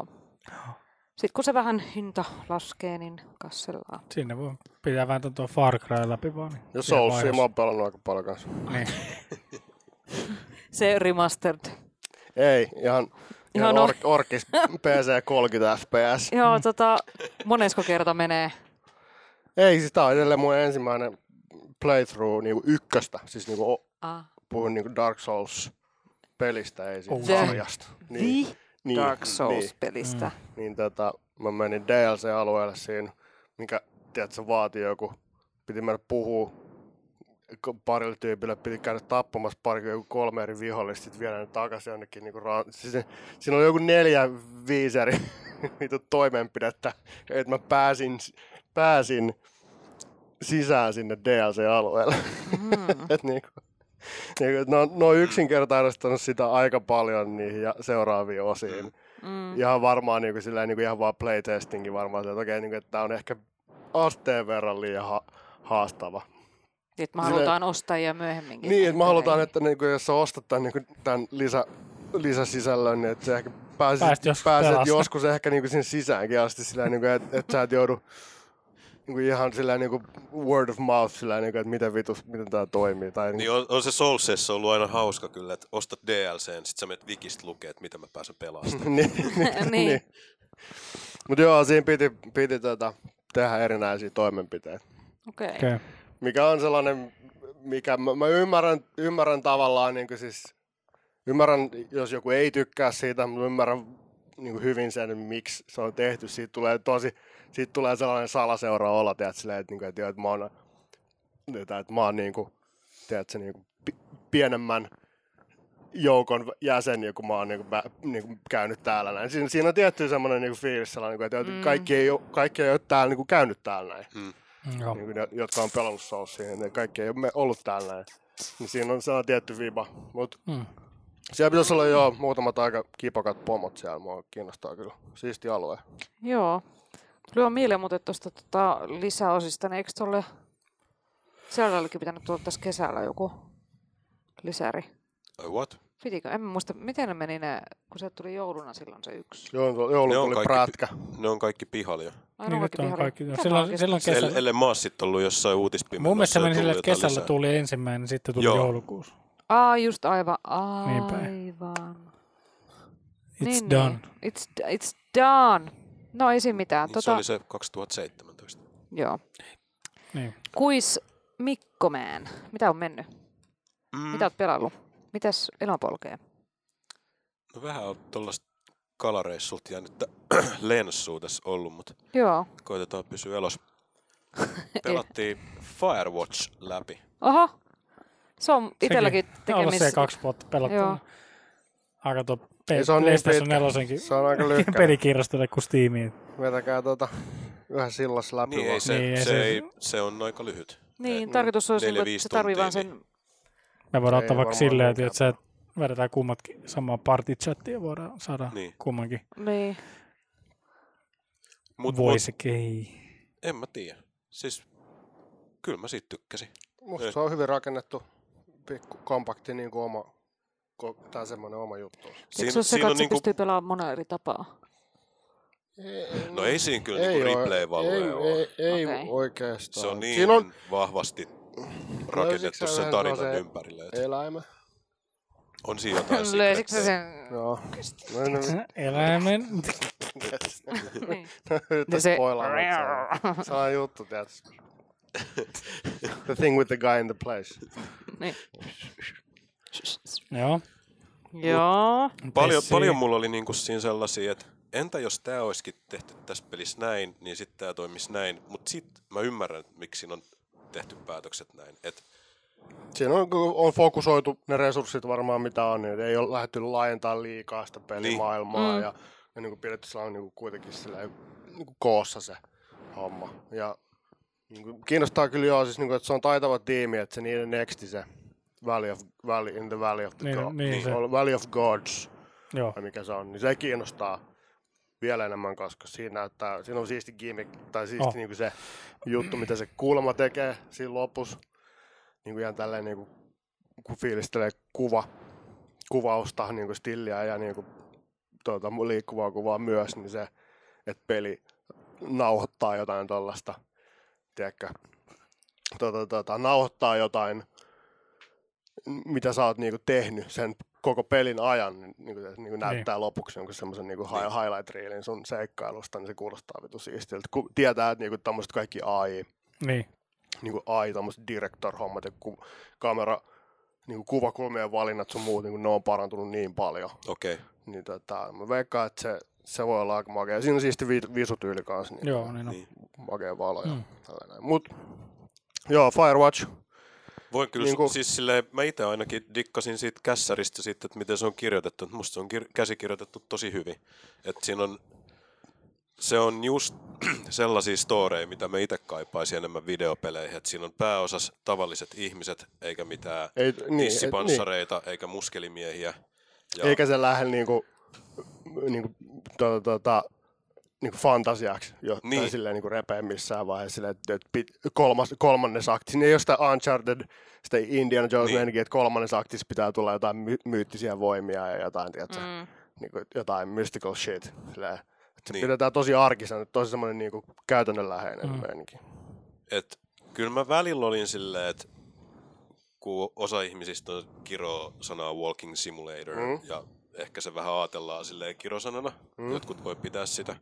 S1: Sitten kun se vähän hinta laskee, niin kassellaan.
S3: Sinne voi pitää vähän tuon Far Cry läpi vaan. niin
S2: Jos
S3: siinä
S2: Soulsia mä
S3: vaiheessa.
S2: oon pelannut aika paljon kanssa.
S3: Niin.
S1: Se remastered.
S2: Ei, ihan, ihan
S1: no.
S2: or, orkis PC 30 fps.
S1: Joo, tota, monesko kerta menee.
S2: Ei, siis tää on edelleen mun ensimmäinen playthrough niinku ykköstä. Siis niinku, o-
S1: Ah.
S2: puhun niinku Dark Souls pelistä, ei siis
S1: The-
S2: sarjasta.
S1: Niin.
S2: niin,
S1: Dark
S2: Niin,
S1: Souls-pelistä.
S2: niin tota, mä menin DLC-alueelle siinä, mikä, tiedätkö, vaati joku, piti mennä puhua k- parille tyypille, piti käydä tappamassa pari joku kolme eri vihollista, sitten viedä ne takaisin jonnekin. Niinku ra- siis se, siinä oli joku neljä, viisi eri vitu toimenpidettä, että mä pääsin, pääsin sisään sinne DLC-alueelle. Mm. et niinku, niinku, et ne, on, ne on yksinkertaistanut sitä aika paljon niihin ja seuraaviin osiin. Mm. Ihan varmaan niinku, silleen, niinku, ihan vaan playtestingin varmaan, silleen, että okei, niinku, että tämä on ehkä asteen verran liian ha- haastava.
S1: Sitten me
S2: Sille-
S1: halutaan ostajia myöhemminkin.
S2: Niin,
S1: näihin
S2: että mä halutaan,
S1: peleihin.
S2: että niinku, jos sä ostat tämän, niinku, tämän lisä, lisäsisällön, niin että sä ehkä pääset, pääset
S3: Pääset joskus
S2: joskus,
S3: pelaamaan.
S2: pääset joskus ehkä niinku sinne sisäänkin asti, sillä niinku, että et sä et joudu niinku, ihan sillä niinku, word of mouth, sillä niinku, että miten vitus, miten tämä toimii. Tai,
S4: Niin
S2: niinku,
S4: on, on se Soulsessa ollut aina hauska kyllä, että ostat DLCn, sit sä menet wikistä lukee, että mitä mä pääsen pelaamaan.
S2: niin, niin, niin. Mutta joo, siinä piti, piti tota, tehdä erinäisiä toimenpiteitä.
S1: Okei. Okay.
S3: Okei.
S2: mikä on sellainen, mikä mä, mä ymmärrän, ymmärrän tavallaan, niin kuin siis, ymmärrän, jos joku ei tykkää siitä, mutta ymmärrän niin kuin hyvin sen, miksi se on tehty. Siitä tulee tosi, siitä tulee sellainen salaseura olla, tiedät, silleen, että, niin kuin, että, joo, että mä oon, että, että mä oon niin kuin, tiedätkö, niin kuin, pi- pienemmän joukon jäseniä, kun mä oon niin kuin, mä, niin kuin käynyt täällä näin. Siinä, siinä on tietty semmoinen niin fiilis, sellainen, niin kuin, että
S1: Mm.
S2: mm. kaikki, ei ole, kaikki ei ole täällä niin kuin käynyt täällä näin.
S3: Mm, Joo.
S2: Niin kuin ne, jotka on pelannut Soulsia, niin ne kaikki ei ole me- ollut täällä näin. Niin siinä on sellainen tietty viba. Mutta
S3: Mm.
S2: siellä pitäisi olla jo muutamat aika kipakat pomot siellä. Mua kiinnostaa kyllä. Siisti alue.
S1: Joo. Lyö mieleen muuten tuosta tota, lisäosista, niin eikö tuolle seuraavallakin pitänyt tulla tässä kesällä joku lisäri?
S4: Ai what?
S1: Pitikö? En mä muista, miten ne meni ne, kun se tuli jouluna silloin se yksi.
S2: Joulu, joulu
S4: Ne on
S2: tuli
S4: kaikki-
S2: prätkä.
S4: Ne on kaikki pihalla jo.
S1: Ai,
S3: Niin,
S1: ne
S3: nyt
S1: ovatkin
S3: on
S1: pihalla.
S3: kaikki. No,
S1: Mikä
S3: silloin,
S1: tää
S3: silloin
S1: oikeesti?
S3: kesällä.
S4: Kesällä. Elle maas sitten ollut jossain uutispimenossa.
S3: Mun mielestä se
S4: ja
S3: meni
S4: tullut
S3: silleen, että
S4: jotain
S3: kesällä
S4: lisää.
S3: tuli ensimmäinen, sitten tuli
S4: Joo.
S3: joulukuussa.
S1: Aa, just aivan.
S3: Niin päin.
S1: Aivan.
S3: It's done.
S1: Niin. It's, d- it's done. No ei siinä mitään.
S4: Niin Se
S1: tota,
S4: oli se 2017.
S1: joo.
S3: Niin.
S1: Kuis Mikkomään. Mitä on mennyt?
S4: Mm.
S1: Mitä oot pelannut? Mitäs elonpolkee?
S4: No vähän on tuollaista kalareissulta jäänyttä lenssua tässä ollut, mutta
S1: Joo.
S4: koitetaan pysyä elossa. Pelattiin Firewatch läpi.
S1: Aha. Se on itselläkin
S3: Ollut se
S1: tekemissä.
S3: kaksi vuotta
S1: Joo.
S3: pelattuna. Aika tuo
S2: Ei,
S3: pe-
S2: se on niin
S3: PlayStation
S2: pitkä.
S3: 4
S2: Se on aika lyhkä.
S3: pelikirjastolle kuin Steamiin.
S2: Vetäkää tuota yhä sillas läpi.
S4: Niin, ei
S2: vaan.
S4: se,
S3: Niin,
S4: niin,
S3: ei
S4: se,
S3: se-
S4: se, ei, se on aika lyhyt.
S1: Niin, tarkoitus olisi, niinku, että
S4: neljä-viisi
S1: se tarvii vaan
S4: tuntia,
S2: niin.
S1: sen...
S3: Me voidaan
S2: Ei
S3: ottaa vaikka
S2: varmaan
S3: silleen, että
S2: niinkään.
S3: jos sä vedetään kummatkin samaa partychattia ja voidaan saada niin.
S4: Niin.
S3: kummankin
S1: Niin.
S4: Mut, mut,
S3: voice key.
S4: en mä tiedä. Siis kyllä mä siitä tykkäsin.
S2: Musta se on hyvin rakennettu, pikku kompakti niin kuin oma, ko, tai semmoinen oma juttu.
S1: Eikö se ole se, että
S2: niinku-
S1: se
S4: niinku-
S1: pystyy pelaamaan monella eri tapaa?
S4: No ei siinä kyllä niinku
S2: oo-
S4: replay-valvoja
S2: ei,
S4: ole.
S2: ei, ei
S1: Okei.
S2: oikeastaan.
S4: Se on niin
S2: Siinä on No,
S4: on... vahvasti
S2: Löysitkö
S4: rakennettu
S2: sä
S4: sen
S2: vähän
S4: tarinan
S2: sellaisen-
S4: ympärille. että
S2: eläimä.
S4: On siinä jotain
S1: Löysitkö sä
S4: secrettejä.
S1: Niin, sen?
S2: Joo. No, en
S3: Eläimen.
S1: Niin.
S2: nyt
S1: se-
S2: spoilaa nyt sen. Se on juttu, tiedätkö? The thing with the guy in the place.
S1: Niin.
S3: Joo.
S1: Joo.
S4: Paljon,
S3: Pessi.
S4: paljon mulla oli niinku siinä sellaisia, että entä jos tämä olisikin tehty tässä pelissä näin, niin sitten tämä toimisi näin. Mutta sitten mä ymmärrän, että miksi siinä on tehty päätökset näin. Et
S2: Siinä on, kun on fokusoitu ne resurssit varmaan mitä on, niin ei ole lähdetty laajentamaan liikaa sitä pelimaailmaa
S1: Mm.
S2: ja, ja niin kuin pidetty sellainen niin kuin kuitenkin sillä, niin kuin koossa se homma. Ja niin kuin, kiinnostaa kyllä joo, siis, niin kuin, että se on taitava tiimi, että se niiden nexti se Valley of, Valley, in the Valley of the
S3: Niin,
S2: God,
S3: niin se.
S2: Ol- Valley of Gods,
S3: Joo.
S2: vai mikä se on, niin se kiinnostaa vielä enemmän, koska siinä, näyttää, siinä on siisti gimmick, tai siisti
S3: Oh.
S2: oh. niin kuin se juttu, mitä se kuulemma tekee siinä lopussa. Niin kuin ihan tälleen niin kuin, kun fiilistelee kuva, kuvausta, niin kuin stilliä ja niin kuin, tuota, liikkuvaa kuvaa myös, niin se, että peli nauhoittaa jotain tuollaista, tiedätkö, tuota, tuota, nauhoittaa jotain, mitä sä oot niinku tehnyt sen koko pelin ajan, niin niinku, se niinku näyttää niin. lopuksi jonkun semmoisen niinku hi- highlight reelin sun seikkailusta, niin se kuulostaa vitu siistiltä. Kun tietää, että niinku tämmöiset kaikki AI,
S3: Niin.
S2: niinku AI, tämmöiset director-hommat ja ku- kamera, niinku kuvakulmien valinnat sun muut, niinku ne on parantunut niin paljon.
S4: okei, okay,
S2: Niin tota, mä veikkaan, että se, se voi olla aika makea. Siinä on siisti vi- visutyyli kanssa. Niin
S3: Joo, niin on.
S4: niin.
S2: Makea valo ja
S3: Mm.
S2: mm. Mut, joo, Firewatch.
S4: Voin kyllä,
S2: Niinku-
S4: niinku... siis silleen, mä itse ainakin dikkasin siitä kässäristä siitä, että miten se on kirjoitettu. Et Musta se on kir- käsikirjoitettu tosi hyvin. Et siinä on, se on just sellaisia storeja, mitä me itse kaipaisin enemmän videopeleihin. Et siinä on pääosassa tavalliset ihmiset, eikä mitään
S2: Ei, niin, et, niin.
S4: tissipanssareita, eikä muskelimiehiä. Ja
S2: Eikä se lähde niinku, niinku, tota, tota, niinku fantasiaksi, jo, niin. tai
S4: Niin.
S2: silleen niinku repeä missään vaiheessa, silleen, että et pit, kolmas, kolmannes akti, siinä ei ole sitä Uncharted, sitä Indiana Jones
S4: Niin.
S2: niin. että kolmannes aktissa pitää tulla jotain my, myyttisiä voimia ja jotain, tiedätkö, mm.
S1: Mm.
S2: niinku, jotain mystical shit, silleen. Et se
S4: Niin.
S2: niin. pidetään tosi arkisena, tosi semmoinen niinku käytännönläheinen
S3: Mm.
S2: mm. meininki.
S4: Et, kyllä mä välillä olin silleen, että kun osa ihmisistä on kiroo sanaa walking simulator, mm.
S2: Mm.
S4: ja ehkä se vähän ajatellaan silleen kirosanana, mm. jotkut voi pitää sitä,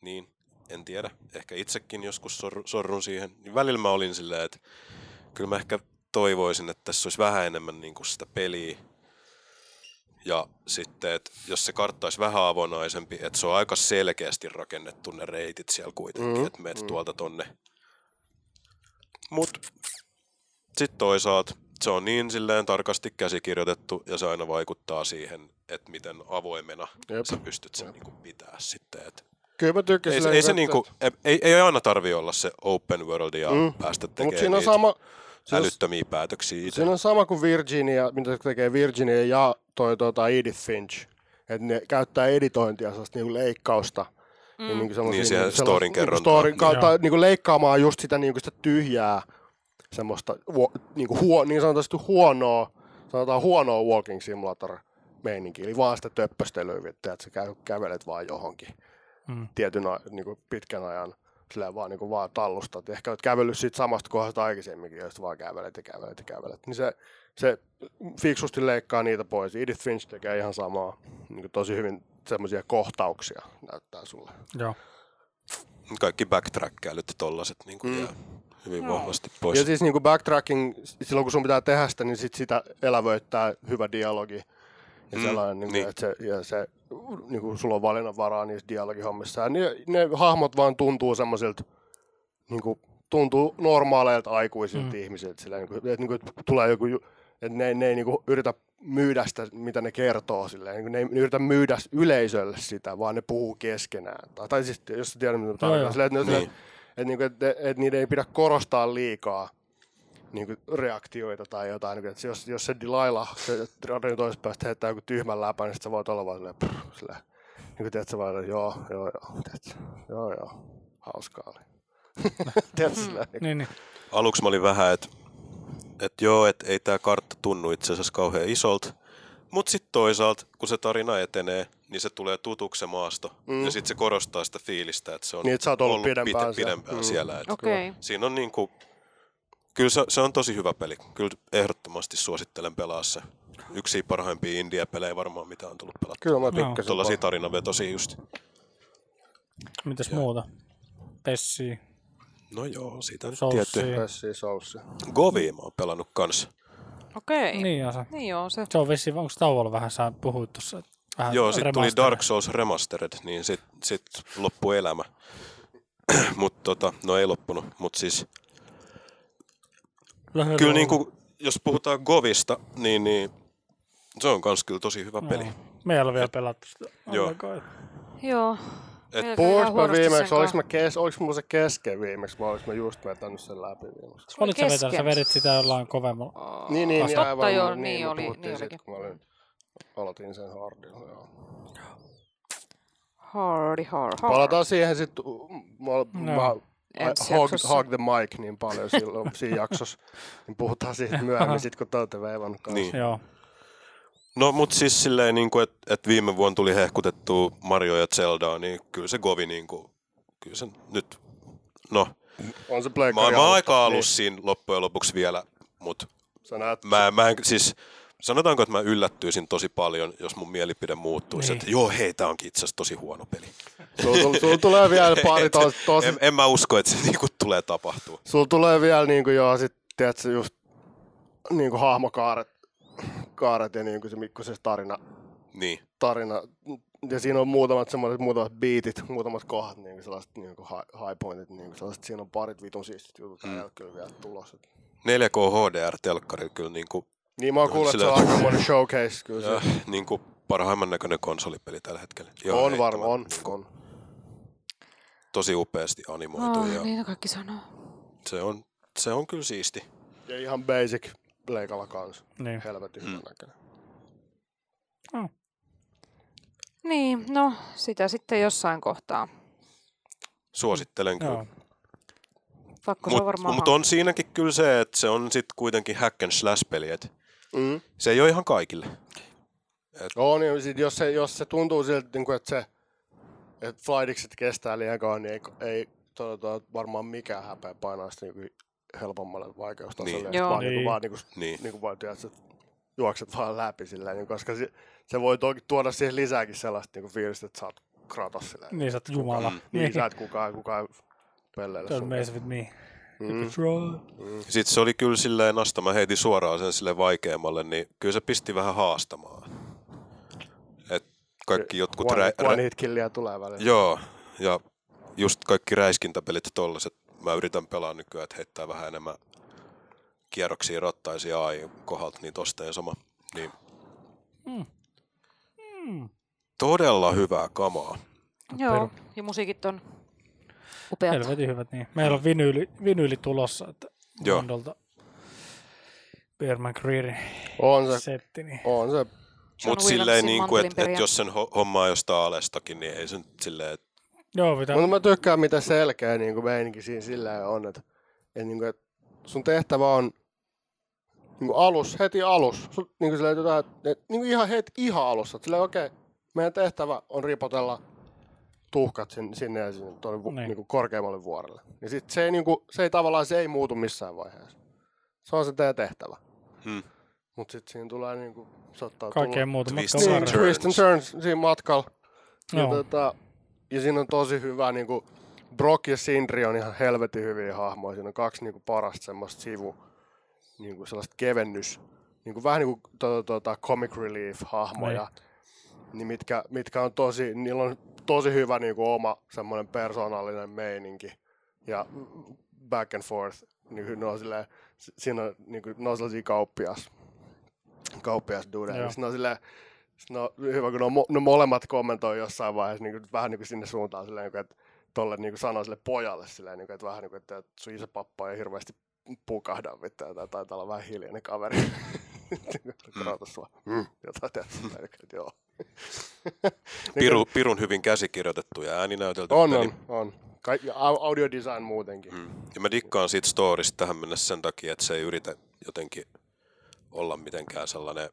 S4: niin en tiedä, ehkä itsekin joskus sor- sorrun siihen. Niin välillä mä olin silleen, että kyllä mä ehkä toivoisin, että tässä olisi vähän enemmän niin kuin sitä peliä, ja sitten, että jos se kartta olisi vähän avonaisempi, että se on aika selkeästi rakennettu ne reitit siellä kuitenkin, mm. että meet mm. tuolta tonne. Mut sitten toisaalta se on niin silleen tarkasti käsikirjoitettu ja se aina vaikuttaa siihen, että miten avoimena
S2: Jep.
S4: Jep. sä pystyt sen
S2: Jep.
S4: niinku pitää sitten. Et
S2: Kyllä mä tykkään
S4: ei, se-
S2: silleen,
S4: ei, se
S2: että-
S4: niinku, ei, ei, ei aina tarvi olla se open world ja
S2: Mm.
S4: mm. päästä
S2: Mut
S4: tekemään
S2: siinä on
S4: niitä
S2: sama, se on-
S4: älyttömiä päätöksiä itse.
S2: Siinä on sama kuin Virginia, mitä se tekee Virginia ja toi tuota Edith Finch. Että ne käyttää editointia, sellaista niinku leikkausta. Mm. Niin, niinku sellaisia
S4: Niin siihen
S2: niinku
S4: storin
S2: sellaista-
S4: kerrontaa.
S2: Storin kautta
S3: Joo.
S2: niinku leikkaamaan just sitä, niinku sitä tyhjää, semmoista huo, niinku huo, niin sanotusti huonoa, sanotaan huonoa walking simulator meininkiä, eli vaan sitä töppöstelyä, vittu, että sä käy, kävelet vaan johonkin
S3: Mm.
S2: tietyn a, niinku pitkän ajan silleen vaan, niinku vaan tallustat. Ehkä olet kävellyt siitä samasta kohdasta aikaisemminkin, ja sit vaan kävelet ja kävelet ja kävelet. Niin se, se fiksusti leikkaa niitä pois. Edith Finch tekee ihan samaa. Niinku tosi hyvin semmoisia kohtauksia näyttää sulle.
S3: Joo.
S4: Kaikki backtrackkäilyt ja tollaset niinku
S2: Mm.
S4: mm. jää hyvin vahvasti pois.
S2: Ja siis niinku backtracking, s- silloin kun sun pitää tehdä sitä, niin sit sitä elävöittää hyvä dialogi. Ja
S4: Mm,
S2: sellainen, niinku,
S4: niin.
S2: että se, ja se, niinku, sulla on valinnanvaraa niissä dialogihommissa. Ja ne, ne hahmot vaan tuntuu semmoisilta, niinku, tuntuu normaaleilta aikuisilta mm. ihmisiltä. Sillä, niinku, että niinku, tulee joku, ju- että ne, ne ei niinku, yritä myydä sitä, mitä ne kertoo. Silleen. Niinku, ne ei yritä myydä yleisölle sitä, vaan ne puhuu keskenään. Tai, tai siis, jos sä tiedät, mitä
S3: joo.
S2: tarkoitan. Silleen, että ne, niin
S4: Niin.
S2: että niinku, et, et niiden ei pidä korostaa liikaa niinku, reaktioita tai jotain. Niinku, et jos, jos se dilailla, se radioin toisesta päästä heittää joku tyhmän läpän, niin sit sä voit olla vaan silleen, prr, silleen. Niinku, tiedät sä vaan, joo, joo, joo, tiedät sä, joo, joo, hauskaa oli. tiedät sä
S1: Mm.
S2: silleen, niinku,
S3: Niin, niin.
S4: Aluksi mä olin vähän, että et joo, et ei tämä kartta tunnu itse asiassa kauhean isolta. Mutta sitten toisaalta, kun se tarina etenee, niin se tulee tutuksi se maasto. Mm. Ja sitten se korostaa sitä fiilistä, että se on
S2: Niin, et sä oot ollut pidempään siellä.
S4: pite, pidempään
S2: Mm.
S4: mm. siellä. Et
S1: Okei. Okay.
S4: Siinä on niinku, kyllä se, se, on tosi hyvä peli. Kyllä ehdottomasti suosittelen pelaa se. Yksi parhaimpia indie-pelejä varmaan, mitä on tullut pelattua.
S2: Kyllä mä
S4: Kyllä.
S2: tykkäsin.
S4: Tuollaisia
S2: paljon.
S4: tarinavetosia just.
S3: Mitäs muuta? Pessi,
S4: No joo, siitä nyt
S3: Soulsia.
S4: tietty.
S2: Pessi soussi.
S4: Govi mä oon pelannut kanssa.
S1: Okei. Niin.
S3: Niin joo, se.
S1: niin joo, se.
S3: Se on vissiin, onko tauolla vähän sä puhuit tuossa? että Vähän
S4: Joo, sitten tuli
S3: remaster-
S4: Dark Souls Remastered, niin sitten sit loppui elämä. Mut tota, no ei loppunut, mutta siis
S3: Lähellä
S4: kyllä
S3: on-
S4: niinku, jos puhutaan Govista, niin, niin se on kans kyllä tosi hyvä
S3: Joo.
S4: peli.
S3: Me ei ole vielä pelattu sitä.
S4: Joo.
S3: ollenkaan.
S1: Joo.
S4: Et
S1: Melkein ihan
S2: Puhuinko mä
S1: huonosti sen
S2: viimeksi, oliko
S1: kanssa.
S2: mä, kes, oliks mulla se kesken viimeksi, vai oliks mä just vetänyt sen läpi viimeksi?
S1: oli
S3: Olit sä vetänyt, sä
S1: kesken.
S3: vedit sitä jollain kovemmalla.
S2: Niin, niin, niin
S1: Totta
S2: aivan,
S1: joo,
S2: niin,
S1: niin
S2: me
S1: oli,
S2: puhuttiin
S1: niin
S2: siitä,
S1: olikin.
S2: kun mä olin, aloitin sen hardilla, joo.
S1: Hardy, hard, hard.
S2: Palataan siihen sitten, mä, mä
S3: No.
S1: Ensi
S2: hog,
S1: jaksossa.
S2: hog the mic niin paljon silloin siinä jaksossa, niin puhutaan siitä myöhemmin, sit, kun te olette veivannut kanssa.
S4: Niin.
S3: Joo.
S4: No mut siis silleen, niinku, että et viime vuonna tuli hehkutettu Mario ja Zeldaa, niin kyllä se Govi niinku, kyllä se nyt, no
S2: On se Blake
S4: mä, oon- mä oon aika alussa siinä loppujen lopuksi vielä, mut
S2: Niin, sä näet,
S4: Mä, mä en, siis, sanotaanko, että mä yllättyisin tosi paljon, jos mun mielipide muuttuisi,
S3: Niin.
S4: niin. että joo, hei, tää onkin itse asiassa tosi huono peli.
S2: sulla, tul- sulla tulee vielä pari
S4: Et-
S2: tosi, tosi
S4: En, en mä usko, että se niinku tulee tapahtua.
S2: Sulla tulee vielä niinku joo, sit tiedätkö, just niinku hahmokaaret kaaret ja niinku se Mikkosen tarina,
S4: Niin.
S2: tarina. Ja siinä on muutamat semmoiset, muutamat biitit, muutamat kohdat, niinku sellaiset niinku high, high pointit, niinku sellaiset, siinä on parit vitun siistit jutut, mm. kyllä vielä tulossa.
S4: 4K HDR-telkkari kyllä niinku,
S2: Niin mä oon kuullut, että se on
S4: Sillä-
S2: aika semmoinen showcase, kyllä se.
S4: äh, niinku parhaimman näköinen konsolipeli tällä hetkellä. Ihan
S2: on
S4: heittämättä.
S2: varmaan, on, on.
S4: Tosi upeasti animoitu
S1: Oh,
S4: ja
S1: niin ne kaikki sanoo.
S4: se on, se on kyllä siisti.
S2: Ja ihan basic leikalla kanssa.
S3: Niin.
S2: Helvetin
S4: Mm.
S2: hyvän näköinen.
S1: Niin, no sitä sitten jossain kohtaa.
S4: Suosittelen kyllä.
S3: Joo.
S1: Pakko se on
S4: Mutta
S1: varmaan
S4: mut on siinäkin kyllä se, että se on sitten kuitenkin hack and slash peli, et
S2: Mm.
S4: se ei ole ihan kaikille.
S2: Joo, niin sit jos, se, jos se tuntuu siltä, niin kuin, että se että flightikset kestää liian kauan, niin ei, ei todeta, varmaan mikään häpeä painaa sitä niin helpommalle vaikeustasolle.
S4: Niin.
S2: Niin.
S1: Joo.
S2: Vaan, niin. Niin
S3: Niin.
S2: kuin, vaan, niin kuin,
S4: Niin.
S2: niin kuin vaan tiedät, että juokset vaan läpi silleen, niin, koska se, se voi toki tuoda siihen lisääkin sellaista niin fiilistä, että sä oot kratos silleen.
S3: Niin sä oot jumala.
S4: Mm.
S2: Niin, sä et kukaan, kukaan pelleillä
S3: Don't
S2: sun.
S3: mess with me. Mm. Right.
S4: Sitten se oli kyllä silleen nasta, mä heitin suoraan sen sille vaikeammalle, niin kyllä se pisti vähän haastamaan. Et kaikki jotkut...
S2: One,
S4: Rä-
S2: one
S4: rä-
S2: hit killia tulee väliin.
S4: joo, ja just kaikki räiskintäpelit ja tollaset, mä yritän pelaa nykyään, että heittää vähän enemmän kierroksia rottaisi AI kohdalta, niin tosta ja sama. Niin.
S3: Mm.
S2: Hmm.
S3: Mm.
S4: Todella hyvää kamaa.
S1: Joo, ja musiikit on upeat.
S3: Helvetin hyvät, niin. Meillä on vinyyli, vinyyli tulossa, että
S4: Joo.
S3: Mondolta Beerman Greerin
S2: On se,
S3: setti, niin
S2: on se.
S1: John
S4: Mutta silleen,
S1: Williamsin
S4: niin kuin, että et
S1: mantelinperiä.
S4: jos sen ho- hommaa jostain alestakin, niin ei se nyt silleen, että
S3: joo, pitää,
S2: Mutta mä tykkään, mitä selkeä niin kuin meininki siinä sillä on. Että, että, niin kuin, että sun tehtävä on niin kuin alus, heti alus. Sun, niin kuin silleen, jotain, että, niin kuin ihan heti ihan alussa. Sillä okei, okay, meidän tehtävä on ripotella tuhkat sinne, sinne ja sinne tuonne,
S3: Niin.
S2: niin. niin kuin korkeammalle vuorelle. Ja sit se ei, niin kuin, se ei tavallaan se ei muutu missään vaiheessa. Se on se teidän tehtävä.
S4: hmm,
S2: Mutta sitten siinä tulee niin kuin, saattaa
S3: kaikkea
S2: tulla-
S3: muuta
S4: Twist
S3: matkan
S2: niin,
S4: and
S3: varrella.
S4: turn.
S2: twist and turns siinä matkalla. Ja,
S3: Joo.
S2: tota, ja siinä on tosi hyvä, niin kuin Brock ja Sindri on ihan helvetin hyviä hahmoja. Siinä on kaksi niin kuin parasta semmoista sivu, niin kuin sellaista kevennys, niin kuin vähän niin kuin tuota, tuota, comic relief-hahmoja, niin mitkä, mitkä on tosi, niillä on tosi hyvä niin kuin oma semmoinen persoonallinen meininki ja back and forth. Niin kuin ne on silleen, si- siinä on, niin kuin, ne on sellaisia kauppias, kauppias dudeja.
S3: Joo.
S2: Niin ne on silleen, No hyvä, kun ne, on, mo- ne molemmat kommentoi jossain vaiheessa niin kuin, vähän niin kuin sinne suuntaan, silleen, niin kuin, että tolle niin kuin sanoi sille pojalle, silleen, niin kuin, että vähän niin kuin, että sun isä pappa ei hirveästi pukahda vittu, tai taitaa olla vähän hiljainen kaveri. Karota sua. Mm. Jotain tästä. että joo. Niinku,
S4: piru, pirun hyvin käsikirjoitettu ja ääninäytelty
S2: Niin on,
S4: peli.
S2: on, on. Ka- ja au- audio design muutenkin. Mm.
S4: Mm. Ja mä dikkaan siitä storista tähän mennessä sen takia, että se ei yritä jotenkin olla mitenkään sellainen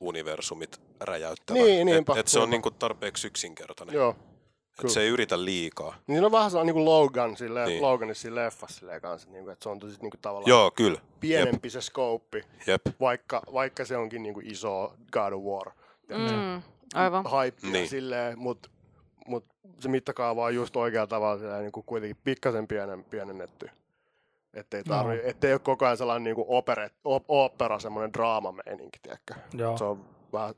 S4: universumit räjäyttävä.
S2: Niin, niinpä,
S4: että et se on
S2: niinpä.
S4: niinku tarpeeksi yksinkertainen.
S2: Joo.
S4: Et se ei yritä liikaa.
S2: Niin on vähän sellainen niin kuin Logan, silleen,
S4: Niin.
S2: niin. Loganissa siinä leffassa silleen kanssa, niin kuin, että se on tosi niin kuin, tavallaan
S4: Joo, kyllä.
S2: pienempi se skouppi,
S4: Jep.
S2: vaikka, vaikka se onkin niin kuin iso God of War.
S1: Mm, aivan.
S2: hypeä
S4: Niin.
S2: niin. silleen, mutta mut se mittakaava on just oikealla tavalla silleen, niin kuin kuitenkin pikkasen pienen, pienennetty. Ettei, tarvi,
S3: Joo.
S2: no. ettei ole koko ajan sellainen niin kuin opere, op, opera, semmoinen draamameininki, tiedätkö?
S3: Joo.
S2: Se on vähän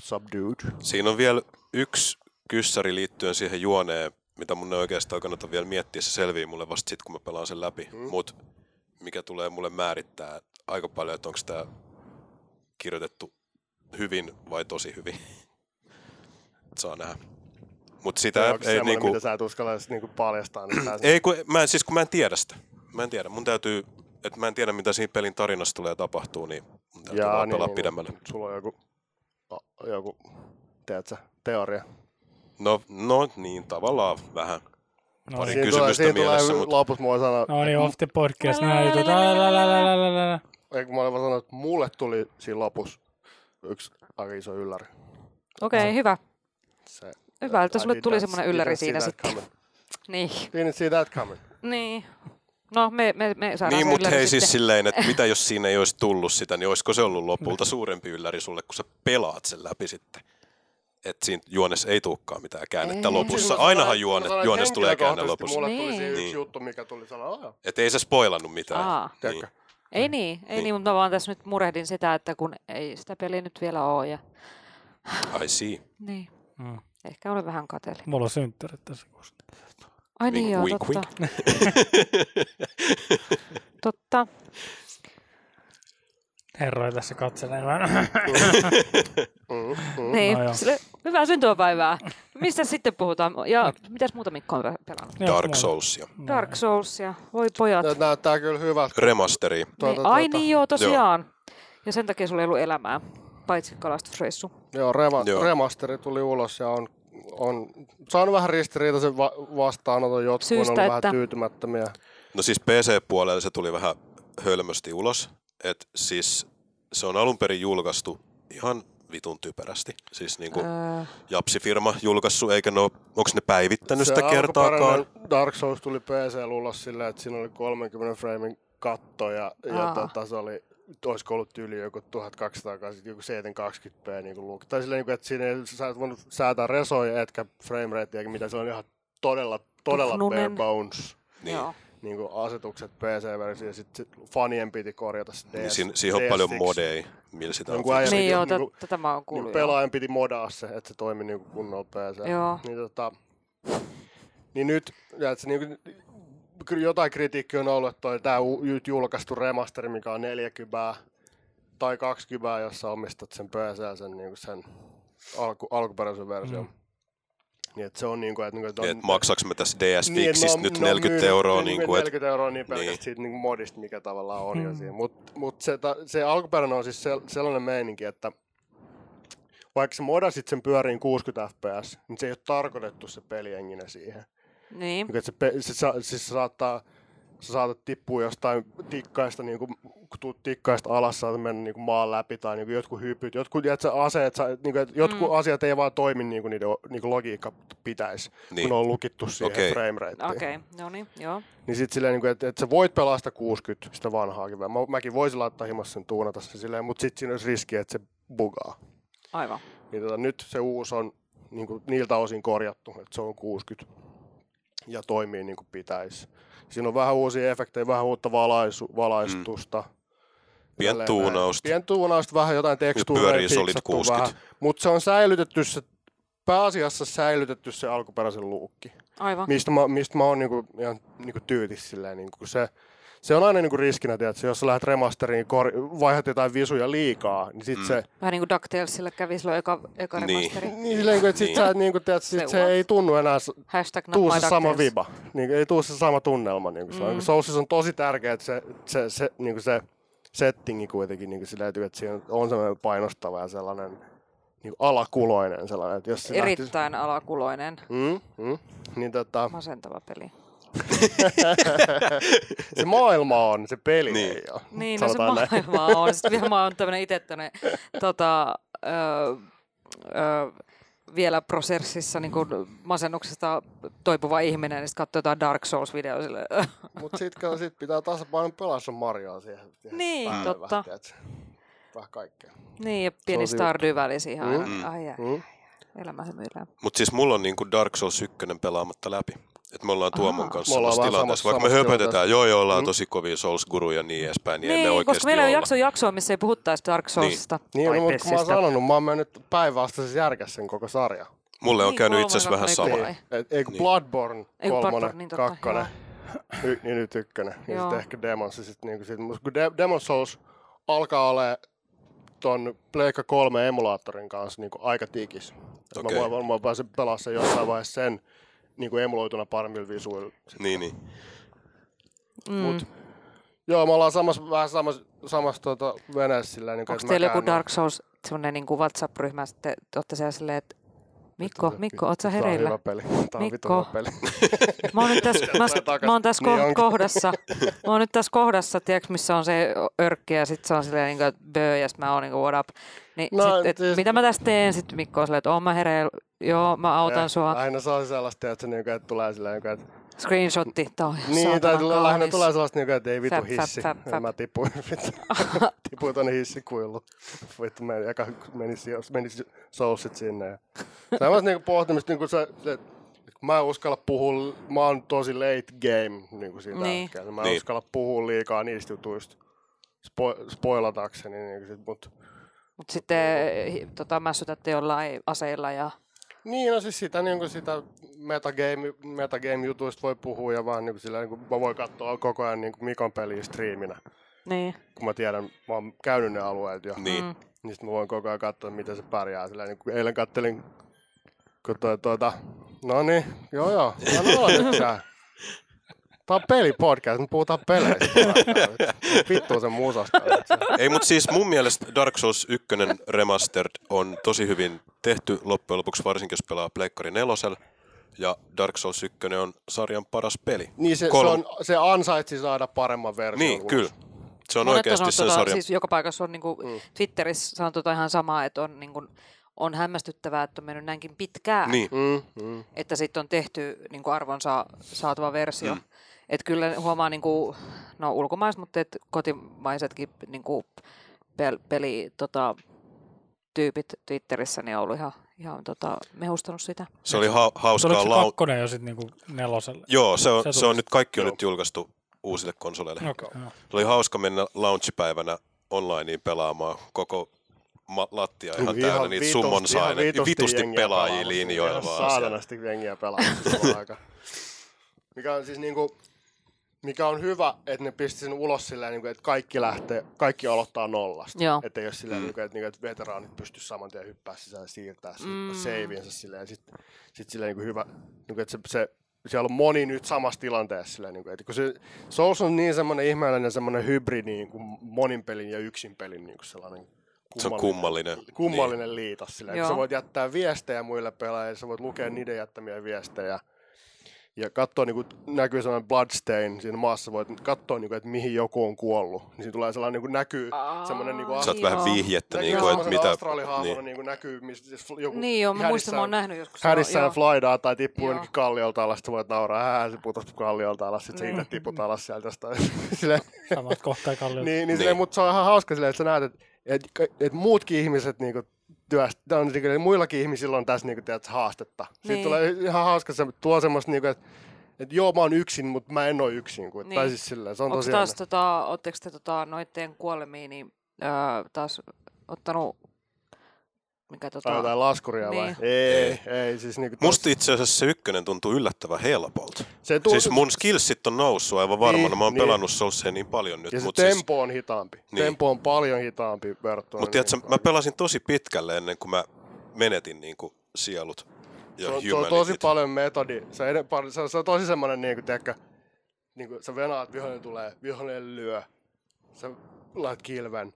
S2: subdued.
S4: Siinä on vielä yksi kyssäri liittyen siihen juoneen, mitä mun ei oikeastaan kannata vielä miettiä. Se selvii mulle vasta sitten, kun mä pelaan sen läpi. Mm. Mut mikä tulee mulle määrittää aika paljon, että onko tämä kirjoitettu hyvin vai tosi hyvin. Saa nähdä. Mut sitä
S2: Ei, onko se
S4: ei,
S2: semmoinen,
S4: niinku,
S2: niinku... mitä sä et uskalla edes niinku paljastaa? Niin tää-
S4: ei kun, mä, en- siis kun mä en tiedä sitä. Mä en tiedä. Mun täytyy, että mä en tiedä mitä siinä pelin tarinassa tulee tapahtuu, niin mun täytyy Jaa,
S2: Jaa,
S4: vaan pelaa niin, pidemmälle.
S2: Sulla on joku, a- joku teetkö, teoria.
S4: No, no niin, tavallaan vähän.
S3: No,
S4: Pari
S3: niin.
S2: Siinä tulee,
S4: kysymystä
S2: siinä
S4: mielessä,
S2: tulee
S4: mut-
S2: lopussa mua sanoa,
S3: no niin, off the podcast, tuota- nämä jutut. Ää, lä, lä, lä, lä, lä, lä.
S2: eikö mä olin vaan sanonut, että mulle tuli siinä lopussa yksi aika iso ylläri.
S1: Okei, okay, hyvä.
S2: Se, niin,
S1: Hyvä, että
S2: I
S1: sulle
S2: didn't-
S1: tuli semmoinen ylläri
S2: didn't see
S1: siinä
S2: that
S1: sitten.
S2: coming.
S1: Niin.
S2: Didn't see that coming.
S1: niin. No, me, me, me saadaan
S4: Niin,
S1: se
S4: mutta
S1: ylläri
S4: hei
S1: sitten.
S4: siis silleen, että mitä jos siinä ei olisi tullut sitä, niin olisiko se ollut lopulta suurempi ylläri sulle, kun sä pelaat sen läpi sitten? Että siinä juonessa ei tulekaan mitään käännettä
S1: Ei.
S2: Siis
S4: lopussa.
S2: mä
S4: Ainahan
S2: sanoin-
S4: juone,
S2: mä sanoin,
S4: juonessa tulee käänne
S2: henkilökohtaisesti
S4: lopussa.
S2: Mulle
S1: Niin.
S2: tuli siinä
S4: Niin.
S2: yksi juttu, mikä tuli sanoa, "Aa,
S4: Että ei se spoilannut mitään.
S1: Aa.
S4: Niin.
S2: tiedätkö?
S1: Ei niin, ei
S4: Niin.
S1: niin. niin, mutta mä vaan tässä nyt murehdin sitä, että kun ei sitä peliä nyt vielä ole. Ja...
S4: I see.
S1: Niin,
S3: Mm.
S1: ehkä olen vähän kateli.
S3: Mulla on synttärit tässä kuussa.
S1: Ai
S4: Wink,
S1: niin joo,
S4: wink,
S1: totta. totta.
S3: Herroja tässä katselemaan.
S2: Mm, mm.
S1: Niin,
S3: No joo.
S1: sille, hyvää syntymäpäivää. Mistä sitten puhutaan? Ja
S3: Mm.
S1: mitäs muuta Mikko on pelannut?
S4: Dark Soulsia.
S3: no,
S1: Dark Soulsia, voi pojat.
S2: Tää Näyttää kyllä hyvältä.
S4: Remasteri.
S1: Niin,
S2: No, tuota,
S1: ai
S2: tuota.
S1: niin joo, tosiaan. Ja sen takia sulla ei ollut elämää, paitsi kalastusreissu.
S2: Joo, rema-
S4: Joo.
S2: remasteri tuli ulos ja on, on saanut vähän ristiriitaisen va- vastaanoton. Jotkut
S1: Syystä,
S2: on ollut
S1: että-
S2: vähän tyytymättömiä.
S4: No siis PC-puolella se tuli vähän hölmösti ulos. Että siis se on alun perin julkaistu ihan vitun typerästi. Siis niinku
S1: Öö,
S4: Japsi-firma julkaissut, eikä ne oo, onks ne päivittänyt sitä kertaakaan?
S2: alkuperäinen Dark Souls tuli PC ulos sillä, että siinä oli 30 framein katto ja, ja
S1: Aa.
S2: tota, se oli olisiko ollut tyyli joku 1280, joku 720p niin kuin luku. Tai silleen, niin kuin, että siinä ei, sä et voinut säätää resoja etkä frame ratea, eikä mitä se on ihan todella, todella bare
S1: Tuhnunen.
S2: bones
S4: Niin.
S1: Joo.
S2: niin kuin asetukset PC-versioon ja sitten fanien piti korjata se
S4: Niin
S2: DS
S4: siinä, siinä on paljon
S2: DS-iksi.
S4: modeja, millä sitä on
S2: Jonkun äijän
S1: Niin
S2: piti-
S1: joo,
S2: niinku-
S1: tä- tätä mä oon
S2: niin
S1: kuullut. joo.
S2: pelaajan piti modaa se, että se toimi niin kunnolla PC.
S1: Joo.
S2: Niin, tota, niin nyt, ja että se niin kyllä jotain kritiikkiä on ollut, että toi tämä nyt julkaistu remasteri, mikä on 40 tai 20, jos sä omistat sen PC:n sen, niin sen alku, alkuperäisen version. Mm. Niin, että se on niin kuin, että, niin kuin,
S4: Niin,
S2: että
S4: että maksaks me tässä DS Fixistä
S2: Niin, on-
S4: nyt
S2: on
S4: 40
S2: myynyt-
S4: euroa,
S2: myynyt
S4: niin kuin, että
S2: 40 euroa no niin pelkästään
S4: niin.
S2: niin. siitä niin kuin modista, mikä tavallaan on jo siinä. Mutta mut se, ta- se alkuperäinen on siis sel- sellainen meininki, että vaikka sä modasit sen pyöriin 60 fps, niin se ei ole tarkoitettu se pelienginä siihen.
S1: Niin.
S2: Niin, että se, pe- se, sa- siis se saattaa sä saatat tippua jostain tikkaista, niin kuin, kun tuut tikkaista alas, saatat mennä niin kuin maan läpi tai niin kuin jotkut hypyt, jotkut tiedätkö, aseet, sä, niin kuin, jotkut mm. asiat ei vaan toimi niin kuin niiden o- niin kuin logiikka pitäisi, niin.
S4: Niin.
S2: kun ne on lukittu siihen
S4: Okei.
S2: okay. frame rateen.
S1: Okei, okay. no niin, joo.
S2: Niin sit silleen, niinku, että et sä voit pelaa sitä 60, sitä vanhaakin vielä. Mä, mäkin voisin laittaa himassa sen tuunata se silleen, mutta sit siinä olisi riski, että se bugaa.
S1: Aivan.
S2: Niin tota, nyt se uusi on niinku, niiltä osin korjattu, että se on 60 ja toimii niin kuin pitäisi. Siinä on vähän uusia efektejä, vähän uutta valaisu, valaistusta.
S4: Mm. pien
S2: Tälleen
S4: tuunausta. Niin
S2: Näin. Pien tuunausta, vähän jotain tekstuuria
S4: pyörii Solid 60.
S2: Mutta se on säilytetty se, pääasiassa säilytetty se alkuperäisen luukki
S1: Aivan.
S2: mistä mä, mistä mä oon niinku, ihan niinku tyytis silleen, niinku, kun se, se on aina niinku riskinä, tiedätkö, jos sä lähdet remasteriin, kor, vaihdat jotain visuja liikaa, niin sit mm. se,
S1: Vähän niin kuin DuckTalesille kävi silloin eka, eka
S4: Niin.
S1: remasteri.
S2: niin, silleen, että sit,
S4: Niin.
S2: sä, et niinku, tiedät, sit
S1: Se
S2: se,
S1: on.
S2: ei tunnu enää, s-
S1: Hashtag not
S2: tuu
S1: my
S2: se sama
S1: DuckTales.
S2: viba, niinku, ei tuu se sama tunnelma. Niinku, mm. on, Soulsissa on tosi tärkeää, että se, se, se, niinku se settingi kuitenkin, niinku, silleen, että siinä on semmoinen painostava ja sellainen niinku, alakuloinen sellainen. Että jos se lähtisi-
S1: Erittäin alakuloinen,
S2: Mm, mm, niin tota,
S1: masentava peli.
S2: se maailma on, se peli niin. ei ole.
S1: Niin, no se
S2: Sanotaan näin.
S1: maailma on. Sitten vielä mä oon tämmönen ite tämmönen, tota, öö, öö, vielä prosessissa niin kun masennuksesta toipuva ihminen, niin sitten katsoo jotain Dark Souls-videoa sille.
S2: Mutta sitten sit pitää tasapainon pelaa sun Marioa siihen. siihen
S1: Niin,
S2: päälle
S1: totta.
S2: Vähän, tiedätkö? vähän kaikkea.
S1: niin, ja pieni
S2: Se on
S1: Stardew Valley siihen aina. Mm. Niin,
S4: Mm.
S1: Ai, ai, ai,
S2: Mm.
S1: ai. Elämä hymyillään.
S4: Mutta siis mulla on niinku Dark Souls 1 pelaamatta läpi. Et me ollaan Tuomon
S1: Ahaa.
S4: kanssa
S2: Ah, Me ollaan
S4: samassa
S2: vähän
S4: tilanteessa.
S2: samassa-
S4: Vaikka me
S2: samassa
S4: höpötetään, joo joo, ollaan
S2: Mm.
S4: tosi kovia Souls-guruja ja niin edespäin, niin,
S1: Niin,
S4: ei me oikeasti
S1: koska meillä on
S4: olla.
S1: jakso jaksoa, missä ei puhuttaisi Dark Soulsista niin.
S2: Niin,
S1: tai
S2: no,
S1: no,
S2: mutta mä oon
S1: Pessistä.
S2: sanonut, mä oon mennyt päinvastaisessa järkässä sen koko sarja.
S4: Mulle on
S1: Niin,
S4: käynyt
S1: kolme
S4: itse asiassa vähän
S1: kappaletta
S4: sama.
S1: Vai?
S2: Et, ei kun
S4: Niin.
S2: Bloodborne
S1: Ei kun
S2: kolmonen,
S1: Bloodborne, niin totta,
S2: kakkonen, y, niin nyt ykkönen. Niin
S1: Joo.
S2: sitten ehkä Demons. ja Sit, niinku, sit, mut kun De- Demon Souls alkaa olemaan ton Pleikka 3 emulaattorin kanssa niinku aika tikis. Et
S4: Okei.
S2: Mä voin varmaan pääsen pelaamaan sen jossain vaiheessa sen niinku emuloituna paremmilla visuilla.
S4: Niin, niin.
S1: Mm.
S2: Joo, me ollaan samassa, vähän samassa, samassa tuota, veneessä sillä niin
S1: Onko teillä joku Dark Souls, semmoinen niin WhatsApp-ryhmä, sitten te olette siellä silleen, että Mikko, Mikko, oot sä
S2: Tämä
S1: hereillä?
S2: on hyvä peli. Tämä on
S1: Mikko.
S2: vitun hyvä peli.
S1: Mä oon nyt tässä, mä,
S2: tulee takas.
S1: mä oon tässä
S2: Niin
S1: ko-
S2: onkin.
S1: kohdassa, mä oon nyt tässä kohdassa, tiedätkö, missä on se örkki ja sit se on silleen, niin kuin, että böö, ja sit mä oon niin kuin, what up. Niin
S2: No,
S1: sit, et,
S2: siis-
S1: mitä mä tässä teen? Sitten Mikko on silleen, että oon mä hereillä, joo, mä autan
S2: Ja
S1: sua.
S2: Aina saa sellaista, että, se, niinku, että tulee silleen, niinku, että
S1: Screenshotti, tää on
S2: niin, tai
S1: saatanan
S2: tulee, lähinnä
S1: kaunis.
S2: tulee sellaista, niinku, että ei
S1: Fap,
S2: vitu
S1: fap,
S2: hissi.
S1: fap, fap.
S2: Mä tipuin, vittu. tipuin tonne hissikuilluun. Vittu, mä eka menisi, menisi soussit sinne. Ja... Sellaista niinku pohtimista, niinku se, se kun mä en uskalla puhua, mä oon tosi late game niinku siinä
S1: Niin.
S2: niin. hetkellä. Mä en
S4: Niin.
S2: niin. uskalla puhua liikaa niistä jutuista spo, spoilatakseni, niinku sit, mut
S1: Mut sitten hi- tota, mässytätte jollain aseilla ja
S2: Niin, no siis sitä, niin kuin sitä metagame, metagame-jutuista voi puhua ja vaan niin kuin sillä, niin kuin, mä voin katsoa koko ajan niin kuin Mikon peliä striiminä,
S1: niin.
S2: kun mä tiedän, mä oon käynyt ne alueet jo.
S4: Niin.
S1: Mm.
S2: Niin sit mä voin koko ajan katsoa, miten se pärjää. Sillä, niin kuin eilen kattelin, kun toi, tuota, no niin, joo joo, no no, sä. Tää on pelipodcast, me puhutaan peleistä. Vittu sen musasta. nyt sä.
S4: Ei, mutta siis mun mielestä Dark Souls 1 Remastered on tosi hyvin tehty loppujen lopuksi, varsinkin jos pelaa Pleikkari nelosel. Ja Dark Souls 1 on sarjan paras peli.
S2: Niin se, se,
S4: Kolm-
S2: on, se ansaitsi saada paremman version.
S4: Niin,
S2: ulos.
S4: kyllä. Se on
S1: Monet
S4: oikeasti sen
S1: tota,
S4: sarjan.
S1: Siis joka paikassa on niinku, mm. Twitterissä sanotaan ihan samaa, että on, niinku, on hämmästyttävää, että on mennyt näinkin pitkään.
S4: Niin,
S2: Mm, mm.
S1: että sitten on tehty niin kuin arvonsa saatava versio. Mm. Et kyllä huomaa niin kuin, no ulkomaiset, mutta et kotimaisetkin niin kuin pel, peli, tota, tyypit Twitterissä niin on ollut ihan, ihan tota, mehustanut sitä.
S4: se oli ha-
S3: Se oliko
S4: hauskaa
S3: se
S4: lau-
S3: kakkonen jo sitten niinku neloselle?
S4: Joo, se on,
S3: Se
S4: se
S3: tuli.
S4: on nyt, kaikki on nyt julkaistu uusille konsoleille.
S3: Okei, no, joo.
S4: Se oli hauska mennä launchipäivänä onlineen pelaamaan koko ma- lattia ihan, ihan täynnä niitä
S2: vitus-
S4: summon
S2: ihan
S4: saine, vitusti,
S2: jengiä
S4: pelaajia
S2: pelaamassa.
S4: linjoilla
S2: Ihan
S4: vaan. siellä.
S2: Saatanasti jengiä pelaamassa koko aika. Mikä on siis niinku, Mikä on hyvä, että ne pisti sen ulos silleen, niin kuin, että kaikki lähtee, kaikki aloittaa nollasta.
S1: Joo.
S2: Että ei ole silleen,
S4: Mm.
S2: niin kuin, että, niin kuin, että veteraanit pystyisi saman tien hyppää sisään ja siirtää
S1: Mm.
S2: mm. seivinsä silleen. Sitten sit silleen niin kuin hyvä, niin kuin, että se, se, siellä on moni nyt samassa tilanteessa. Silleen, niin kuin, että kun se, Souls on niin semmoinen ihmeellinen semmoinen hybridi niin kuin monin pelin ja yksin pelin niin kuin sellainen
S4: Se on kummallinen.
S2: kummallinen niin. liitos. Silleen, kun
S1: Joo.
S2: sä voit jättää viestejä muille pelaajille, sä voit
S4: Mm.
S2: lukea niiden jättämiä viestejä. Ja katsoa, niin kuin näkyy sellainen bloodstain siinä maassa, voit katsoa, niin kuin, että mihin joku on kuollut. Niin siinä tulee sellainen, niin kuin näkyy,
S1: Aa,
S2: semmoinen niin
S4: Niin.
S2: kuin
S4: Sä oot
S1: Joo.
S4: vähän vihjettä,
S2: näkyy
S4: niin kuin, että
S2: semmoisena
S4: mitä...
S2: astraalihahmona
S4: Niin.
S2: niin kuin näkyy, missä siis joku
S1: Niin joo, mä muistan, mä oon
S2: hädissään-
S1: nähnyt joskus. joo,
S2: hädissään
S1: joo.
S2: flaidaa tai tippuu
S1: Joo.
S2: jonnekin kalliolta alas, sitten voit nauraa, että se putosi kalliolta alas, sitten se
S1: Niin.
S2: itse tiput alas sieltä jostain. Silleen,
S3: Samat kohtaa kalliot.
S2: niin, niin,
S4: Niin.
S2: niin. mutta se on ihan hauska silleen, että sä näet, että et, et muutkin ihmiset niinku työstä, on, niinku, muillakin ihmisillä on tässä niinku, tiedät, haastetta. Niin.
S1: Niin.
S2: Siitä tulee ihan hauska, se tuo semmoista, niinku, että et joo, mä oon yksin, mutta mä en oo yksin. Kuin, niin. Tai
S1: Niin.
S2: siis silleen, se on
S1: Onko
S2: tosi
S1: taas
S2: taas...
S1: tota, ootteko te tota, noitteen kuolemiin, niin öö, taas ottanut, mikä
S2: Tai
S1: tota,
S2: jotain laskuria vai?
S1: Niin.
S2: Ei, ei, ei siis niinku,
S4: Musta itse asiassa se ykkönen tuntuu yllättävän helpolta.
S2: se
S4: Tuo... Siis mun skillsit on noussut aivan varmana. Niin,
S2: Niin,
S4: mä oon
S2: niin.
S4: niin. pelannut Soulsia niin paljon nyt.
S2: ja se
S4: Mutta siis,
S2: tempo on hitaampi.
S4: Niin.
S2: Niin. Tempo on paljon hitaampi verrattuna.
S4: mut tiedätkö,
S2: niinku-
S4: mä pelasin tosi pitkälle ennen kuin mä menetin niinku sielut
S2: se
S4: ja
S2: on, se on
S4: humanityt.
S2: tosi paljon metodi. Se, ed- par- se, on, se on tosi semmoinen, niin kuin, tiedätkö, niin kuin, sä venaat, vihollinen tulee, vihollinen lyö. Sä laitat kilven,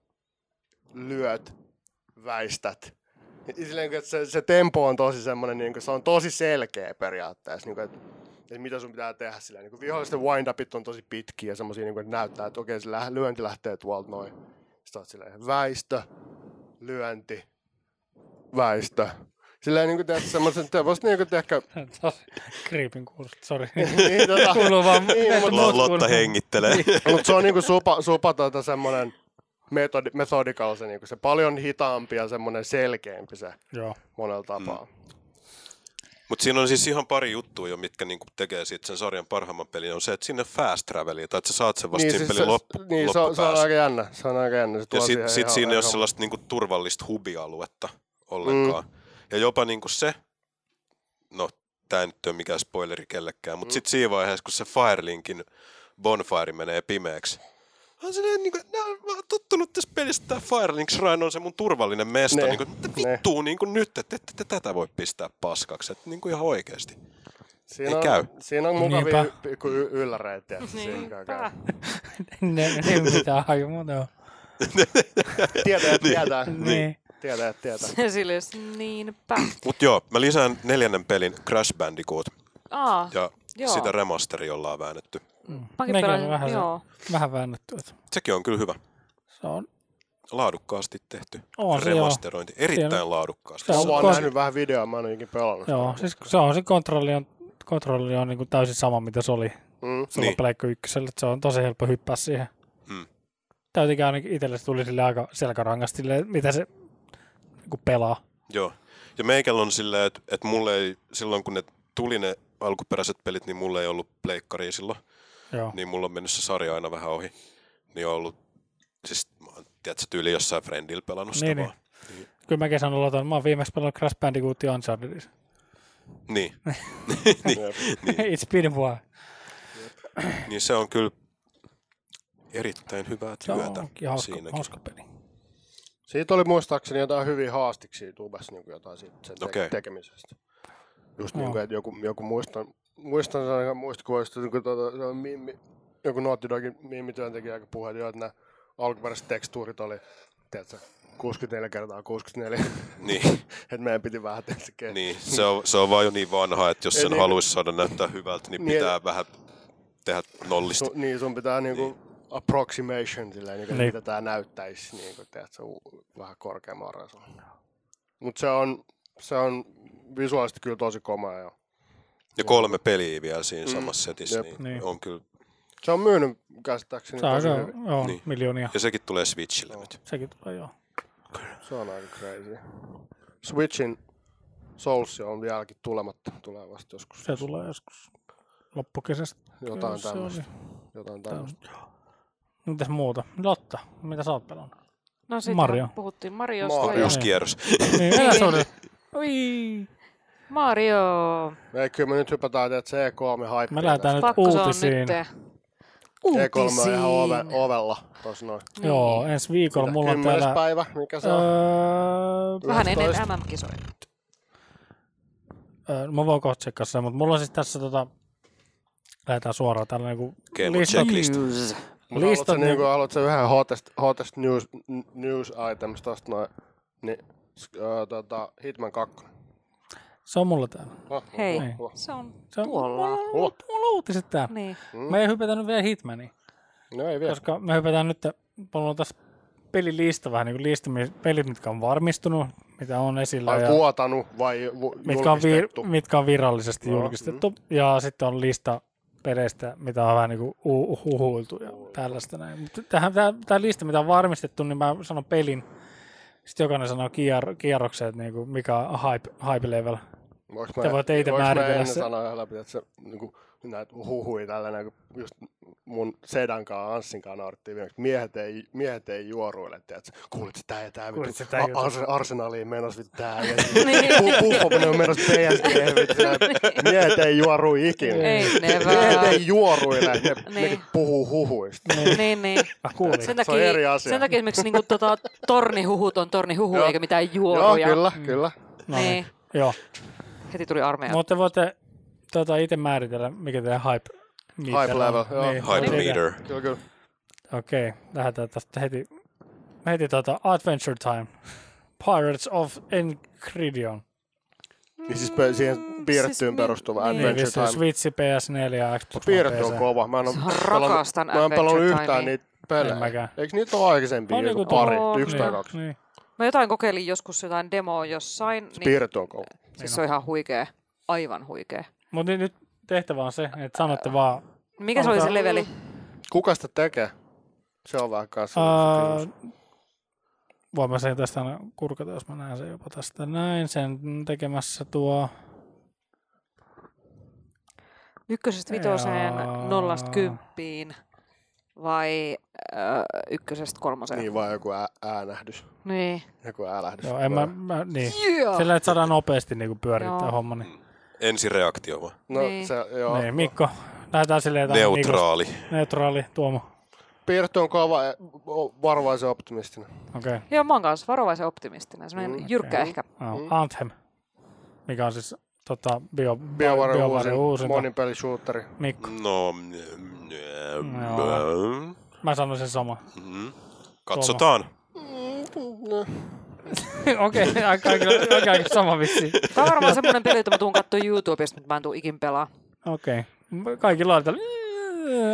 S2: lyöt, väistät. Ja Silleen, että se, se tempo on tosi semmoinen, niin kuin, se on tosi selkeä periaatteessa. Niin kuin, että, että mitä sun pitää tehdä silleen. Niin kuin vihollisten wind-upit on tosi pitkiä ja semmoisia, niin kuin, että näyttää, että okei, se lä- lyönti lähtee tuolta noin. Sitten oot silleen, väistö, lyönti, väistö. Silleen niin kuin tehdä semmoisen, te voisit niin kuin tehdä,
S3: Tosi kriipin kuulosta, sori.
S2: niin tota,
S3: Kuuluu vaan.
S2: Niin, mut-
S4: Lo- Lotta hengittelee.
S2: mutta se on niin kuin supa, supatota semmoinen metodi, metodikalla se, niin kuin se paljon hitaampi ja semmoinen selkeämpi se
S3: Joo.
S2: monella
S4: Mm.
S2: tapaa.
S4: Mutta siinä on siis ihan pari juttua jo, mitkä niinku tekee sit sen sarjan parhaimman pelin, on se, että sinne fast traveliin, tai että sä saat sen vasta niin, siinä pelin
S2: se,
S4: loppu,
S2: niin se, on, se on aika jännä. Se on aika jännä. Se tuo
S4: Ja
S2: siihen
S4: sitten sit
S2: ihan-
S4: siinä ei ole
S2: ihan-
S4: sellaista niinku turvallista hubialuetta ollenkaan. Mm. Ja jopa niinku se, no tämä nyt ei ole mikään spoileri kellekään, mutta mm. sitten siinä vaiheessa, kun se Firelinkin bonfire menee pimeäksi, on se niin kuin, nää, mä oon tottunut tässä pelissä, tämä Firelink Shrine on se mun turvallinen mesta.
S2: Ne,
S4: Niin kuin, mitä
S2: ne.
S4: vittuu niin kuin nyt, että ette te tätä voi pistää paskaksi, että niin kuin ihan oikeasti.
S2: siinä
S4: ei
S2: on,
S4: käy.
S2: Siinä on mukavia
S3: Niinpä.
S2: pikku y- ylläreitä. tietysti, siinä käy- käy.
S1: Niinpä.
S3: Ne, ne mitään haju muuta joo.
S2: Tietää, tietää.
S3: Niin.
S2: Tietää, tietää.
S1: Se silleen, s- niinpä.
S4: Mutta joo, mä lisään neljännen pelin Crash Bandicoot
S1: Aa,
S4: ja joo.
S1: Ah, Joo.
S4: sitä remasteri ollaan väännetty.
S1: mäkin
S3: Mekin Mm. on
S1: pelasin,
S3: vähän se-
S1: joo.
S3: Vähän väännetty. että
S4: Sekin on kyllä hyvä.
S3: Se on
S4: Laadukkaasti tehty
S3: On se,
S4: remasterointi. Erittäin
S3: Siinä-
S4: laadukkaasti.
S3: Se on
S2: Mä oon vaan
S3: Kon-
S2: nähnyt vähän videoa, mä en ole ikinä pelannut.
S3: Joo, siis se on se kontrolli on, kontrolli on niin täysin sama, mitä se oli
S2: Mm.
S3: sulla
S4: Niin.
S3: niin. Pleikko ykkösellä, että se on tosi helppo hyppää siihen.
S4: Mm.
S3: Täytikään ainakin itselle se tuli sille aika selkärangasti, silleen, mitä se niin pelaa.
S4: Joo. Ja meikällä on silleen, että, että mulle ei, silloin kun ne tuli ne alkuperäiset pelit, niin mulle ei ollut pleikkaria silloin.
S3: Joo.
S4: Niin mulla on mennyt se sarja aina vähän ohi. Niin on ollut, siis mä oon, tiedätkö, tyyli jossain Friendillä pelannut sitä
S3: Niin,
S4: niin,
S3: niin.
S4: vaan.
S3: Kyllä mäkin sanon luotan, mä oon viimeksi pelannut Crash Bandicoot ja Unchartedissa.
S4: Niin.
S2: Jep.
S3: It's been a while.
S4: niin se on kyllä erittäin hyvää
S3: Se
S4: työtä
S3: on ihan hauska,
S4: siinäkin. Niin,
S3: hauska peli.
S2: Siitä oli muistaakseni jotain hyviä haastiksia tubessa niin jotain siitä sen te-
S4: Okei.
S2: tekemisestä. Just
S3: Joo.
S2: niin kuin, että joku, joku muistan, muistan sen aika muistikuvista, niin kuin tuota, se on mimmi, joku Naughty Dogin miimityöntekijä, joka puhui, että joo, että nämä alkuperäiset tekstuurit oli, tiedätkö, 64 kertaa 64,
S4: Niin,
S2: että meidän piti vähän tehdä se ke-
S4: niin. Se, on, se on vaan jo niin vanha, että jos
S2: Ei
S4: sen
S2: niin-
S4: haluaisi saada näyttää hyvältä, niin
S2: Niin.
S4: pitää vähän tehdä nollista.
S2: Su, niin, sun pitää niinku approximation silleen, niinku,
S3: Niin.
S2: niin. mitä tää näyttäisi, niinku, tiedätkö, u- vähän korkeammalla resoluutiolla. Mutta se on, se on visuaalisesti kyllä tosi komea ja
S4: Ja kolme peliä vielä siinä
S2: Mm.
S4: samassa setissä,
S2: Jep.
S4: niin,
S3: Niin.
S4: on kyllä.
S2: Se on myynyt käsittääkseni
S3: Se on
S2: tosi
S3: aika,
S2: hyvin.
S3: joo,
S4: Niin.
S3: niin. miljoonia.
S4: Ja sekin tulee Switchille nyt.
S3: Sekin tulee, joo.
S2: Se on aika crazy. Switchin Souls on vieläkin tulematta. Tulee vasta joskus
S3: Se tulee joskus loppukesästä.
S2: jotain
S3: Se oli.
S2: tämmöistä. Jotain tämmöistä.
S3: Mitäs muuta? Lotta, mitä sä oot pelannut?
S1: No sit
S3: Mario.
S1: Mario. puhuttiin Mariosta.
S2: Mario.
S1: ja-
S4: Uusi kierros.
S3: Niin, älä se oli. Niin.
S1: Oi. Mario.
S2: Ei, kyllä me nyt hypätään, E että se E3 hype.
S3: Me lähdetään nyt
S1: Pakko se on
S3: uutisiin.
S1: nytte.
S2: E3 E on ihan ove,
S1: uutisiin.
S2: ovella tuossa noin.
S1: Niin.
S3: Joo, ensi viikolla mulla on
S2: Kymmenes
S3: täällä...
S2: päivä, mikä se on?
S3: Öö,
S1: Vähän ennen
S2: 11.
S1: MM-kisoja.
S3: öö, mä voin kohta tsekkaa sen, mutta mulla on siis tässä tota... Lähetään suoraan tällä niinku
S4: Game of
S3: listat,
S4: checklist.
S2: Mutta haluatko
S3: listat
S2: sä niinku,
S3: niinku,
S2: haluatko sä yhden hottest, hottest news, n- news items tosta noin? Niin, s- öö, tota, Hitman 2.
S3: se on mulla täällä.
S2: Oh,
S1: Hei,
S3: Niin.
S1: se on
S3: Se on,
S1: Tuolla.
S3: Mulla, mulla, mulla on uutiset täällä.
S1: niin.
S3: Me ei hypätä nyt vielä Hitmaniin.
S2: No ei vielä.
S3: koska me hypätään nyt, mulla on tässä pelilista vähän niin kuin lista, mi- pelit, mitkä on varmistunut, mitä on esillä
S2: Vai
S3: ja
S2: vuotanut vai vu-
S3: mitkä, on
S2: julkistettu?
S3: vir- mitkä on virallisesti
S2: Joo,
S3: julkistettu. Ja sitten on lista peleistä, mitä on vähän niin kuin u- huhuiltu ja tällaista näin. Mutta tähän, tämä lista, mitä on varmistettu, niin mä sanon pelin. Sitten jokainen sanoo kier- kierroksen, että niin kuin mikä on hype, hype level.
S2: Voinko
S3: Te voitte itse määritellä
S2: se.
S3: se.
S2: sanoa läpi, että se niinku, näitä huhui tällainen, kun just mun Sedan kanssa, Anssin kanssa naurittiin viimeksi, miehet ei, miehet ei juoruile, tiedätkö? Kuulit sitä ja tää
S3: Kuulit
S2: vittu,
S3: sä tää jutun?
S2: Ar- Ar- Arsenaliin menos vittu tää ja Pu-
S1: Niin.
S2: Buffon on menos PSG vittu. ja Miehet ei juoru ikinä.
S1: Ei,
S2: Miehet
S1: nevää.
S2: ei juoruile, ne,
S1: Niin.
S2: ne puhuu huhuista.
S1: niin, niin.
S3: Mä kuulin.
S1: Sen
S2: Se on
S1: takia,
S2: eri asia.
S1: Sen takia esimerkiksi niinku tota, tornihuhut on tornihuhu,
S2: Joo.
S1: eikä mitään
S2: Joo,
S1: juoruja.
S2: kyllä, kyllä.
S3: No
S1: Niin.
S3: niin. Joo.
S1: Heti tuli armeija.
S3: Mutta te voitte tota, itse määritellä, mikä teidän hype meter
S2: Hype
S3: on. Niin,
S2: level, joo.
S4: Hype
S2: Niin.
S3: tehdään.
S4: meter.
S2: Kyllä, kyllä.
S3: Okei, lähdetään tästä heti, heti tuota Adventure Time. Pirates of Encridion.
S2: Niin siis pe- siihen piirrettyyn
S1: Mm, mi-
S2: perustuva
S1: niin.
S2: Adventure
S3: Eli se
S2: Time.
S3: Switch, PS4 ja Xbox One
S2: Piirretty on
S3: PC.
S2: kova. Mä en oo
S1: Mä
S2: pelannut
S1: rakastan
S2: Mä en pelannut
S1: Adventure niin-
S2: yhtään
S1: Timea.
S2: niitä pelejä.
S3: En mäkään.
S2: Eikö niitä ole aikaisempia?
S3: On
S2: joku
S3: niinku
S2: pari,
S1: tullut.
S2: yksi tai kaksi.
S3: Niin.
S1: Mä jotain kokeilin joskus jotain demoa jossain, niin
S2: Piirretty on kova.
S1: siis se on ihan huikea. Aivan huikea.
S3: Mutta nyt tehtävä on se, että sanotte vaan,
S1: Mikä se oli se
S3: Aloitetaan-
S1: leveli?
S2: Kuka sitä tekee? Se on vähän kanssa.
S3: ää,
S2: Uh,
S3: voin mä sen tästä aina kurkata, jos mä näen sen jopa tästä näin. Sen tekemässä tuo
S1: Ykkösestä vitoseen,
S3: Jaa.
S1: nollasta kymppiin vai ö, ykkösestä kolmoseen?
S2: niin vaan joku ää- äänähdys.
S1: Niin.
S2: Joku älähdys.
S3: Joo, en mä, mä niin.
S1: Yeah.
S3: Sillä, että saadaan nopeasti niinku pyörittää
S1: Joo.
S3: homma. Niin.
S4: Ensireaktio vaan.
S2: No
S1: Niin.
S2: se, joo.
S3: Niin, Mikko, lähdetään silleen jotain
S4: Neutraali.
S3: Niinku, neutraali, Tuomo.
S2: Piirretty on kova, ja o- varovaisen optimistinen.
S3: Okei. Okay.
S1: Joo, mä oon kanssa varovaisen optimistinen. Semmoinen
S2: Mm,
S1: jyrkkä
S3: okei.
S1: ehkä.
S3: No, Anthem, mikä on siis tota, bio,
S2: BioWare
S3: BioWaren
S2: uusin,
S3: uusinta.
S2: monin peli shooteri.
S3: Mikko,
S4: No, mm, mm,
S3: Joo.
S4: mm,
S3: mä sanoin sen sama.
S4: mm. Katsotaan.
S3: Okei, okay, aika, aika, aika, aika sama vissi.
S1: Tämä on varmaan semmoinen peli, jota mä tuun katsoa YouTubesta, mutta mä en tuu ikin pelaa.
S3: Okei, okay. kaikilla on tällä.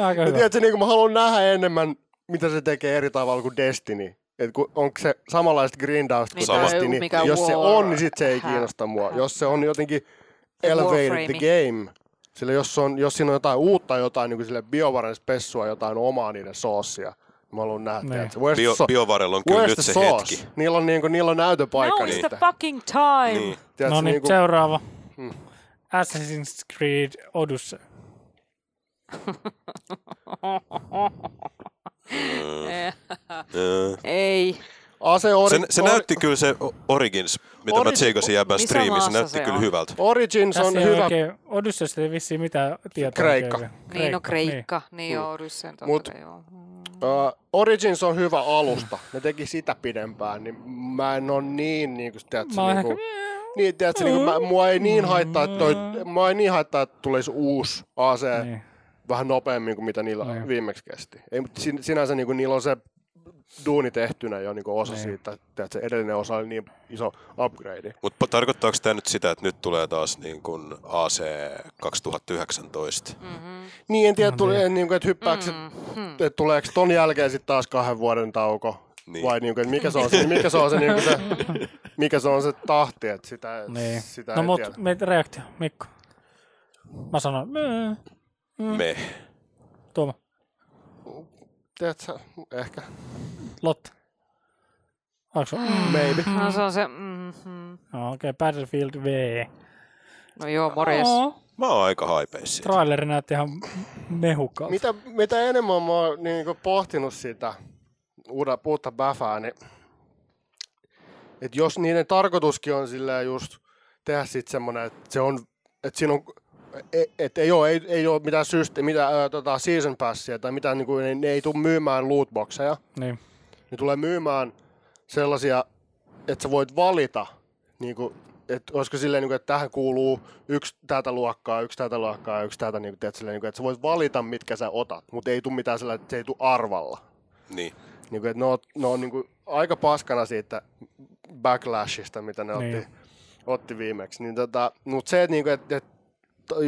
S3: Aika
S2: Ja
S3: hyvä.
S2: tiedätkö, niin kuin mä haluan nähdä enemmän, mitä se tekee eri tavalla kuin Destiny. Et kun, onko se samanlaista grindausta kuin
S4: Sama.
S2: Destiny?
S1: Mikä
S2: Jos se
S1: war-
S2: on, niin sit se ei
S1: hä-
S2: kiinnosta mua.
S1: hä-
S2: Jos se on jotenkin
S1: Se
S2: elevated the
S1: Warframe.
S2: game, sillä jos, on, jos siinä on jotain uutta, jotain niin kuin sille BioWaren spessua, jotain omaa niiden soossia, niin mä haluan nähdä.
S3: Niin.
S2: tiedätkö, Where's
S4: Bio,
S2: the so-
S4: biovarella on kyllä
S2: Where's
S4: nyt
S2: the
S4: se
S2: sauce?
S4: hetki.
S2: Niillä on, niin kuin, niillä on näytöpaikka
S1: Now is the
S2: niitä.
S1: fucking time!
S4: Niin.
S2: Tiedätkö,
S3: No niin,
S2: niinku-
S3: seuraava. Assassin's Creed Odyssey.
S4: Öö.
S1: Ei.
S2: Ase ori-
S4: Se, se
S2: ori-
S4: näytti kyllä se o- Origins, mitä mä
S2: Origi-
S4: tseikäsin jäbän
S1: Missä
S4: striimissä,
S1: maassa
S4: se näytti
S1: se
S4: kyllä
S1: on?
S4: hyvältä.
S2: Origins on
S3: Tässä ei
S2: hyvä,
S3: oikein, Odysseista ei vissiin mitään tietoa.
S2: Kreikka.
S3: oikein vielä.
S1: Niin, no Kreikka. Niin,
S2: Mm.
S1: joo, Ryssen totta
S2: Mut-
S1: Mut. kai joo.
S2: Ö, Origins on hyvä alusta. Ne teki sitä pidempään, niin mä en oo niin niinku, tiedätkö,
S3: Mä oon
S2: niinku,
S3: ehkä-
S2: niin, tiedätkö, niinku, mä, mua ei niin haittaa, että toi, mua ei niin haittaa, että tulisi uusi ase
S3: Niin.
S2: niin. vähän nopeammin kuin mitä niillä
S3: Niin.
S2: niin. viimeksi kesti. Ei, mutta sin, sinänsä niinku, niillä on se duuni tehtynä jo niinku osa
S3: Niin.
S2: niin. siitä, että se edellinen osa oli niin iso upgrade.
S4: Mutta tarkoittaako tämä nyt sitä, että nyt tulee taas niin kuin AC 2019?
S2: Niin, en tiedä, tuli, en, niinku, että hyppääkö se,
S3: Mm, hmm.
S2: että tuleeko ton jälkeen sitten taas kahden vuoden tauko.
S4: Niin.
S2: Niin. Vai niinku, että mikä se on se, mikä se, on se, niinku se, mikä se, on se tahti, että sitä,
S3: Niin.
S2: sitä
S3: no
S2: ei
S3: mut,
S2: tiedä.
S3: me reaktio, Mikko. Mä sanon, "Mää."
S2: Mm.
S4: Me.
S3: Tuomo,
S2: Tiedätkö, ehkä.
S3: Lotta. Onko se? Mm.
S2: Maybe.
S1: No se on se... Mm-hmm.
S3: No, Okei, okay, Battlefield V.
S1: No joo, morjes.
S3: Oo.
S4: Mä oon aika haipeissa siitä.
S3: Traileri näytti ihan mehukalta.
S2: Mitä, mitä enemmän mä oon niin pohtinut sitä uutta, uutta bäfää, niin että jos niiden tarkoituskin on silleen just tehdä sit semmonen, että se on, että siinä on et, et ei ole, ei, ei ole mitään syste, mitään, ää, tota season passia tai mitään, niin kuin, ne, ne ei tule myymään lootboxeja.
S3: Niin.
S2: Ne tulee myymään sellaisia, että sä voit valita, niin kuin, että olisiko silleen, niin kuin, että tähän kuuluu yksi tätä luokkaa, yksi tätä luokkaa ja yksi tätä, niin kuin, tiedät, silleen, niin kuin, että sä voit valita, mitkä sä otat, mutta ei tule mitään sellainen, että se ei tule arvalla.
S4: Niin.
S2: Niin kuin, että ne on, ne on niin kuin, aika paskana siitä backlashista, mitä ne otti,
S3: Niin.
S2: otti viimeksi. Niin, tota, mutta se, että, niinku, että, että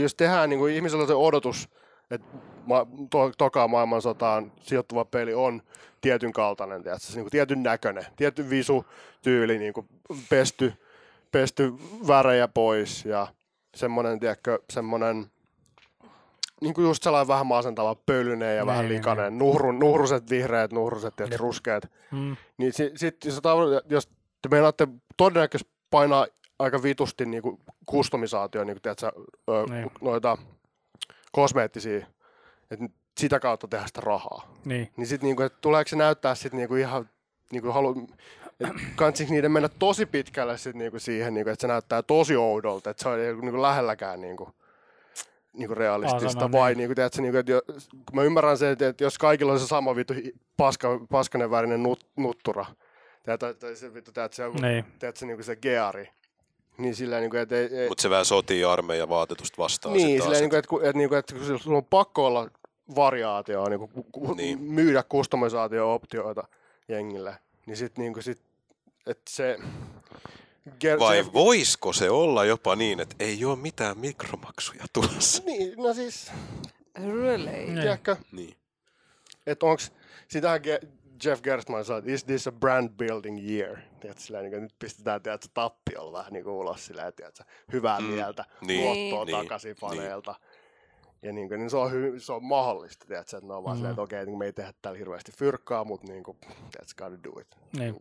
S2: jos tehdään niin kuin ihmisellä on se odotus, että ma- to, toka maailmansotaan sijoittuva peli on tietyn kaltainen, tiedätkö, niin kuin tietyn näköinen, tietyn visu tyyli, niin kuin pesty, pesty värejä pois ja semmoinen, tiedätkö, semmoinen niin kuin just sellainen vähän masentava pölyneen ja
S3: Niin,
S2: vähän
S3: niin,
S2: likainen, nuhrun, nuhruset vihreät, nuhruset ja ruskeat.
S3: Mm.
S2: Niin si- sit, jos, tav- jos te meinaatte todennäköisesti painaa aika vitusti niin kuin kustomisaatio, niin kuin, tiedätkö, ö,
S3: Niin.
S2: noita kosmeettisia, että sitä kautta tehdä sitä rahaa.
S3: Niin.
S2: Niin sitten niinku, että tuleeko se näyttää sitten niinku ihan, niinku halu, että kansiks niiden mennä tosi pitkälle sit niinku siihen, niinku, että se näyttää tosi oudolta, että se on niinku lähelläkään niinku, niinku realistista.
S3: sanon
S2: vai niin.
S3: niin.
S2: niinku, tiedätkö, niinku, että jo, kun mä ymmärrän sen, että, että jos kaikilla on se sama vittu hi- paska, paskanen värinen nut, nuttura, tai, tai, tai se vittu, tiedätkö, se, joku,
S3: Niin.
S2: tiedätkö, niinku se geari, niin sillä niinku, että ei, ei,
S4: Mutta se vähän sotii armeijan vaatetusta vastaan. sit
S2: niin,
S4: taas,
S2: silleen,
S4: et-
S2: niin kuin, että, kun- että, niin kuin, että kun sulla on pakko olla variaatioa, niin kuin,
S4: Niin.
S2: niin. myydä kustomisaatio-optioita jengille, niin sitten niin kuin sit, että se... Ger-
S4: Vai
S2: se,
S4: voisiko se olla jopa niin, että ei ole mitään mikromaksuja tulossa?
S2: niin, no siis,
S1: Really?
S3: Niin.
S2: tiedätkö,
S4: Niin.
S2: että onks, sitähän Ge- Jeff Gerstmann sanoi, että is this a brand building year? Tiedätkö, silleen, niin kuin, nyt pistetään tiedätkö, tappiolla vähän niin kuin ulos silleen, tiedätkö, hyvää
S4: Mm,
S2: mm. mieltä,
S4: niin,
S2: luottoa
S4: niin,
S2: takaisin faneilta. Ja niin, kuin, niin se, on hy- se on mahdollista, tiedätkö, että ne on vaan mm. silleen,
S3: Mm-hmm.
S2: että okei, niin kuin me ei tehdä täällä hirveästi fyrkkaa, mutta niin kuin, that's gotta do it.
S3: Niin.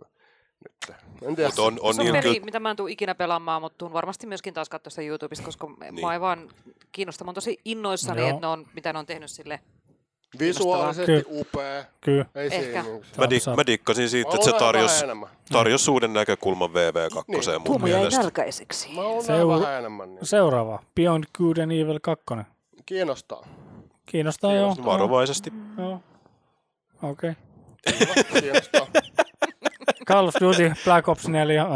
S2: Nyt. En tiedä.
S4: Mutta on, on,
S1: Se on
S4: niin,
S1: peli,
S4: kyllä,
S1: mitä mä en tule ikinä pelaamaan, mutta tuun varmasti myöskin taas katsoa sitä YouTubesta, koska niin.
S4: Niin.
S1: mä ei vaan kiinnosta. Mä oon tosi innoissani,
S3: Joo.
S1: että ne on, mitä ne on tehnyt sille.
S2: Visuaalisesti
S3: Kyllä.
S2: upea.
S3: Kyllä.
S2: Ei
S1: Ehkä.
S2: siinä. Niin kuin se.
S4: mä, di, mä dikkasin siitä, että se
S2: Mä olen
S4: tarjosi
S2: vähän enemmän.
S4: tarjos uuden näkökulman VV2 niin. mun
S1: Tuomo jäi
S4: mielestä.
S1: nälkäiseksi.
S2: Mä oon
S3: Se on-
S2: vähän enemmän. Niin.
S3: Seuraava. Beyond Good and Evil 2.
S2: Kiinnostaa.
S3: Kiinnostaa joo.
S4: Varovaisesti.
S3: Joo. Okei. Okay.
S2: Kiinnostaa.
S3: Call of Duty, Black Ops 4. Uh,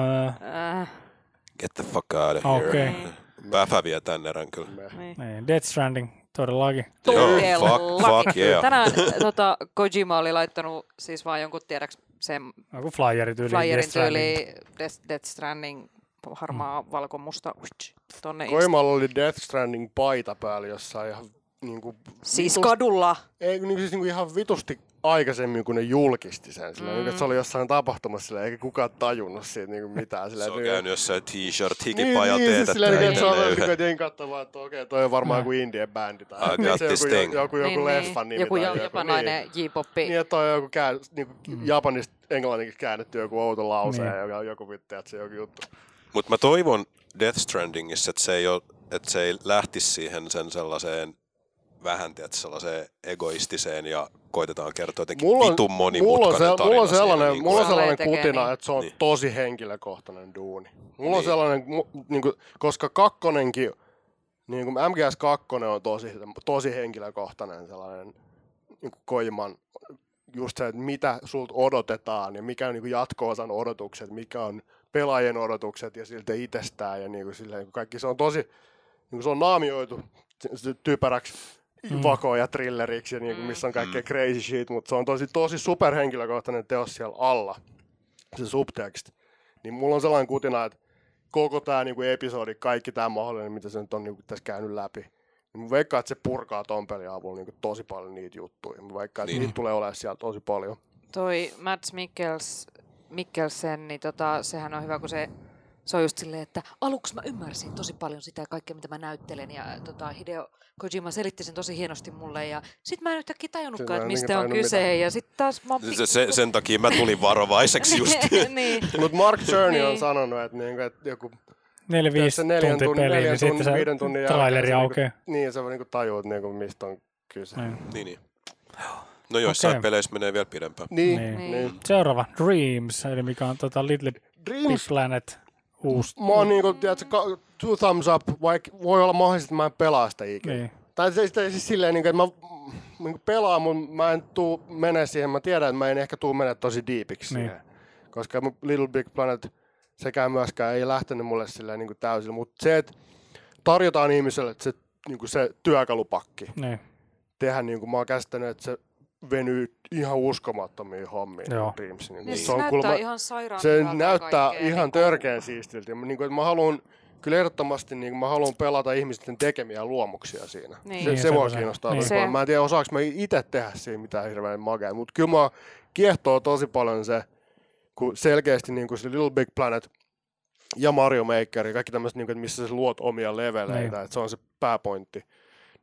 S1: Äh,
S4: Get the fuck out of here.
S3: Okei.
S4: Päfä vie tän erän kyllä.
S1: niin.
S3: niin. Death Stranding, todellakin.
S4: Joo, fuck, fuck
S1: Todellakin.
S4: yeah.
S1: Tänään tota, Kojima oli laittanut siis vaan jonkun tiedäks sen
S3: Joku flyerit yli.
S1: flyerin
S3: Death Stranding.
S1: tyyli Death, Death Stranding harmaa mm. valkomusta uits, tonne Insta-
S2: Koimalla oli Death Stranding paita päällä jossain ihan niin kuin,
S1: Siis kadulla.
S2: ei, niin, siis niin kuin ihan vitusti aikaisemmin, kun ne julkisti sen. Sillä, mm. niin, että se oli jossain tapahtumassa, sillä, eikä kukaan tajunnut siitä niin kuin mitään. Sillä,
S4: Se on
S2: niin,
S4: käynyt jossain t-shirt
S2: niin,
S4: hikipaja
S2: niin, siis
S4: teetä
S2: sillä, niin, että se on
S4: itselleen
S2: niin kuin,
S4: yhden.
S2: että jengi katsoo vaan, että okei, toi on varmaan joku indie bändi. Tai
S4: I got
S2: niin, se
S4: this
S2: joku,
S4: thing.
S2: joku, joku
S1: niin,
S2: leffa
S1: niin.
S2: nimi.
S1: Joku
S2: tai
S1: ja- japanainen Mm.
S2: Niin.
S1: J-poppi.
S2: Niin, että toi on joku kään, niin kuin japanista englanniksi käännetty joku outo lause,
S3: Niin.
S2: ja joka on joku vittu, että se on joku juttu.
S4: Mutta mä toivon Death Strandingissa, että se ei, ole, että se ei lähtisi siihen sen sellaiseen vähän tiedät, sellaiseen egoistiseen ja koitetaan kertoa jotenkin mulla on, vitun
S2: mulla on,
S4: monimutkainen
S2: se,
S4: tarina.
S2: mulla on
S4: siinä,
S2: sellainen,
S4: niin kuin,
S2: mulla on
S4: että-
S1: Sale
S2: sellainen
S1: tekee,
S2: kutina,
S1: niin.
S2: että se on
S4: Niin.
S2: tosi henkilökohtainen duuni. Mulla on
S4: Niin.
S2: sellainen, niin kuin, koska kakkonenkin, niin kuin MGS2 on tosi, tosi henkilökohtainen sellainen niin kuin Koiman just se, että mitä sulta odotetaan ja mikä on niin jatko-osan odotukset, mikä on pelaajien odotukset ja siltä itsestään ja niin kuin silleen, niin kuin kaikki se on tosi, niin kuin se on naamioitu se- se typeräksi mm. vakoon ja thrilleriksi ja niin kuin, missä on kaikkea mm. crazy shit, mutta se on tosi, tosi superhenkilökohtainen teos siellä alla, se subteksti. Niin mulla on sellainen kutina, että koko tämä niinku episodi, kaikki tämä mahdollinen, mitä se nyt on niinku tässä käynyt läpi, niin mä veikkaan, että se purkaa ton pelin avulla niinku tosi paljon niitä juttuja. Mä veikkaan, että
S4: Niin.
S2: niitä tulee olemaan siellä tosi paljon.
S1: toi Mads Mikkels, Mikkelsen, niin tota, sehän on hyvä, kun se, se on just silleen, että aluksi mä ymmärsin tosi paljon sitä kaikkea, mitä mä näyttelen, ja tota, Hideo Kojima selitti sen tosi hienosti mulle, ja sit mä en yhtäkkiä
S2: Sitten
S1: tajunnutkaan,
S2: mä en
S1: että mistä on
S2: jotenkin tajunnut
S1: kyse, mitään. ja sit taas mä oon
S4: Se, se, sen takia mä tulin varovaiseksi just.
S1: niin.
S2: Mutta Mark Cerny on
S1: Niin.
S2: sanonut, että, niinku, että joku
S3: Neljä viisi
S2: se neljän
S3: tuntia
S2: tunnin,
S3: peliä,
S2: neljän
S3: niin
S2: tunnin,
S3: sitten se
S2: viiden tunnin jälkeen
S3: traileri
S2: se
S3: aukeaa.
S2: Niinku, niin, sä niinku tajuut, niinku, mistä on kyse.
S3: Niin.
S4: niin, niin. No joissain
S3: Okei.
S4: okay. peleissä menee vielä pidempään.
S2: Niin,
S3: Niin.
S2: niin. niin.
S3: Seuraava, Dreams, eli mikä on tota Little Big
S2: Dreams
S3: Planet uusi.
S2: Mä oon niinku, tiedätkö, ka- two thumbs up, vaikka voi olla mahdollisesti, että mä en pelaa sitä ikinä.
S3: Niin.
S2: Tai se, se, siis silleen, niin kuin, että mä niin pelaan, mutta mä en tuu mene siihen. Mä tiedän, että mä en ehkä tuu mene tosi deepiksi niin.
S3: Niin.
S2: siihen. Koska mun Little Big Planet sekään myöskään ei lähtenyt mulle silleen niin täysin. Mutta se, että tarjotaan ihmiselle että se, niin se työkalupakki
S3: Niin.
S2: tehdä, niin kuin mä oon käsittänyt, että se venyy ihan uskomattomiin hommiin.
S3: Joo.
S2: Dreams, niin
S1: Niin.
S2: se
S1: Se
S2: on
S1: näyttää
S2: kuulemma,
S1: ihan sairaan
S2: se
S1: hyvältä
S2: näyttää
S1: kaikkea,
S2: ihan
S1: niinku-
S2: törkeän siistiltä. Ja mä- Niin kuin, että mä haluan, kyllä ehdottomasti niin kuin mä haluan pelata ihmisten tekemiä luomuksia siinä.
S1: Niin.
S2: Se,
S1: Niin,
S2: se
S3: se
S2: mua
S3: on se.
S2: kiinnostaa
S3: Niin.
S2: niin. se.
S1: Se-
S2: Mä en tiedä, osaanko mä itse tehdä siinä mitään hirveän magea, mutta kyllä mä kiehtoo tosi paljon se, kun selkeästi niin kuin se Little Big Planet ja Mario Maker ja kaikki tämmöiset, niin kuin, että missä sä luot omia leveleitä,
S3: Niin.
S2: että se on se pääpointti.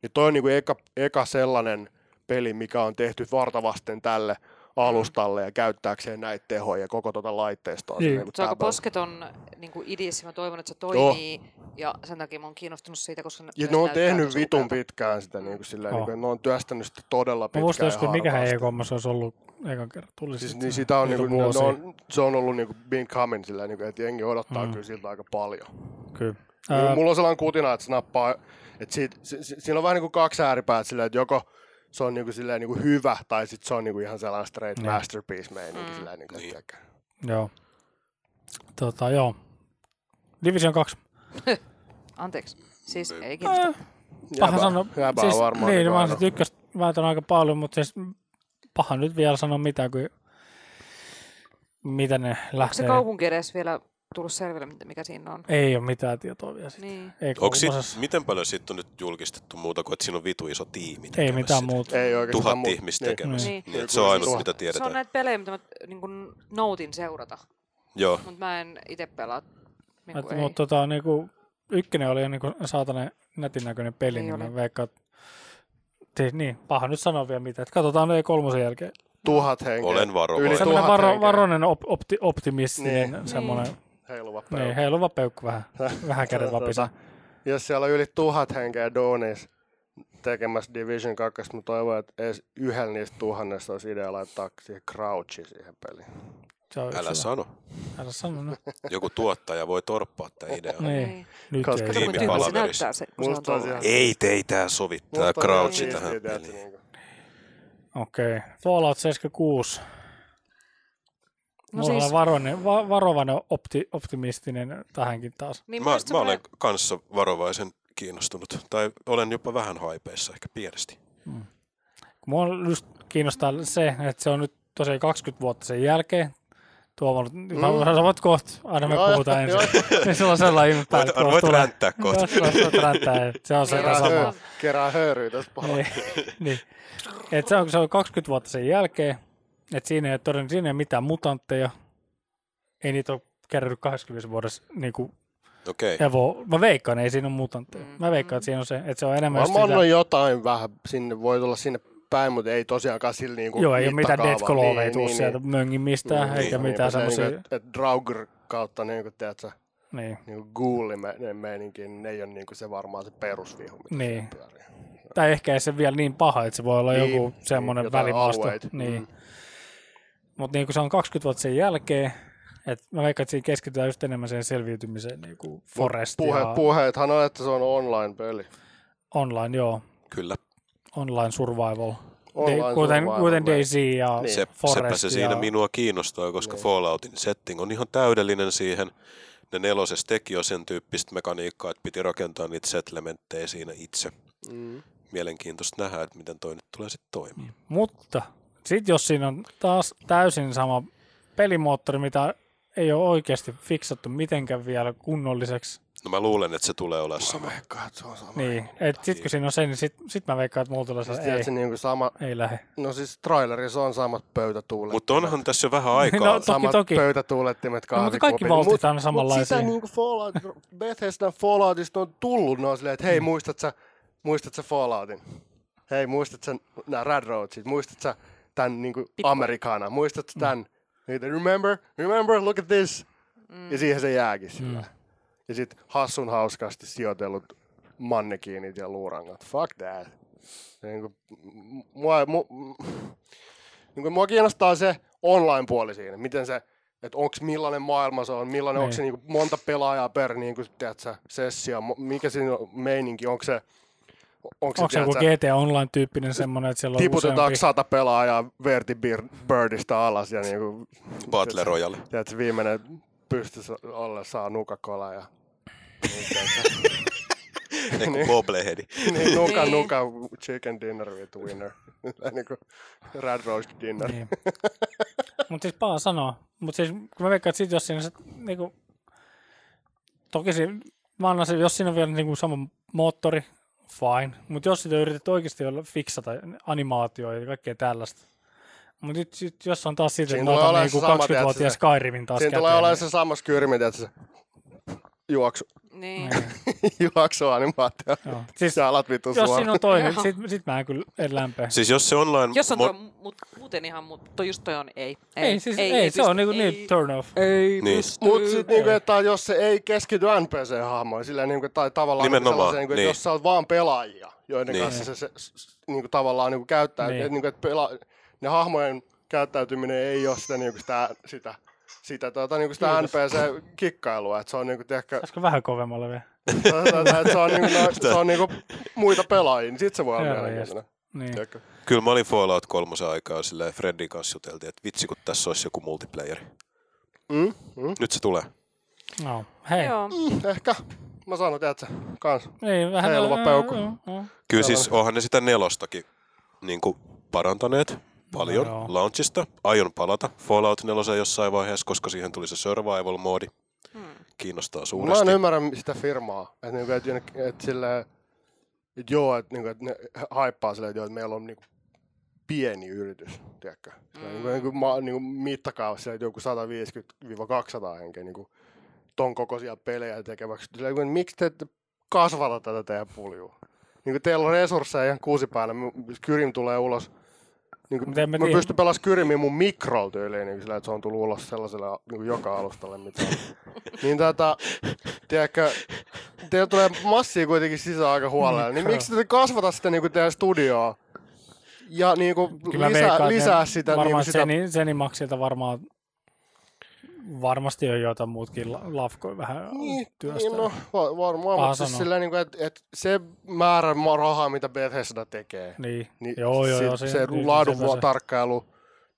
S2: Niin toi on niin kuin eka, eka sellainen peli, mikä on tehty vartavasten tälle alustalle ja käyttääkseen näitä tehoja ja koko tuota laitteistoa.
S3: Niin.
S2: niinku
S1: Se on aika
S2: täpöllä.
S1: posketon niin kuin idis, ja mä toivon, että se toimii. Ja sen takia mä oon kiinnostunut siitä, koska
S2: Oh. Ja
S1: myös
S2: ne on
S1: näyttää
S2: tehnyt
S1: tosi
S2: vitun
S1: upealta.
S2: pitkään sitä, niin kuin silleen,
S3: Mm. Joo.
S2: niin kuin, ne on työstänyt sitä todella
S3: Mä
S2: pitkään.
S3: muistan joskus,
S2: ja
S3: mikä
S2: hartaasti.
S3: ei EKMassa olisi ollut ekan kerran. Tuli
S2: Siis,
S3: sit-
S2: niin sitä on, niin
S3: niitä
S2: kuin, ne
S3: vuosia.
S2: on, se on ollut niin kuin been coming sillä, niin kuin, että jengi odottaa mm. kyllä siltä aika paljon.
S3: Kyllä.
S2: Ää...
S3: Ää,
S2: Mulla on sellainen kutina, että se nappaa, että siitä, si, si, siinä on vähän niin kuin kaksi ääripäät silleen, että joko se on niin kuin, silleen, niin kuin hyvä, tai sitten se on niin kuin ihan sellainen straight mm. masterpiece meininki. Mm. Silleen, niin kuin,
S4: Niin.
S2: että-
S3: Joo. Tota, joo. Division 2.
S1: Anteeksi. Siis
S4: Ei-
S1: ei kiinnosta.
S3: Paha
S2: Jäbää-
S3: sanoa.
S2: jäbää
S3: Siis,
S2: varmaan
S3: niin,
S2: niinku
S3: mä
S2: aina.
S3: sitä ykköstä väitän aika paljon, mutta siis paha nyt vielä sanoa mitään, kun mitä ne
S1: Onko se
S3: lähtee.
S1: kaupunki edes vielä tullut selville, mitä- mikä siinä on?
S3: Ei ole mitään tietoa vielä siitä.
S1: Niin.
S3: Ei,
S4: Onko sit,
S3: kolmosessa-
S4: miten paljon siitä on nyt julkistettu muuta kuin, että siinä on vitu iso tiimi
S3: ei
S4: tekemässä
S3: mitään
S4: sitä?
S3: muuta.
S2: Ei oikeastaan
S4: Tuhat
S2: muu-
S4: ihmistä
S2: niin.
S4: tekemässä.
S1: Niin.
S4: Niin. Niin, että se on ainut,
S2: Tuhat.
S4: mitä
S1: Se on
S4: tiedetään.
S1: näitä pelejä, mitä mä niin kuin, noutin seurata,
S4: Joo.
S1: mutta mä en itse pelaa. Niin
S3: Et,
S1: kuin,
S3: mut, tota, niinku, ykkönen oli niinku saatana nätin näköinen peli,
S1: Niin
S3: niin,
S1: oli.
S3: mä veikkaan, et- siis niin, paha nyt sanoa vielä mitä. Et katsotaan ei kolmosen jälkeen.
S2: Tuhat henkeä.
S4: Olen varovainen.
S2: Yli
S3: Sellainen
S2: tuhat
S3: varo,
S2: henkeä.
S3: varoinen op, opti, optimistinen,
S2: Niin.
S3: niin. semmoinen,
S2: Heiluva
S3: niin.
S2: peukku.
S3: heiluva peukku vähän, vähän käden
S2: Tota,
S3: vapisa.
S2: jos siellä on yli tuhat henkeä duunis tekemässä Division 2, mä toivon, että edes yhden niistä tuhannesta olisi idea laittaa siihen crouchi siihen peliin.
S3: Se on
S4: Älä
S3: yksilö.
S4: sano.
S3: Älä sano Niin. nyt.
S4: Joku tuottaja voi torppaa tämän idean.
S3: Niin. Nyt
S2: Koska-
S1: Kato,
S3: ei.
S1: kun tyhmältä se
S4: Tiimipalaverissa.
S1: näyttää se, kun se on
S2: Musta on
S1: tuolla.
S2: ihan-
S4: Ei teitä sovi tää
S2: Musta on ihan
S4: crouchi
S2: siistiä,
S4: tähän
S2: tiedätkö,
S4: peliin.
S2: niinku.
S3: Okei. Fallout 76.
S1: No
S3: Mulla
S1: siis,
S3: on varoinen, va, varovainen opti, optimistinen tähänkin taas.
S1: niin
S4: Mä,
S1: myös
S4: mä olen
S1: semmoinen-
S4: kanssa varovaisen kiinnostunut. Tai olen jopa vähän haipeissa, ehkä pienesti.
S3: Mua on just kiinnostaa se, että se on nyt tosiaan 20 vuotta sen jälkeen. Tuomo, mm. voit kohta, aina me
S2: Joo,
S3: puhutaan
S2: joo.
S3: ensin. Niin sulla on sellainen ilme päällä.
S4: Voit, voit ränttää kohta.
S3: Voit ränttää, se on se
S1: Niin,
S2: Kerää,
S1: sama.
S2: höö,
S3: sama.
S1: joo.
S2: kerää höyryä tässä
S3: Niin,
S2: pahalla.
S3: niin. Et se, on, se on 20 vuotta sen jälkeen, että siinä ei, toden, siinä ei ole mitään mutantteja. Ei niitä ole kerännyt 80 vuodessa niin kuin
S4: Okei.
S3: Evo. Mä veikkaan, ei siinä ole mutantteja. Mä veikkaan, että siinä on se, että se on enemmän just
S2: Varmaan on
S3: sitä,
S2: jotain vähän, sinne voi tulla sinne päin, mutta ei tosiaankaan sillä niinku
S3: joo, ei ole mitään
S2: mittakaavaa.
S3: Death Claw ei
S2: Niin,
S3: tuu
S2: niin,
S3: sieltä
S2: niin.
S3: möngin mistään,
S2: Niin,
S3: eikä
S2: niin,
S3: mitään
S2: se niinku,
S3: semmoisia.
S2: et- et Draugr kautta niinku, tiedätkö,
S3: Niin.
S2: niinku ghouli-meininki, niin ne ei ole niinku se varmaan se perusvihu, mitä
S3: Niin.
S2: siinä pyörii.
S3: Tai ehkä ei se vielä niin paha, että se voi olla
S2: Niin,
S3: joku
S2: niin,
S3: semmoinen
S2: jotain
S3: välimaasto.
S2: alueita.
S3: Niin.
S2: Mm.
S3: Mutta niin kuin se on 20 vuotta sen jälkeen, että mä veikkaan, että siinä keskitytään just enemmän sen selviytymiseen, niin kuin Forest
S2: Puhe,
S3: ja
S2: Puheethan on, että se on online-peli.
S3: online, joo,
S4: Kyllä.
S3: online survival.
S2: Online
S3: Online kuten,
S2: survival,
S3: kuten
S2: niin.
S3: DayZ ja
S2: Niin.
S4: Se,
S3: niin. Forest
S4: sepä se siinä
S3: ja...
S4: minua kiinnostaa, koska
S2: Niin.
S4: Falloutin setting on ihan täydellinen siihen. Ne nelosessa teki jo sen tyyppistä mekaniikkaa, että piti rakentaa niitä settlementtejä siinä itse.
S2: Mm.
S4: Mielenkiintoista nähdä, että miten toi nyt tulee sitten toimimaan.
S3: Mutta sitten jos siinä on taas täysin sama pelimoottori, mitä ei ole oikeasti fiksattu mitenkään vielä kunnolliseksi,
S4: No mä luulen, että se tulee olemaan sama.
S2: veikkaan, se on sama.
S3: niin et sit kun siinä on se, niin sit, sit mä veikkaan, että mulla tulee
S2: Siis
S3: siis
S2: tiedätkö,
S3: ei,
S2: niin kuin sama,
S3: ei lähde.
S2: no siis trailerissa on samat pöytätuulettimet.
S4: Mutta onhan tässä jo vähän aikaa.
S3: No, to-
S2: samat
S3: toki.
S2: pöytätuulettimet
S3: No, mutta
S2: kahvikupilla.
S3: kaikki valtit on
S2: Mut
S3: samanlaisia.
S2: sitä niin kuin Fallout, Bethesdan Falloutista on tullut, ne on silleen, että hei,
S3: Hmm.
S2: muistat sä, muistat sä Falloutin? Hei, muistat sä nämä Red Roadsit? Muistat sä tämän niin kuin Amerikana? Muistat sä
S3: Hmm.
S2: tämän? Niitä, remember, remember, look at this. Ja siihen se jääkin
S3: Hmm.
S2: sillä. Ja sit hassun hauskasti sijoitellut mannekiinit ja luurangat. Fuck that. Niin kuin, niinku, mua, mu, niin kuin, mua kiinnostaa se online-puoli siinä, miten se Että onko millainen maailma se on, millainen,
S3: Niin.
S2: onko se niinku monta pelaajaa per niinku, tiedätkö, sessio, mo- mikä siinä on meininki, onko se, onko se,
S3: Onko se joku
S2: tiedätkö,
S3: GT Online-tyyppinen semmoinen, että siellä on
S2: tiputetaanko
S3: useampi?
S2: sata pelaajaa Verti Bir- Birdistä alas ja niinku,
S4: Battle Royale.
S2: tiedätkö, viimeinen pystyssä alle saa nukakola ja niin, tiedätkö,
S4: Ei kun bobbleheadi.
S2: niin, nuka,
S1: Niin.
S2: nuka, chicken dinner with winner. niin kuin red roast dinner.
S3: Niin. mutta siis paha sanoa. Mutta siis kun mä veikkaan, että sit jos siinä se, niinku, toki se, mä annan se, jos siinä on vielä niinku sama moottori, fine. Mutta jos sitä yritet oikeasti olla fiksata animaatioita ja kaikkea tällaista. Mutta nyt sit, jos on taas siitä,
S2: Siinä
S3: että mä
S2: tulee
S3: otan
S2: olemaan
S3: niinku
S2: se sama, tiedätkö,
S3: 20-vuotias
S2: se-
S3: Skyrimin taas
S2: Siinä tulee
S3: käteen,
S2: olemaan
S3: niin-
S2: se sama skyrmi, että se juoksu,
S1: Niin.
S2: juoksuanimaatio.
S3: Joo. Siis,
S2: Sä alat vittu
S3: jos
S2: suoraan.
S3: siinä on toi,
S1: Joo.
S3: niin sit, sit mä en kyllä en lämpeä.
S4: Siis jos se online...
S1: Jos on
S4: mo-
S1: tuo, mut, muuten ihan, mut, toi just toi on ei.
S3: Ei, ei, siis, ei, ei se
S1: pysty,
S3: on niinku
S1: ei.
S3: niin turn off.
S1: Ei
S4: Niin.
S1: pysty.
S2: Mutta sitten niinku, että jos se ei keskity NPC-hahmoihin, sillä niinku, tai tavallaan niinku
S4: Nimenomaan,
S2: sellaiseen, niinku, että
S4: niin.
S2: jos sä oot vaan pelaajia, joiden
S4: Niin.
S2: niin. kanssa se, se, s- niinku, tavallaan niinku, käyttää,
S3: Niin.
S2: niin. niinku, että pela, ne hahmojen käyttäytyminen ei ole sitä, niinku, sitä, sitä, sitä, tuota, niinku, sitä
S3: Kiitos.
S2: NPC-kikkailua, että se on niinku, ehkä,
S3: Saisiko vähän kovemmalle vielä?
S2: Sanotaan, että se on, niinku, no, se on niinku muita pelaajia, niin sit se voi olla
S3: Herra
S2: mielenkiintoinen.
S3: Niin.
S2: Tiedätkö?
S4: Kyllä mä olin Fallout 3 aikaa silleen Fredin kanssa juteltiin, että vitsi kun tässä olisi joku multiplayeri.
S2: Mm, mm,
S4: Nyt se tulee.
S3: No, hei.
S1: Joo.
S4: Niin.
S2: mm, ehkä. Mä sanon, tiedätkö, kans.
S3: Niin, vähän...
S2: Heiluva peukku.
S3: Joo, joo.
S4: Kyllä siis onhan ne sitä nelostakin niin kuin parantaneet paljon
S3: No joo.
S4: no, launchista. Aion palata Fallout 4 jossain vaiheessa, koska siihen tuli se survival-moodi. Kiinnostaa
S2: Hmm. Mä en
S4: suuresti.
S2: ymmärrä sitä firmaa. Että niinku, et, jonnekin- et silleen, et joo, että niinku, et ne haippaa silleen, että joo, et meillä on niinku pieni yritys, tiedätkö? Mm. Niinku, niinku, ma, niinku mittakaavassa silleen, että joku 150-200 henkeä niinku, ton kokoisia pelejä tekeväksi. Silleen, niinku, et miksi te ette kasvata tätä teidän puljua? Niinku teillä on resursseja ihan kuusipäällä. Kyrim tulee ulos. Niinku,
S3: Mut en
S2: mä,
S3: mä
S2: mä
S3: tiedä.
S2: pystyn pelaamaan Kyrimin mun mikrolta tyyliin, niin sillä, että se on tullut ulos sellaisella niin joka alustalle mitä. on. niin tota, tiedätkö, teillä tulee massia kuitenkin sisään aika huolella, niin
S3: Mikro.
S2: miksi te kasvata sitä niin kuin teidän studioa? Ja niin kuin
S3: Kyllä mä
S2: lisää,
S3: veikkaan, että
S2: lisää
S3: ne
S2: sitä, niin kuin
S3: Varmaan niin
S2: sitä
S3: Zeni, Zenimaxilta varmaan varmasti on jotain muutkin la- lafkoja vähän
S2: Niin,
S3: työstä.
S2: Niin, no, va- varmaan,
S3: Paha
S2: mutta siis
S3: sanoa.
S2: sillä niin kuin, että, että se määrä ma- rahaa, mitä Bethesda tekee,
S3: niin.
S2: niin
S3: joo, joo,
S2: se,
S3: joo,
S2: se,
S3: niin, kyllä
S2: se laadun
S3: selvä se.
S2: tarkkailu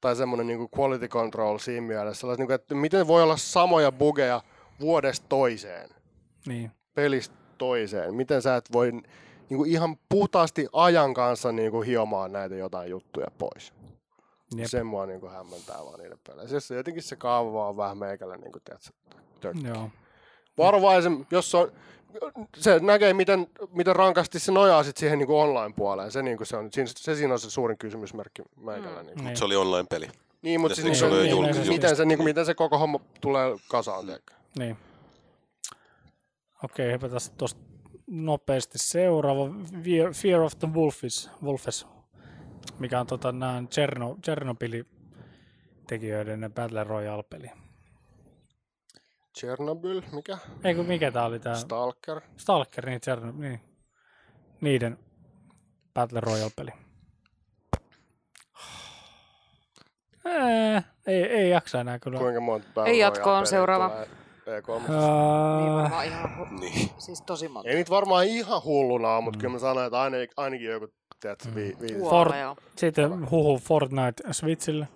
S2: tai semmoinen niin quality control siinä mielessä, sellais niin kuin, että miten voi olla samoja bugeja vuodesta toiseen,
S3: Niin.
S2: pelistä toiseen, miten sä et voi niin kuin ihan puhtaasti ajan kanssa niin kuin hiomaan näitä jotain juttuja pois.
S3: Jep.
S2: Jep. Se mua niin kuin hämmentää vaan niiden peleissä. Siis jotenkin se kaava vaan on vähän meikällä niin kuin, tiedätkö, tök-
S3: Joo.
S2: varovaisen, jos se on, se näkee, miten, miten rankasti se nojaa sit siihen niin online-puoleen. Se, niin kuin se, on, siinä, se siinä on se suurin kysymysmerkki meikällä. Mm. Niin, kuin.
S3: Niin.
S4: Se oli online-peli.
S2: niin mutta
S4: Ja
S2: siis,
S4: se
S2: niin,
S4: oli
S2: niin,
S4: julkis-
S2: miten,
S3: julkis-
S2: miten, se, niin kuin, miten se koko homma tulee kasaan. Mm.
S3: Niin. Okei, hypätään tuosta nopeasti seuraava. Fear- Fear of the Wolfis, Wolfes, mikä on tota, nää Cherno, Chernobylin tekijöiden ne Battle Royale-peli.
S2: Chernobyl, mikä?
S3: Eikö mikä tää oli tää?
S2: Stalker.
S3: Stalker, niin, Chernobyl, niin. Niiden Battle Royale-peli. Ää, ei, ei jaksa enää kyllä.
S2: Kuinka monta Battle
S1: Ei jatkoon,
S2: Royale-peliä
S1: seuraava.
S2: tulee E3?
S1: Niin
S3: Ää,
S1: varmaan ihan, hu-
S2: Hmm.
S4: Niin.
S1: siis tosi monta.
S2: Ei niitä varmaan ihan hulluna ole, mutta kyllä mä sanoin, että ainakin, ainakin joku, tiedätkö,
S3: Mm.
S2: vi, vi,
S1: Tuolla,
S3: Fort-
S1: joo.
S3: sitten huhu Fortnite Switchille.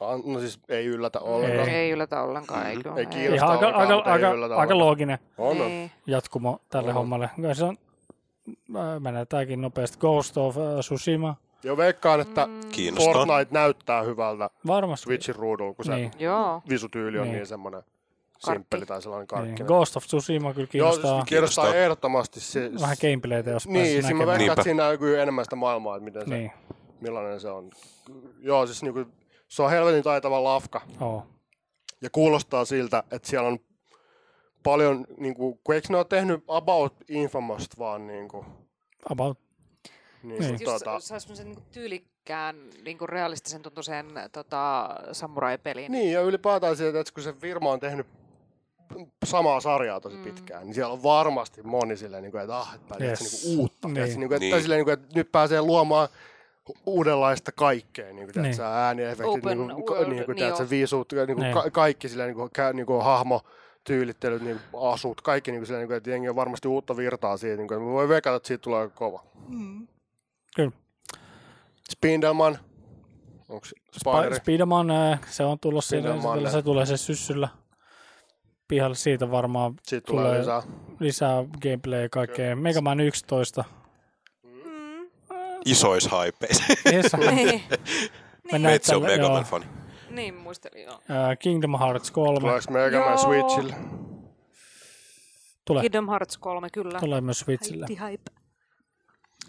S2: An- No siis ei yllätä
S1: Ei.
S2: ollenkaan.
S1: ei yllätä ollenkaan, ei kyllä.
S2: Ei kiinnosta
S3: Ihan aika,
S2: ollenkaan,
S3: aika,
S2: mutta ei
S3: aika,
S2: yllätä
S3: aika
S2: ollenkaan.
S3: looginen
S2: On, on.
S1: Niin.
S3: jatkumo tälle
S2: On.
S3: hommalle. Kyllä se on, ää, menee tääkin nopeasti. Ghost of ää, Tsushima.
S2: Jo veikkaan, että
S1: Mm.
S4: Kiinnostaa.
S2: Fortnite näyttää hyvältä
S3: Varmasti.
S2: Switchin ruudulla, kun se
S3: Niin.
S1: Joo.
S2: visutyyli on
S3: Niin.
S2: niin, semmoinen simppeli tai sellainen
S3: Niin.
S2: karkkinen.
S3: Ghost of Tsushima kyllä
S2: Joo,
S3: kiinnostaa.
S2: siis kiinnostaa
S4: Kiinnostaa.
S2: ehdottomasti. Se,
S3: Vähän gameplaytä, jos pääsee
S2: Niin, siinä mä
S3: näkemään.
S2: veikkaan,
S4: Niinpä.
S2: että siinä näkyy enemmän sitä maailmaa, että miten se,
S3: Niin,
S2: millainen se on. Joo, siis niinku, se on helvetin taitava lafka.
S3: joo.
S2: ja kuulostaa siltä, että siellä on paljon, niin kuin, kun eikö ne ole tehnyt About Infamous vaan niin kuin,
S3: About.
S2: niin
S3: Niin.
S2: kuin,
S1: Just
S2: tota,
S1: saa semmoisen niinku tyylikkään, niinku realistisen tuntuisen tota, samurai-pelin.
S2: niin ja ylipäätään sieltä, että kun se firma on tehnyt samaa sarjaa tosi
S1: Mm.
S2: pitkään, niin siellä on varmasti moni silleen, niin kuin, että ah, että yes.
S3: Yes.
S2: niin kuin uutta.
S3: Niin.
S2: Niin. Niin kuin, että,
S4: Niin.
S2: niin. silleen, niin kuin, että nyt pääsee luomaan uudenlaista kaikkea, niin kuin,
S3: Niin.
S2: niin. ääniefektit,
S1: Open
S2: niin kuin,
S1: world,
S2: ka, niin kuin,
S1: niin
S2: tiedätkö,
S1: joo.
S2: viisuut, niin kuin,
S3: Niin.
S2: ka, kaikki sillä niin kuin, kä, niin kuin, hahmo, tyylittelyt, niin kuin, asut, kaikki niin kuin, sillä, niin kuin, että jengi on varmasti uutta virtaa siitä, niin kuin, voi veikata, että siitä tulee aika kova.
S3: Kyllä.
S2: Spindelman, onko Spideri?
S3: Speedman, äh, se on tulossa siinä,
S2: Spiderman,
S3: se-
S2: ne.
S3: se tulee se syssyllä pihalle. Siitä varmaan
S2: Siitä tulee,
S3: tulee-
S2: lisää.
S3: lisää gameplaya ja kaikkea. Mega Man 11.
S4: Isois hypeissä.
S3: Yes.
S1: Niin,
S3: Mennään
S4: Meitsi on
S3: tälle-
S4: Mega
S3: joo.
S4: Man fani.
S1: niin muistelin, joo.
S3: Ää, Äh, Kingdom Hearts 3
S2: Tuleeko Mega Man
S1: Joo.
S2: Switchille?
S3: tulee,
S1: Kingdom Hearts 3, kyllä.
S3: tulee myös Switchille.
S1: Hype, hype.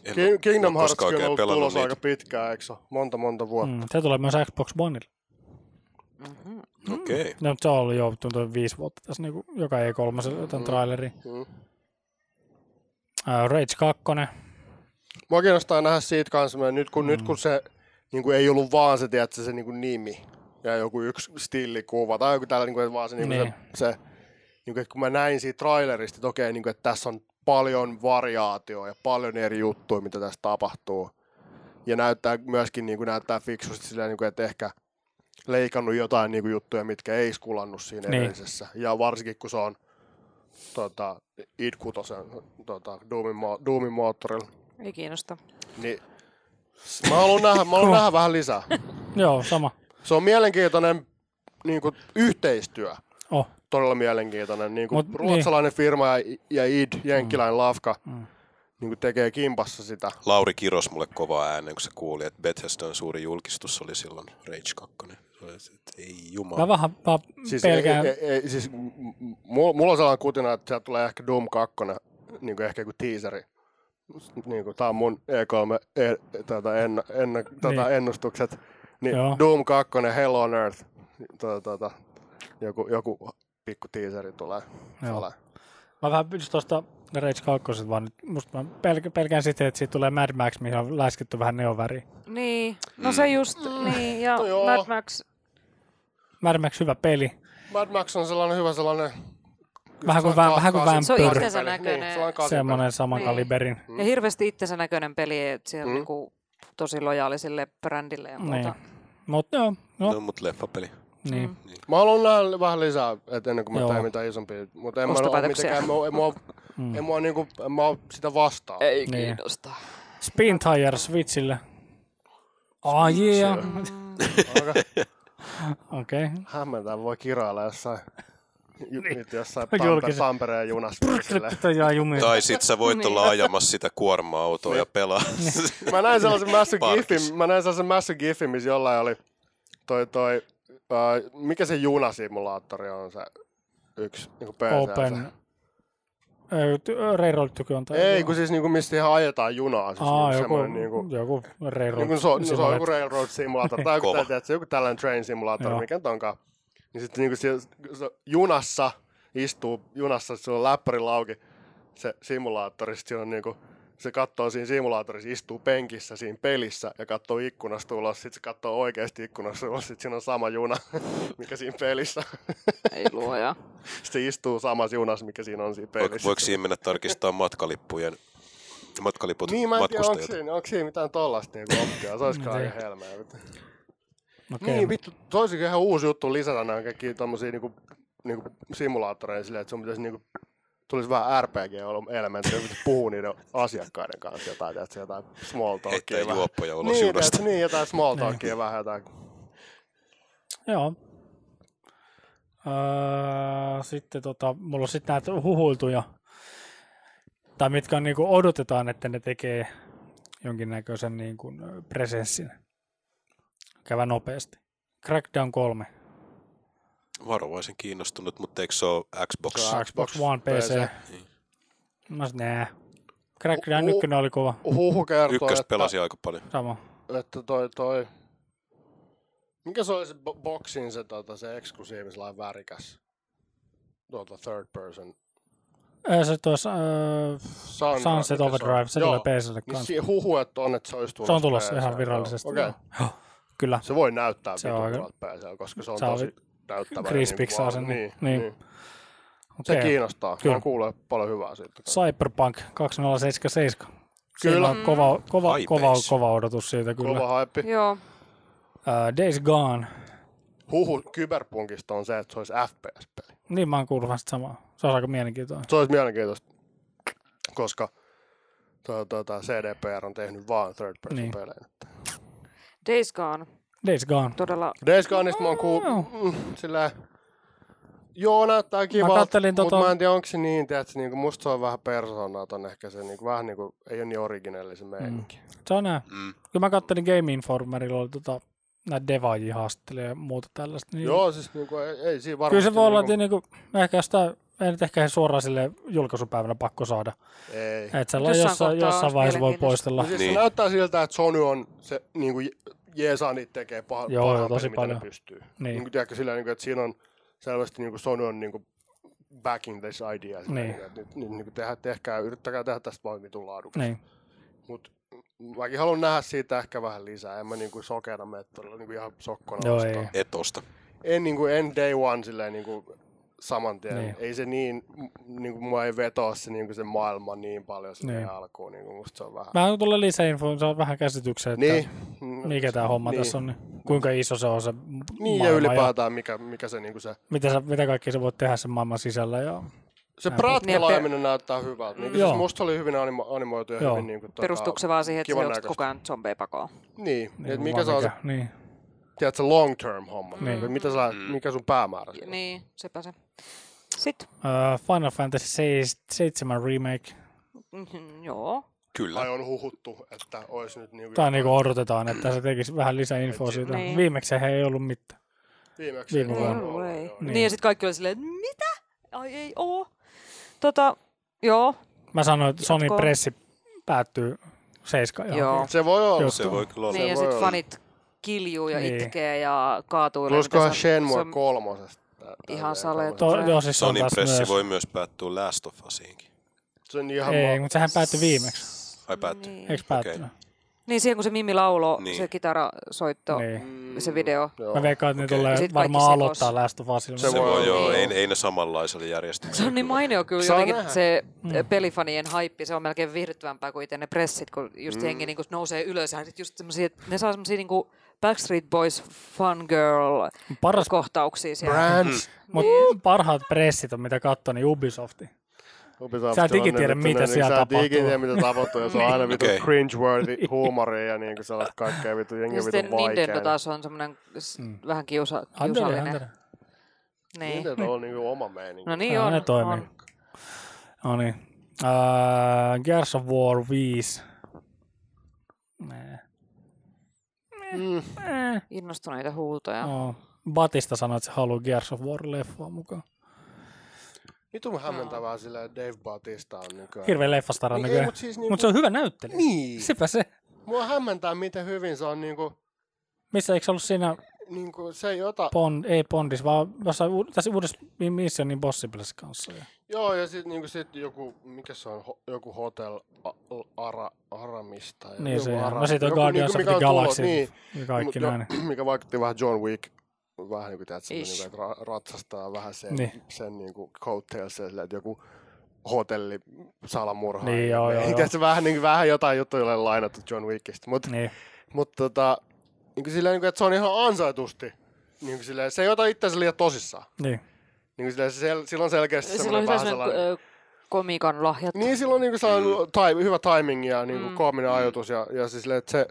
S4: En
S2: Ki- Kingdom
S4: ole
S2: Hearts
S4: koskaan
S2: on
S4: oikein
S2: ollut
S4: pelannut
S2: tulossa
S4: niitä.
S2: aika pitkään, eikö se? ole? Monta, monta vuotta.
S3: Mm, se tulee myös Xbox Oneille.
S4: Okei. Okay.
S3: No, mutta se on ollut jo tuntuu viisi vuotta tässä niinku, joka ei kolmasella jotain mm. traileri.
S2: Mm.
S3: Ää, Rage 2.
S2: Mua kiinnostaa nähdä siitä kanssa, mä nyt kun, mm. nyt kun se niin kuin ei ollut vaan se, tiedätkö, se niin kuin nimi ja joku yksi stillikuva tai joku tällä, niin kuin, että vaan se, niin kuin
S3: Niin.
S2: se, se niin kuin, että kun mä näin siitä trailerista, että okei, niin kuin, että tässä on paljon variaatioa ja paljon eri juttuja, mitä tässä tapahtuu. Ja näyttää myöskin niin kuin, näyttää fiksusti sillä, niin kuin, että ehkä leikannut jotain niin kuin, juttuja, mitkä ei skulannut siinä
S3: Niin.
S2: niin. edellisessä. Ja varsinkin, kun se on tota, id kutosen tota, Doomin, mo- Doomin moottorilla.
S1: Ei kiinnosta.
S2: Niin. Mä haluan nähdä, mä haluan nähdä vähän lisää.
S3: Joo, sama.
S2: Se on mielenkiintoinen niin kuin, yhteistyö.
S3: Oh.
S2: Todella mielenkiintoinen. Niin kuin,
S3: Mut,
S2: ruotsalainen firma ja, ja ID, jenkkiläinen lafka, niin kuin, tekee kimpassa sitä.
S4: Lauri kiros mulle kova ääneen, kun se kuuli, että Bethesdan suuri julkistus oli silloin Rage 2. Se oli, että ei
S3: Mä
S4: jumala.
S3: vähän mä
S2: Oh. Siis, ei,
S3: pelkään.
S2: ei, ei, siis, m- m- mulla, mulla on sellainen kutina, että sieltä tulee ehkä Doom 2, niin kuin, ehkä joku teaseri. Niin kuin, tää on mun E3 e, tätä en, en, tätä
S3: Niin.
S2: tota, ennustukset. Niin,
S3: Joo.
S2: Doom 2, Hell on Earth. Tota, tota, joku, joku pikku teaseri tulee.
S3: Joo.
S2: Joo.
S3: Mä vähän pyysin tuosta Rage 2, vaan nyt musta mä pelk- pelkään sitä, että siitä tulee Mad Max, mihin on läskitty vähän neoväri.
S1: Niin, no se just, niin, ja
S2: Mm. No joo.
S1: Mad Max,
S3: Mad Max hyvä peli.
S2: Mad Max on sellainen hyvä sellainen...
S3: Vähän kuin, vä- vähän kuin
S1: Se on itse-
S3: Vampyr.
S1: itsensä näköinen.
S2: Niin, se on kasipeli.
S3: Semmoinen saman
S1: Niin.
S3: kaliberin.
S1: ja hirveästi itsensä näköinen peli, että siellä
S2: Mm.
S1: mm. niinku tosi lojaalisille brändille ja muuta.
S3: Niin. Mutta joo, no,
S4: No, mut leffapeli.
S3: niin.
S1: Tota. Mm.
S2: Mä haluan nähdä vähän lisää, et ennen kuin mä
S3: Joo.
S2: teen mitään isompia. Mutta en mä ole
S1: Ostopäätöksiä.
S2: mitenkään, mä, en, mä,
S3: Mm.
S2: mm. en, mä, niinku, en mä oo sitä vastaan.
S1: Ei
S3: Niin.
S1: kiinnosta.
S3: Spin Tire Switchille. Ah, oh, yeah.
S2: Aika
S3: Okei. Okay.
S2: hämmentää, voi kirailla jossain, ju, nyt jossain
S3: No
S2: Tampere,
S3: julkisen.
S2: Tampereen junassa. silleen.
S3: Tätä jää jumiin.
S4: Tai sit sä voit
S2: Niin.
S4: olla ajamassa sitä kuorma-autoa ja pelaa.
S2: Mä näin sellaisen mässyn
S4: Parkissa.
S2: gifin, mä näin sellaisen mässyn gifin, missä jollain oli toi toi, äh, mikä se junasimulaattori on se yksi niinku PC.
S3: Open. Ö, ty- Railroad Tyky on
S2: Ei, kun siis niinku, mistä ihan ajetaan junaa. Siis
S3: Aa,
S2: niinku
S3: joku,
S2: semmoinen niinku,
S3: joku Railroad
S2: niin kuin se, on, se on
S3: Simulator.
S2: joku railroad simulator tai joku,
S4: Kova.
S2: tällainen, se, joku tällainen train simulator,
S3: Joo.
S2: Joo. mikä nyt onkaan. Niin sitten niin kuin siellä, se, junassa istuu, junassa se on läppäri auki, se simulaattori, sit siinä on niin kuin, se katsoo siinä simulaattorissa, istuu penkissä siinä pelissä ja katsoo ikkunasta ulos, sitten se katsoo oikeasti ikkunasta ulos, sitten siinä on sama juna, mikä siinä pelissä.
S1: Ei luoja.
S2: Sitten se istuu samassa junassa, mikä siinä on siinä
S4: Voiko,
S2: pelissä.
S4: voiko siinä mennä tarkistaa matkalippujen matkaliput
S2: niin mä en tiedä, onko
S4: matkustajat?
S2: siinä, onko siinä mitään tollasta niin optiaa, se olisi
S3: Niin.
S2: aika helmeä.
S3: Okei.
S2: Niin, vittu, se olisikin ihan uusi juttu lisätä nämä kaikki tommosia niinku, niinku simulaattoreja silleen, että sun pitäisi niinku, tulisi vähän RPG-elementtejä, kun puhuu niiden asiakkaiden kanssa jotain, tiedätkö, jotain small
S4: Heittää
S2: talkia vähän.
S4: juoppoja ulos
S2: Niin,
S4: junasta.
S2: tiedätkö, niin, jotain small talkia vähän jotain.
S3: Joo. Öö, sitten tota, mulla on sitten näitä huhuiltuja, tai mitkä on, niinku, odotetaan, että ne tekee jonkinnäköisen niinku, ö, presenssin. Kävä nopeasti. Crackdown 3,
S4: Varovaisin kiinnostunut, mutta eikö se ole Xbox?
S2: Se on
S3: Xbox One, PC.
S4: Niin.
S3: Mä sanoin, nää. Crackdown
S2: Uhu.
S3: 1 oli kova.
S2: Huhu kertoo,
S4: Ykköstä
S2: että,
S4: pelasi aika paljon.
S3: Sama.
S2: että toi, toi, mikä se oli se bo- boxin se, tota, se eksklusiivislain värikäs? Tuolta third person.
S3: Öö, se tuossa öö,
S2: Sun,
S3: Sunset
S2: mikä se on?
S3: Overdrive, se
S2: Joo.
S3: tulee PClle
S2: Niin
S3: kanssa.
S2: si- huhu, että on, että se olisi tulossa.
S3: Se on tulossa
S2: PC.
S3: ihan
S2: Joo.
S3: virallisesti.
S2: Okei.
S3: joo. Joo, Kyllä.
S2: Se voi näyttää
S3: Se
S2: se
S3: on aika-
S2: vitun pääsee, koska se on se
S3: se on
S2: tosi
S3: vi-
S2: näyttävä.
S3: krispiksi saa sen,
S2: Niin,
S3: niin.
S2: niin,
S3: Niin.
S2: niin. Se
S3: Okei.
S2: kiinnostaa.
S3: Kyllä.
S2: Kyllä. Mä kuulee paljon hyvää siitä.
S3: Cyberpunk 2077. Kyllä.
S2: Kyllä.
S3: on kova, kova,
S4: High
S3: kova,
S4: pace.
S3: kova odotus siitä kyllä.
S2: Kova haippi.
S1: Joo.
S3: Uh, Days Gone.
S2: Huhu kyberpunkista on se, että se olisi FPS-peli.
S3: Niin mä oon kuullut vasta samaa. Se on aika mielenkiintoinen.
S2: Se olisi mielenkiintoista, koska tuota, tuota, CDPR on tehnyt vaan third person niin.
S3: Niin.
S2: pelejä.
S1: Days Gone.
S3: Days Gone.
S1: Todella.
S2: Days Goneista mä oon kuullut,
S3: Joo.
S2: mm, sillä joo, näyttää kivalta,
S3: kattelin
S2: mutta
S3: tota-
S2: mä en tiedä, onko se niin, tiedätkö, niinku, musta se on vähän persoonaton ehkä se, niinku, vähän niinku, ei ole niin originelli se meininki. Mm.
S3: Se on nää.
S4: Mm.
S3: Kyllä mä katselin Game Informerilla oli tota, näitä devaajia haastelee ja muuta tällaista. Niin
S2: Joo, siis niinku, ei, ei siinä varmasti.
S3: Kyllä se voi olla, että
S2: niinku,
S3: niinku, ehkä jostain, ei nyt ehkä ihan suoraan sille julkaisupäivänä pakko saada.
S2: Ei.
S3: Että sellainen
S1: Jossain
S3: jossain,
S1: kohtaa
S3: jossain
S1: olisi
S3: vaiheessa voi
S1: mielenkiintoista.
S3: poistella.
S2: No siis niin.
S4: Niin.
S2: se näyttää siltä, että Sony on se niinku, je- jeesaa niitä tekee paha,
S3: Joo, joo,
S2: pahaa peliä,
S3: tosi
S2: mitä ne
S3: paljon.
S2: pystyy.
S3: Niin.
S2: Niin. Niinku, tiedätkö, sillä, niinku, että siinä on selvästi niinku, Sony on niinku, backing this idea. Sillä,
S3: Niin.
S2: niinku, että nyt, nyt niinku, tehä, tehkää, yrittäkää tehdä tästä valmiitun laadukasta.
S3: Niin.
S2: Mutta mäkin haluan nähdä siitä ehkä vähän lisää. En mä niinku sokeena mene tuolla niinku ihan sokkona
S3: Joo,
S2: vastaan.
S3: ei.
S4: Etosta.
S2: En, niinku, en day one silleen niinku saman tien.
S3: Niin.
S2: Niin. Ei se niin, m- niinku, mua ei vetoa se, niinku, se maailma niin paljon sinne
S3: Niin.
S2: niin. alkuun. Niinku, musta se on vähän...
S3: Mä tulee lisäinfoa, saa vähän käsityksen, että
S2: Niin.
S3: niin. mikä tämä homma niin. tässä on, niin kuinka iso se on se
S2: Niin,
S3: maailma
S2: ja ylipäätään mikä, mikä se, niinku se,
S3: mitä, sä, mitä kaikkea sä voit tehdä sen maailman sisällä. Ja,
S2: se
S3: Näin.
S2: prätkälaaminen näyttää hyvältä. Niin,
S3: Joo.
S2: siis musta oli hyvin animo- animoitu ja
S3: Joo.
S2: hyvin niinku, tota,
S1: Perustuuko se vaan siihen, että sä
S2: kivan
S1: joudut
S2: näköistä.
S1: koko ajan zombeja pakoon?
S2: Niin, niin
S3: niin
S2: että mikä se on se,
S3: Niin.
S2: tiedätkö, long term homma.
S3: Niin.
S2: Niin. Mitä sä, mikä sun päämäärä? siinä on?
S1: Niin, sepä se. Sitten,
S3: Ö, Äh, Final Fantasy 7 Remake.
S1: mhm, joo.
S4: Kyllä.
S2: Tai on huhuttu, että olisi nyt niinku
S3: Tää niinku odotetaan, että se tekisi vähän lisää infoa
S2: Niin.
S3: siitä.
S1: Niin.
S3: Viimeksi ei ollut mitään.
S2: viimeksi.
S3: viime
S2: ei
S3: vuonna.
S2: ollut,
S1: Way.
S2: joo, joo.
S1: Niin. niin, ja sitten kaikki oli silleen, että mitä? Ai ei oo. Tota, joo,
S3: Mä sanoin, että Sony
S1: Jatkoon.
S3: pressi päättyy seiskaan.
S1: Joo.
S3: johonkin.
S2: Se voi olla.
S3: Just.
S4: Se voi kyllä olla.
S1: niin, ja
S2: voi
S1: sitten
S2: olla.
S1: fanit kiljuu ja
S3: Niin.
S1: itkee ja kaatuu.
S2: Pluskohan
S1: Mitä se on- se
S2: Shenmue
S1: on-
S2: kolmosesta. tää- tää-
S1: Ihan
S2: tää-
S1: saleet.
S3: To,
S1: Se-
S3: joo, siis se on
S4: Sony
S3: taas
S4: Pressi
S3: myös.
S4: voi myös päättyä Last of Usiinkin.
S2: Se on ihan
S3: Ei,
S2: ma-
S3: mutta sehän päättyi viimeksi.
S4: Ai päättyy. Niin.
S1: Niin.
S3: Eikö päättynyt?
S1: niin, siihen kun se Mimmi laulo, niin.
S4: Niin.
S1: se kitarasoitto, niin.
S3: Niin.
S1: se video.
S2: Mm, Joo.
S3: Mä veikkaan, että ne
S4: Okei.
S3: tulee
S1: Ja sit
S3: varmaan
S1: kaikki
S3: aloittaa
S1: sekos.
S3: Last of Usin.
S2: Se
S4: Se voi, joo,
S2: olla.
S4: ei,
S3: Niin.
S4: ei ne samanlaisella järjestelmällä.
S1: Se on niin mainio kyllä
S2: Saa
S1: jotenkin
S2: nähdä.
S1: se mm. pelifanien haippi, se on melkein viihdyttävämpää kuin itse ne pressit, kun just mm. jengi niinku nousee ylös ja sit just semmosia, että ne saa semmosia niinku Backstreet Boys Fun Girl
S3: Paras,
S1: kohtauksia siellä.
S2: Brands.
S3: Mm. mut
S1: Niin.
S3: parhaat pressit on, mitä katsoin, niin Ubisofti.
S2: Ubisoft
S3: Sä et
S2: on
S3: ikinä tiedä,
S2: nyt
S3: mitä
S2: sellainen,
S3: siellä
S2: niin Sä et
S3: tapahtuu.
S2: ikinä tiedä, mitä tapahtuu, ja se on aina vitu
S4: Okei.
S2: cringe-worthy huumoria ja niinku sellaista kaikkea vitu jengi
S1: Ja sitten
S2: vitu
S1: Nintendo
S2: vaikeaa.
S1: taas on semmoinen mm. vähän kiusa,
S3: Andere,
S1: kiusallinen.
S3: Andere.
S1: Niin.
S2: Nintendo on niinku oma meininki.
S1: No niin
S3: Tää
S1: on.
S3: ne toimii.
S1: on.
S3: No niin. Uh, Gears of War 5. Nee.
S2: Mm.
S3: Eh.
S1: Innostuneita huutoja. No.
S3: No. Batista sanoi, että se haluaa Gears of War leffaa mukaan.
S2: Vitun hämmentävää sillä Dave Batista on nykyään.
S3: Hirveä leffastara
S2: Niin, ei,
S3: näköjään.
S2: mut siis niinku-
S3: Mut se on hyvä näyttelijä.
S2: Niin.
S3: Sepä se.
S2: Mua hämmentää, miten hyvin se on niinku,
S3: Missä eikö se ollut siinä,
S2: niinku se ei ota
S3: Bond, ei Bondis, vaan jossain u- tässä uudessa Mission Impossibles kanssa. Ja.
S2: Joo, ja sitten niinku sit joku, mikä se on, ho- joku Hotel A- Ara, Aramista. Ja
S3: Niin
S2: joku
S3: se,
S2: Ara-
S3: no sitten on
S2: joku
S3: Guardians
S2: niinku,
S3: of the
S2: mikä on
S3: Galaxy
S2: tulo- niin.
S3: ja kaikki
S2: Mut jo-
S3: näin.
S2: Mikä vaikutti vähän John Wick, vähän niin kuin tiedät, semmonen
S1: Ish.
S2: niinku, että ra- ratsastaa vähän sen,
S3: Niin.
S2: niin. sen niinku coattails, sillä, että joku hotelli salamurha.
S3: Niin, joo, joo, joo.
S2: Tiedätkö, vähän, niin kuin, vähän jotain juttuja on lainattu John Wickistä, mutta
S3: Niin.
S2: mut, tota, niin kuin, silleen, niin kuin, että se on ihan ansaitusti. Niin kuin, silleen, se ei ota itseänsä liian tosissaan.
S3: Niin.
S2: Niin kuin, silleen, se, sel- sillä on selkeästi
S1: Sillä on
S2: semmoinen
S1: hyvä
S2: vähän
S1: sellainen
S2: sellainen...
S1: ö, komiikan lahjat.
S2: Niin, silloin niinku sellainen time, hyvä timing ja niinku mm. koominen ajoitus ja, ja siis silleen, että se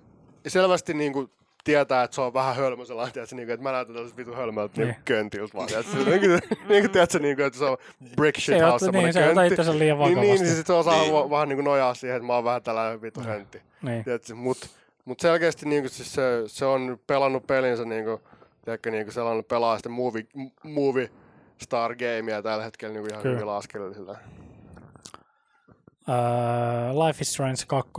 S2: selvästi niinku tietää, että se on vähän hölmö sellainen, että, se, niinku, että mä näytän tällaiset vitu hölmöltä niinku
S3: Niin.
S2: köntiltä vaan. Tiedätkö, se, niinku, niinku, tiedätkö, niinku, että se on brick
S3: Se ei
S2: shit
S3: ota-
S2: house, semmoinen
S3: niin, se ei ota
S2: köntti.
S3: itsensä liian
S2: Niin, niin,
S3: vakavasti.
S2: niin sit se osaa
S4: Niin.
S2: niin. vähän niinku nojaa siihen, että mä oon vähän tällainen vitu höntti.
S3: Niin.
S2: Tiedätkö, mut, mut selkeästi niinku, siis se, se on pelannut pelinsä niinku, tiedätkö, niinku sellainen pelaa sitten movie, m- movie star gamea tällä hetkellä niinku ihan
S3: Kyllä.
S2: hyvillä askelilla.
S3: Öö, Life is Strange 2.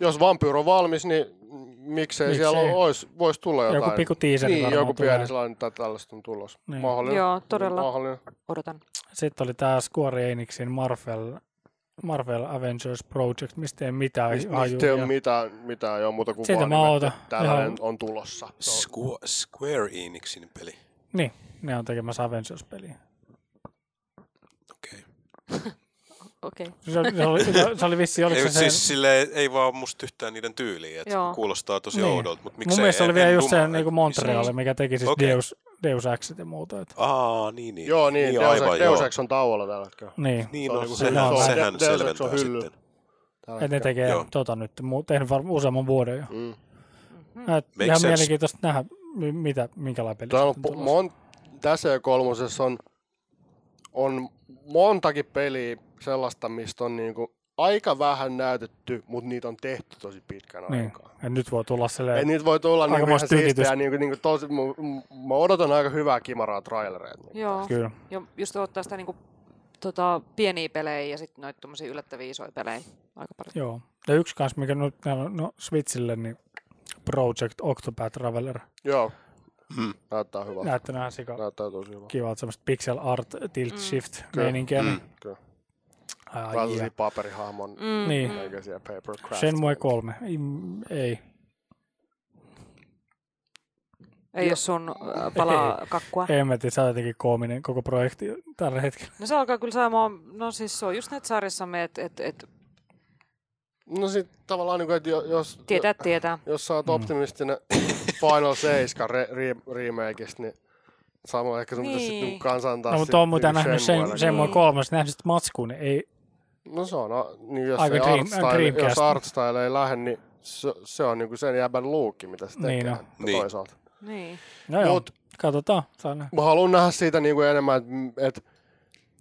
S2: jos vampyyr on valmis, niin miksei,
S3: Miksei?
S2: miksei? siellä olisi, voisi tulla
S3: Joku
S2: jotain.
S3: pikku teaseri
S2: Niin,
S3: varmaan
S2: joku
S3: tulee.
S2: pieni sellainen tai tällaista on tulossa.
S3: Niin.
S2: Niin. Mahdollinen.
S1: Joo, todella.
S2: Mahdollinen.
S1: Odotan.
S3: Sitten oli tämä Square Enixin Marvel, Marvel Avengers Project, mistä ei mitään
S2: Mist,
S3: hajua.
S2: mistä ei ole mitään, mitään joo, muuta kuin
S3: Siitä
S2: vaan
S3: mä
S2: nimet,
S3: ootan.
S2: että Tällainen
S3: Ihan-
S2: on tulossa. Se
S4: Squ- Square Enixin peli.
S3: Niin, ne on tekemässä Avengers-peliä.
S4: Okei.
S1: Okei.
S3: Se, se, oli, se oli vissi, oliko
S4: Ei,
S3: se sen...
S4: siis sille ei vaan musta yhtään niiden tyyliä, että
S1: Joo.
S4: kuulostaa tosi
S3: Niin.
S4: niin. oudolta, mutta miksei
S3: Mun mielestä oli vielä
S4: en
S3: just se
S4: ymmärrä,
S3: niin
S4: että
S3: Montreali,
S4: miksi-
S3: mikä teki siis
S4: Okei.
S3: Deus, Deus Exit ja muuta. Että,
S4: Aa, niin, niin.
S2: Joo, niin, niin Deus, aivan,
S4: aivan,
S2: Deus
S4: joo.
S2: Ex on tauolla tällä hetkellä.
S3: niin,
S4: Niin,
S2: Se on
S4: no,
S2: niinku
S4: sehän,
S3: hyllyllä.
S4: sehän
S2: Deus Ex on
S4: selventää
S2: hyllyllä.
S4: sitten.
S2: Tällä
S3: että ne
S2: hetkellä.
S3: tekee
S4: Joo.
S3: tota nyt, mu- tehnyt varmaan useamman vuoden jo.
S2: Mm.
S3: Äh, ihan
S4: sense.
S3: mielenkiintoista nähdä, mi- mitä, minkälainen peli
S2: Täällä on
S3: sitten
S2: po-
S3: tulee.
S2: mon, tässä ja kolmosessa on, on montakin peliä sellaista, mistä on niinku aika vähän näytetty, mutta niitä on tehty tosi pitkän
S3: Niin.
S2: aikaa.
S3: Ja nyt voi tulla
S2: Ei
S3: silleen,
S2: niitä voi tulla niinku ihan
S3: Aikamoista
S2: siistejä.
S3: tykitystä.
S2: Niinku, niinku tosi, m- m- mä odotan aika hyvää kimaraa trailereita. Niinku.
S1: Joo.
S3: kyllä.
S1: Ja just ottaa sitä niinku, tota, pieniä pelejä ja sitten noita tommosia yllättäviä isoja pelejä aika paljon.
S3: Joo. Ja yksi kanssa, mikä nyt täällä on no, Switchille, niin Project Octopath Traveler.
S2: Joo.
S4: Mm.
S2: Näyttää hyvältä.
S3: Näyttänyt ihan sika
S2: Näyttää tosi hyvältä.
S3: kivalta semmoista pixel art tilt
S1: Mm.
S3: shift meininkiä. Niin.
S2: Kyllä.
S3: Ai,
S2: Vähän
S3: jaa.
S2: sellaisia paperihahmon
S1: Mm,
S3: Niin.
S1: mm.
S2: näköisiä paper crafts.
S3: Shenmue 3. Ei, mm, ei.
S1: Ei jos sun äh, palaa kakkua.
S3: Emmetti, se on jotenkin koominen koko projekti tällä hetkellä.
S1: No se alkaa kyllä saamaan, no siis se on just näitä sarjassamme, että et, et,
S2: No sit tavallaan, niinku, että jo- jos...
S1: tietää, tietää.
S2: jos sä
S3: Mm.
S2: oot optimistinen Final 7 re- re- remakeista, niin samoin ehkä sun niin. pitäisi
S1: Niin.
S2: sitten kansantaa
S3: No, mutta on
S2: niinku
S3: muuten nähnyt sen, sen
S1: Niin.
S3: 3, jos nähnyt sitä matskua, niin ei,
S2: No se on, a- niin jos,
S3: Aika
S2: ei
S3: dream-
S2: artstyle,
S3: Dreamcast.
S2: jos artstyle ei lähde, niin se, se on niinku sen jäbän luukki, mitä se tekee
S3: Niin
S2: niin
S3: on.
S4: Niin.
S2: toisaalta.
S1: Niin.
S3: no joo,
S2: Mut-
S3: katsotaan, saa nähdä.
S2: Mä haluan nähdä siitä niinku enemmän, että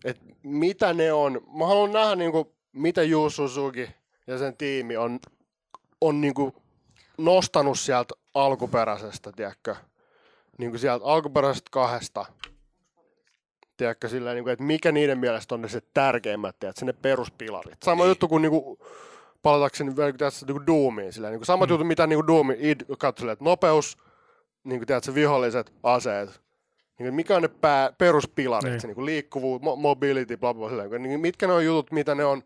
S2: et, et mitä ne on. Mä haluan nähdä, niinku, mitä Yu Suzuki ja sen tiimi on, on niinku nostanut sieltä alkuperäisestä, tiedätkö? Niinku sieltä alkuperäisestä kahdesta. Tiedätkö, sillä niinku, että mikä niiden mielestä on ne se tärkeimmät, tiedätkö, ne peruspilarit. Sama
S4: Niin.
S2: juttu kuin niinku, palatakseni vielä tässä niinku Doomiin. Sillä, niinku, samat mm. jutut, mitä niinku Doomi id, katselee, että nopeus, niinku, tiedätkö, viholliset, aseet, niin mikä on ne pää, peruspilarit,
S3: Niin.
S2: niin. se niin liikkuvuus, mo- mobility, bla bla bla. silleen, Niin mitkä ne on jutut, mitä ne on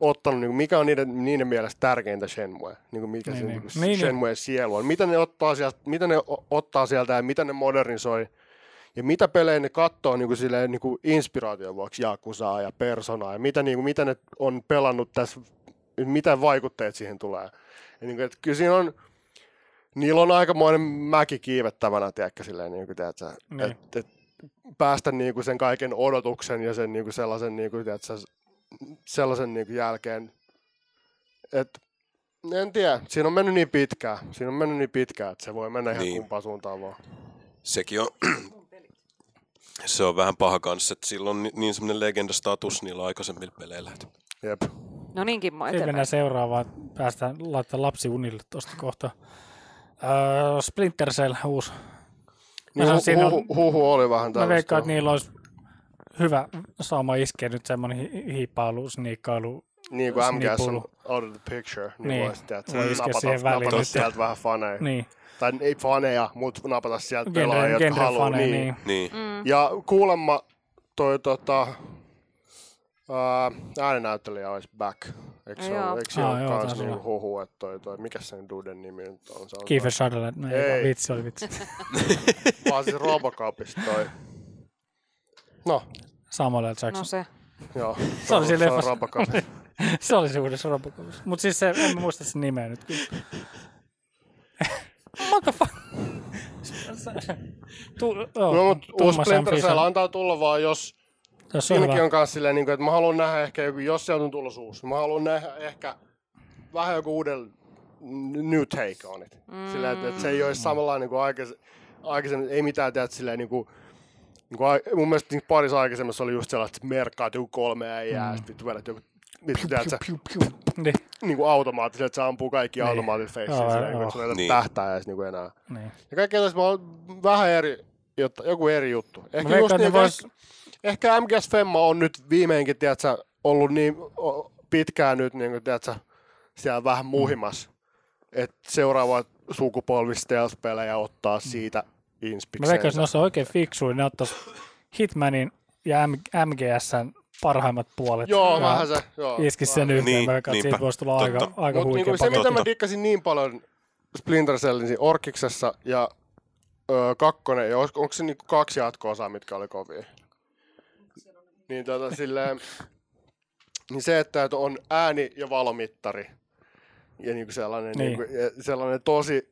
S2: ottanut, niin mikä on niiden, niiden mielestä tärkeintä Shenmue, niin kuin mikä
S3: Niin,
S2: niin, se
S3: niin.
S2: niin.
S3: Niin,
S2: Niin,
S3: niin.
S2: Shenmue sielu on, mitä ne, ottaa sieltä, mitä ne o- ottaa sieltä ja mitä ne modernisoi, ja mitä pelejä ne katsoo niin kuin silleen, niin kuin inspiraation vuoksi Jakusaa ja Personaa, ja mitä, niin kuin, mitä ne on pelannut tässä, mitä vaikutteet siihen tulee. Ja niin kuin, että kyllä siinä on, niillä on aikamoinen mäki kiivettävänä, tiedätkö, silleen, niin kuin, tiedätkö,
S3: Niin.
S2: et, et, päästä niin kuin sen kaiken odotuksen ja sen niin kuin sellaisen, niin kuin, tiedätkö, sellaisen niin kuin jälkeen, että en tiedä, siinä on mennyt niin pitkään, siinä on mennyt niin pitkään, että se voi mennä ihan niin.
S4: Niin.
S2: kumpaan suuntaan vaan.
S4: Sekin on, se on vähän paha kanssa, että sillä on ni- niin semmoinen legendastatus niillä aikaisemmilla peleillä. että
S2: Jep.
S1: No niinkin mä
S3: Sitten
S1: eteenpäin.
S3: mennään seuraavaan, päästään laittaa lapsi unille tuosta kohta. Öö, Splinter Cell uusi.
S2: Niin
S3: sanon,
S2: hu-
S3: siinä on-
S2: hu- huhu oli vähän
S3: Mä
S2: tällaista.
S3: veikkaan, että niin- niillä olisi hyvä saama iskeä nyt semmoinen hi- hiippailu, sniikkailu.
S2: Niin kuin MGS on
S3: snipulu.
S2: out of the picture, niin,
S3: Niin.
S2: niin. voisi tehdä, että
S3: Voi iskeä
S2: napata,
S3: siihen väliin
S2: napata
S4: nyt.
S2: sieltä vähän faneja. Niin.
S3: Niin,
S2: Tai ei faneja, mutta napata sieltä pelaajia,
S3: genre,
S2: jotka
S3: genre
S2: haluaa.
S3: fane,
S2: Niin.
S3: niin.
S4: Niin,
S1: Mm.
S2: Ja kuulemma toi tota, ää, äänenäyttelijä olisi back. Eikö se
S1: Joo.
S2: ole, eikö se
S3: Aa,
S2: ole
S3: joo,
S2: kans
S3: taisi
S2: niinku
S3: olla.
S2: huhu, että toi, toi, mikä sen duden nimi nyt on? Se on
S3: Kiefer Sutherland, no ei,
S2: Ei.
S3: vaan vitsi oli vitsi.
S2: toi, vaan siis Robocopista toi. No,
S3: Samuel L. Jackson.
S1: No se.
S2: joo.
S3: Se oli siinä
S2: se on
S3: leffassa.
S2: Robocopista.
S3: se oli se uudessa Robocopissa. Mutta siis se, en mä muista sen nimeä nyt kyllä. Motherfuck. Tu, oh,
S2: No, mutta uusi Splinter Cell antaa tulla vaan, jos
S3: Jos on
S2: Siinäkin
S3: hyvä.
S2: on kanssa silleen, niin kuin, että mä haluan nähdä ehkä, joku, jos sieltä on tulossa uusi, mä haluan nähdä ehkä vähän joku uuden new take on it. Mm. Sillä, että, että se ei ole samalla niin kuin aikais, aikaisemmin, ei mitään tehdä silleen niin kuin, niin kuin, ai- mun mielestä niin parissa aikaisemmassa oli just sellainen, että merkkaat joku kolme äijää, mm. ja sitten vittu vedät joku vittu, teet, sä,
S3: Niin,
S2: niin kuin automaattisesti, että se ampuu kaikki
S3: Niin.
S2: niin. automaatit faceen,
S3: Aivan,
S2: silleen, niin kuin, että
S3: aivan.
S2: sulla ei ole
S4: Niin.
S2: tähtää edes niin kuin enää.
S3: niin.
S2: Ja kaikki tällaista, mä oon vähän eri, jotta, joku eri juttu. Ehkä,
S3: veikkaan,
S2: just
S3: että
S2: niin,
S3: ne vois-
S2: vois... ehkä MGS Femma on nyt viimeinkin, tiedätkö, ollut niin o- pitkään nyt, niin kuin, tiedätkö, siellä vähän
S3: Mm.
S2: muhimassa. Että seuraava sukupolvi stealth-pelejä ottaa siitä
S3: Mm. Mä veikkaan,
S2: inspikseen.
S3: jos ne olisi oikein fiksuja, ne ottaisi Hitmanin ja M- MGSn parhaimmat puolet.
S2: Joo,
S3: ja
S2: vähän se. Joo,
S3: Iski sen
S2: vähän.
S3: yhteen.
S4: Niin,
S3: mä veikkaan, että siitä
S4: niinpä.
S3: voisi tulla aika,
S4: Totta.
S3: aika
S2: Mut
S3: huikea
S2: niinku se,
S3: paketti.
S2: mitä mä
S4: Totta.
S2: dikkasin niin paljon Splinter Cellin siinä Orkiksessa ja öö, kakkonen, ja onko, onko se niinku kaksi jatko-osaa, mitkä oli kovia? Niin tota silleen, niin se, että että on ääni- ja valomittari ja niin kuin sellainen, niin.
S3: Niin.
S2: Niin kuin, sellainen tosi,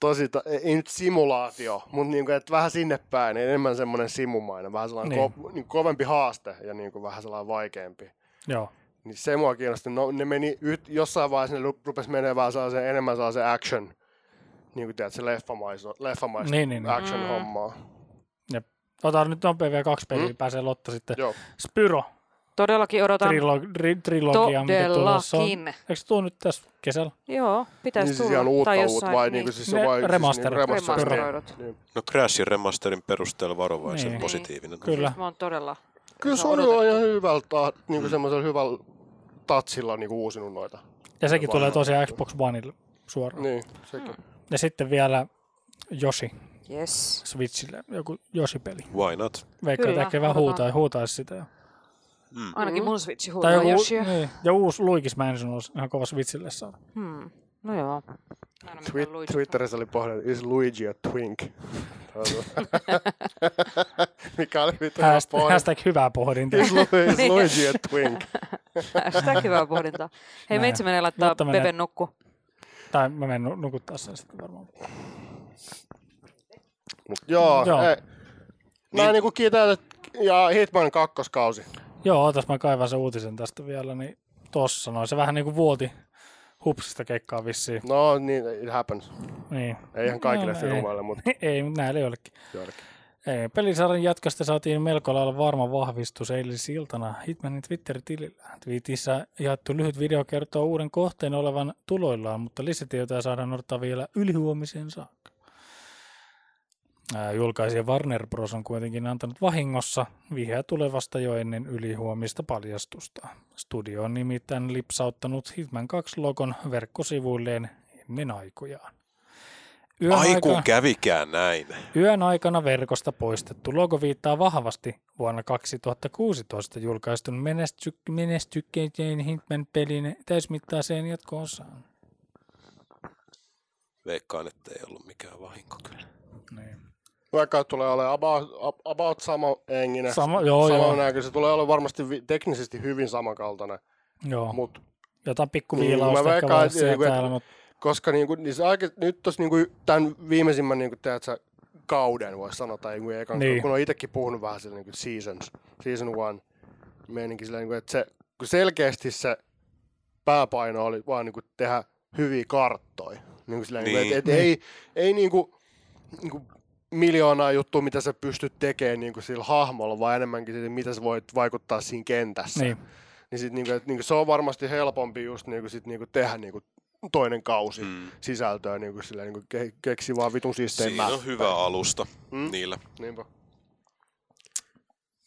S2: tosi, ta- ei nyt simulaatio, mutta niin kuin, että vähän sinne päin, niin enemmän semmoinen simumainen, vähän sellainen niin.
S3: Niin.
S2: Ko- niin kuin kovempi haaste ja niin kuin vähän sellainen vaikeampi.
S3: Joo.
S2: Niin se mua kiinnosti. No, ne meni yht, jossain vaiheessa, ne lu- rupesi menemään sellaiseen, enemmän sellaiseen action, niin kuin tiedät, se leffamaista, leffamaista
S3: Niin, niin, niin.
S1: Mm.
S2: action-hommaa.
S3: Otetaan nyt nopein vielä kaksi peliä,
S2: Mm.
S3: mm. pääsee Lotta sitten.
S2: Joo.
S3: Spyro
S1: Todellakin odotan.
S3: trilog- tri- trilogia, mikä tulossa on.
S1: Todellakin.
S3: Eikö se tuo nyt tässä kesällä?
S1: Joo, pitäisi
S2: Niin siis
S1: tulla.
S2: ihan uutta
S1: tai
S2: uutta
S1: jossain,
S2: vai niin kuin siis se
S3: Ne
S2: vai
S3: remasterit.
S2: Siis, niin remasterit.
S1: Remasteroidut.
S2: Niin.
S4: No Crashin remasterin perusteella varovaisen
S3: Niin.
S4: positiivinen.
S3: Kyllä.
S1: Mä oon todella...
S2: Kyllä
S1: Se on
S2: Sony on ihan hyvältä, niin
S3: Mm.
S2: kuin semmoisella hyvällä tatsilla niin kuin uusinut noita.
S3: Ja sekin
S2: Varmaan.
S3: tulee tosiaan Xbox Oneille suoraan.
S2: Niin, sekin.
S1: Mm.
S3: Ja sitten vielä Yoshi
S1: Yes.
S3: Switchille, joku Yoshi-peli.
S4: Why not?
S3: Veikkaan,
S1: Kyllä,
S3: että ehkä vähän
S1: odotan.
S3: huutaa, huutaisi sitä. jo.
S1: Ainakin mun switchi
S3: Tai
S1: huutaa
S3: joku,
S1: Yoshia.
S3: niin. Ja uusi Luigi's Mansion olisi ihan kova Switchille saada.
S1: Hmm. No joo.
S2: Twi- Twitterissä oli pohdittu, is Luigi a twink? Mikä oli vittu hyvä
S3: Hashtag,
S2: pohdinta.
S3: hashtag hyvää pohdintaa.
S2: Is, Lu- is
S1: Niin.
S2: Luigi a twink?
S1: Sitä hyvää pohdintaa. Hei,
S3: Näin.
S1: meitsi menee laittaa
S3: Lotta menee.
S1: Peven nukku.
S3: tai mä menen nu- nukuttaa sen sitten varmaan.
S2: Mut joo,
S3: Joo.
S2: ei. Näin niinku kiitän, että- ja Hitman kakkoskausi.
S3: Joo, otas mä kaivan sen uutisen tästä vielä, niin tossa noin. Se vähän niinku vuoti hupsista kekkaa vissiin.
S2: No niin, it happens.
S3: Niin.
S2: Ei ihan kaikille
S3: No, ei.
S2: firmoille, mutta
S3: Ei, mutta näille joillekin.
S2: joillekin.
S3: Ei, pelisarjan jatkosta saatiin melko lailla varma vahvistus eilisiltana Hitmanin Twitter-tilillä. Twiitissä jaettu lyhyt video kertoo uuden kohteen olevan tuloillaan, mutta lisätietoja saadaan odottaa vielä ylihuomiseen saakka. Ää, Julkaisija Warner Bros. on kuitenkin antanut vahingossa vihjeä tulevasta jo ennen ylihuomista paljastusta. Studio on nimittäin lipsauttanut Hitman 2-logon verkkosivuilleen ennen aikojaan. Yön
S4: Aiku
S3: aikaan-
S4: kävikään näin.
S3: Yön aikana verkosta poistettu logo viittaa vahvasti vuonna 2016 julkaistun menesty- menestykkeiden Hitman-pelin täysmittaiseen jatko-osaan.
S4: Veikkaan, että ei ollut mikään vahinko kyllä.
S3: Niin.
S2: Vaikka tulee olemaan about, ab- about sama enginen,
S3: Sama- joo, joo.
S2: näkö, se tulee olemaan varmasti vi- teknisesti hyvin samankaltainen,
S3: Joo,
S2: mutta
S3: jotain pikku
S2: Niin,
S3: viilausta
S2: mä
S3: ehkä
S2: veikkaan,
S3: vaan
S2: että
S3: siellä
S2: joku-
S3: täällä, mutta
S2: koska niin kuin, niin se aike, nyt tuossa niin kuin tämän viimeisimmän niin kuin, tiedätkö, kauden voisi sanoa, tai niin kuin ekan, niin.
S3: Niin.
S2: kun on itsekin puhunut vähän sillä niin kuin seasons, season one meininki sillä, niin kuin, että se, kun selkeästi se pääpaino oli vaan niin kuin, tehdä hyviä karttoja. Niin kuin sillä, niin. Niin
S4: Niin.
S2: kuin, että, että ei, ei niin kuin, niin kuin miljoonaa juttua, mitä sä pystyt tekemään niin kuin sillä hahmolla, vaan enemmänkin siitä, mitä sä voit vaikuttaa siinä kentässä.
S3: niin,
S2: Niin, sit niinku, et, niinku, se on varmasti helpompi just niinku, sit, niinku, tehdä niinku, toinen kausi mm.
S4: Mm.
S2: sisältöä, niinku, sillä, niinku, ke, keksi vaan vitun siisteen
S4: Siinä on hyvä alusta
S2: Mm.
S4: mm. niillä.
S2: Niinpä.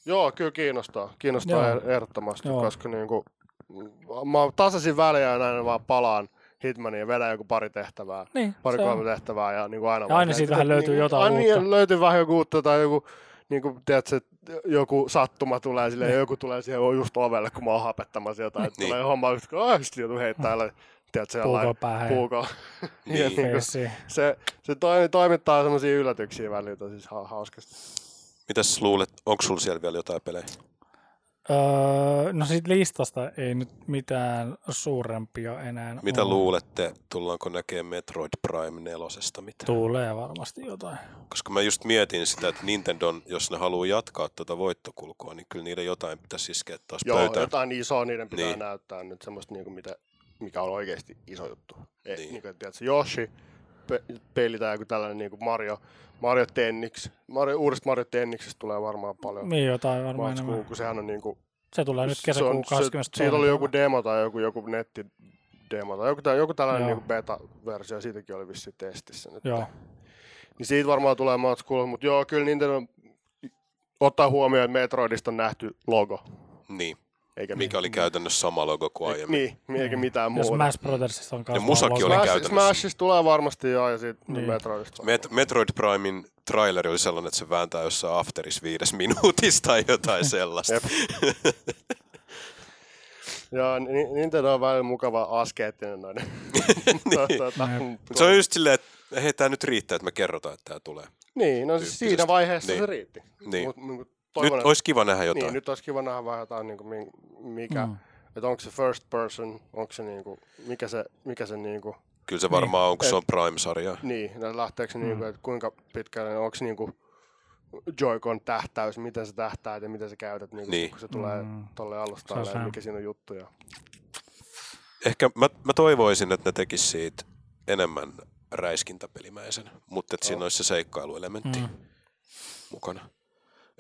S2: Joo, kyllä kiinnostaa. Kiinnostaa
S3: Joo.
S2: Joo. ehdottomasti, Joo.
S3: Joo.
S2: koska niinku, m- mä tasaisin väliä ja aina vaan palaan Hitmaniin ja vedän joku pari tehtävää.
S3: niin,
S2: Pari
S3: se on.
S2: kolme tehtävää ja niinku aina,
S3: Ja
S2: vaan
S3: aina
S2: silleen,
S3: siitä
S2: että-
S3: vähän löytyy
S2: niinku,
S3: jotain
S2: aina niin,
S3: uutta.
S2: löytyy vähän joku uutta tai joku niinku, tiedätkö, et joku sattuma tulee sille,
S3: Niin.
S2: ja joku tulee siihen on just ovelle, kun mä oon hapettamassa jotain. Niin.
S4: Niin.
S2: Tulee homma, just kun aah, sit joutuu heittää jollain, tiedätkö,
S3: Puukolla
S2: jollain
S3: päähän ja
S2: puukolla. Ja
S4: Niin.
S2: niinku,
S3: feissiin.
S2: se, se toimi, toimittaa semmoisia yllätyksiä välillä, siis ha- hauskasti.
S4: Mitäs luulet, onko sulla siellä vielä jotain pelejä?
S3: Öö, no siitä listasta ei nyt mitään suurempia enää
S4: Mitä
S3: ole.
S4: luulette, tullaanko näkemään Metroid Prime 4 mitä?
S3: Tulee varmasti jotain.
S4: Koska mä just mietin sitä, että Nintendo, jos ne haluaa jatkaa tätä voittokulkua, niin kyllä niiden jotain pitäisi iskeä taas
S2: Joo,
S4: pöytään.
S2: jotain isoa niiden pitää niin.
S4: Niin.
S2: näyttää nyt semmoista, niinku, mitä, mikä on oikeasti iso juttu. E, niin.
S4: Niin.
S2: Niinku, tiedätkö, Yoshi, pe- peli tai joku tällainen niinku Mario, Mario Tenniks. Mario, uudesta Mario Tenniksestä tulee varmaan paljon.
S3: Niin jotain varmaan
S2: Matskuu,
S3: enemmän.
S2: kun sehän on niinku,
S3: Se tulee nyt
S2: se on-
S3: kesäkuun
S2: se-
S3: 20.
S2: Siitä oli joku demo tai joku, joku netti demo tai joku, tä- joku tällainen
S3: Joo.
S2: niinku beta-versio, siitäkin oli vissi testissä nyt.
S3: Joo,
S2: Niin siitä varmaan tulee matskuu, mutta joo, kyllä Nintendo ottaa huomioon, että Metroidista on nähty logo.
S4: Niin,
S2: Eikä
S4: mikä oli käytännössä sama logo kuin
S2: Eik-
S4: aiemmin.
S2: Niin, eikä mitään
S3: Jos
S2: muuta.
S3: Smash Brothersista on kanssa.
S4: musakin
S3: logo.
S4: oli käy-
S2: Smash,
S4: käytännössä.
S2: Smashista tulee varmasti joo, ja siitä niin.
S3: Niin.
S2: Metroidista.
S4: Met- Metroid Primein traileri oli sellainen, että se vääntää jossain afteris viides minuutista tai jotain sellaista.
S2: Jep. Joo, Ni- Nintendo on vähän mukava askeettinen Niin. noin. Tota,
S3: Jep.
S4: Mut Niin. se on just silleen, että hei, tää nyt riittää, että me kerrotaan, että tää tulee.
S2: Niin, no siis
S4: tyyppisesti.
S2: siinä vaiheessa
S4: Niin.
S2: se riitti.
S4: Niin.
S2: Mut, niin
S4: Nyt olisi kiva nähdä jotain.
S2: Niin, nyt olisi kiva nähdä vähän jotain, niin kuin, mikä mm.
S3: Mm.
S2: Että onko se first person, onko se niinku, mikä se, mikä se niinku,
S4: Kyllä se varmaan on, kun se
S2: Et-
S4: on Prime-sarja.
S2: niin, tai lähteekö se
S3: Mm.
S2: niinku, että kuinka pitkälle, onko se niinku Joy-Con tähtäys, miten se tähtää ja miten sä käytät, niinku,
S4: Niin.
S2: niin. kun se tulee
S3: Mm.
S2: tolle
S3: Se on
S2: alustalle,
S3: se.
S2: ja mikä siinä on juttuja.
S4: Ehkä mä, mä toivoisin, että ne tekis siitä enemmän räiskintäpelimäisen, mutta että siinä olisi se seikkailuelementti mm. mukana.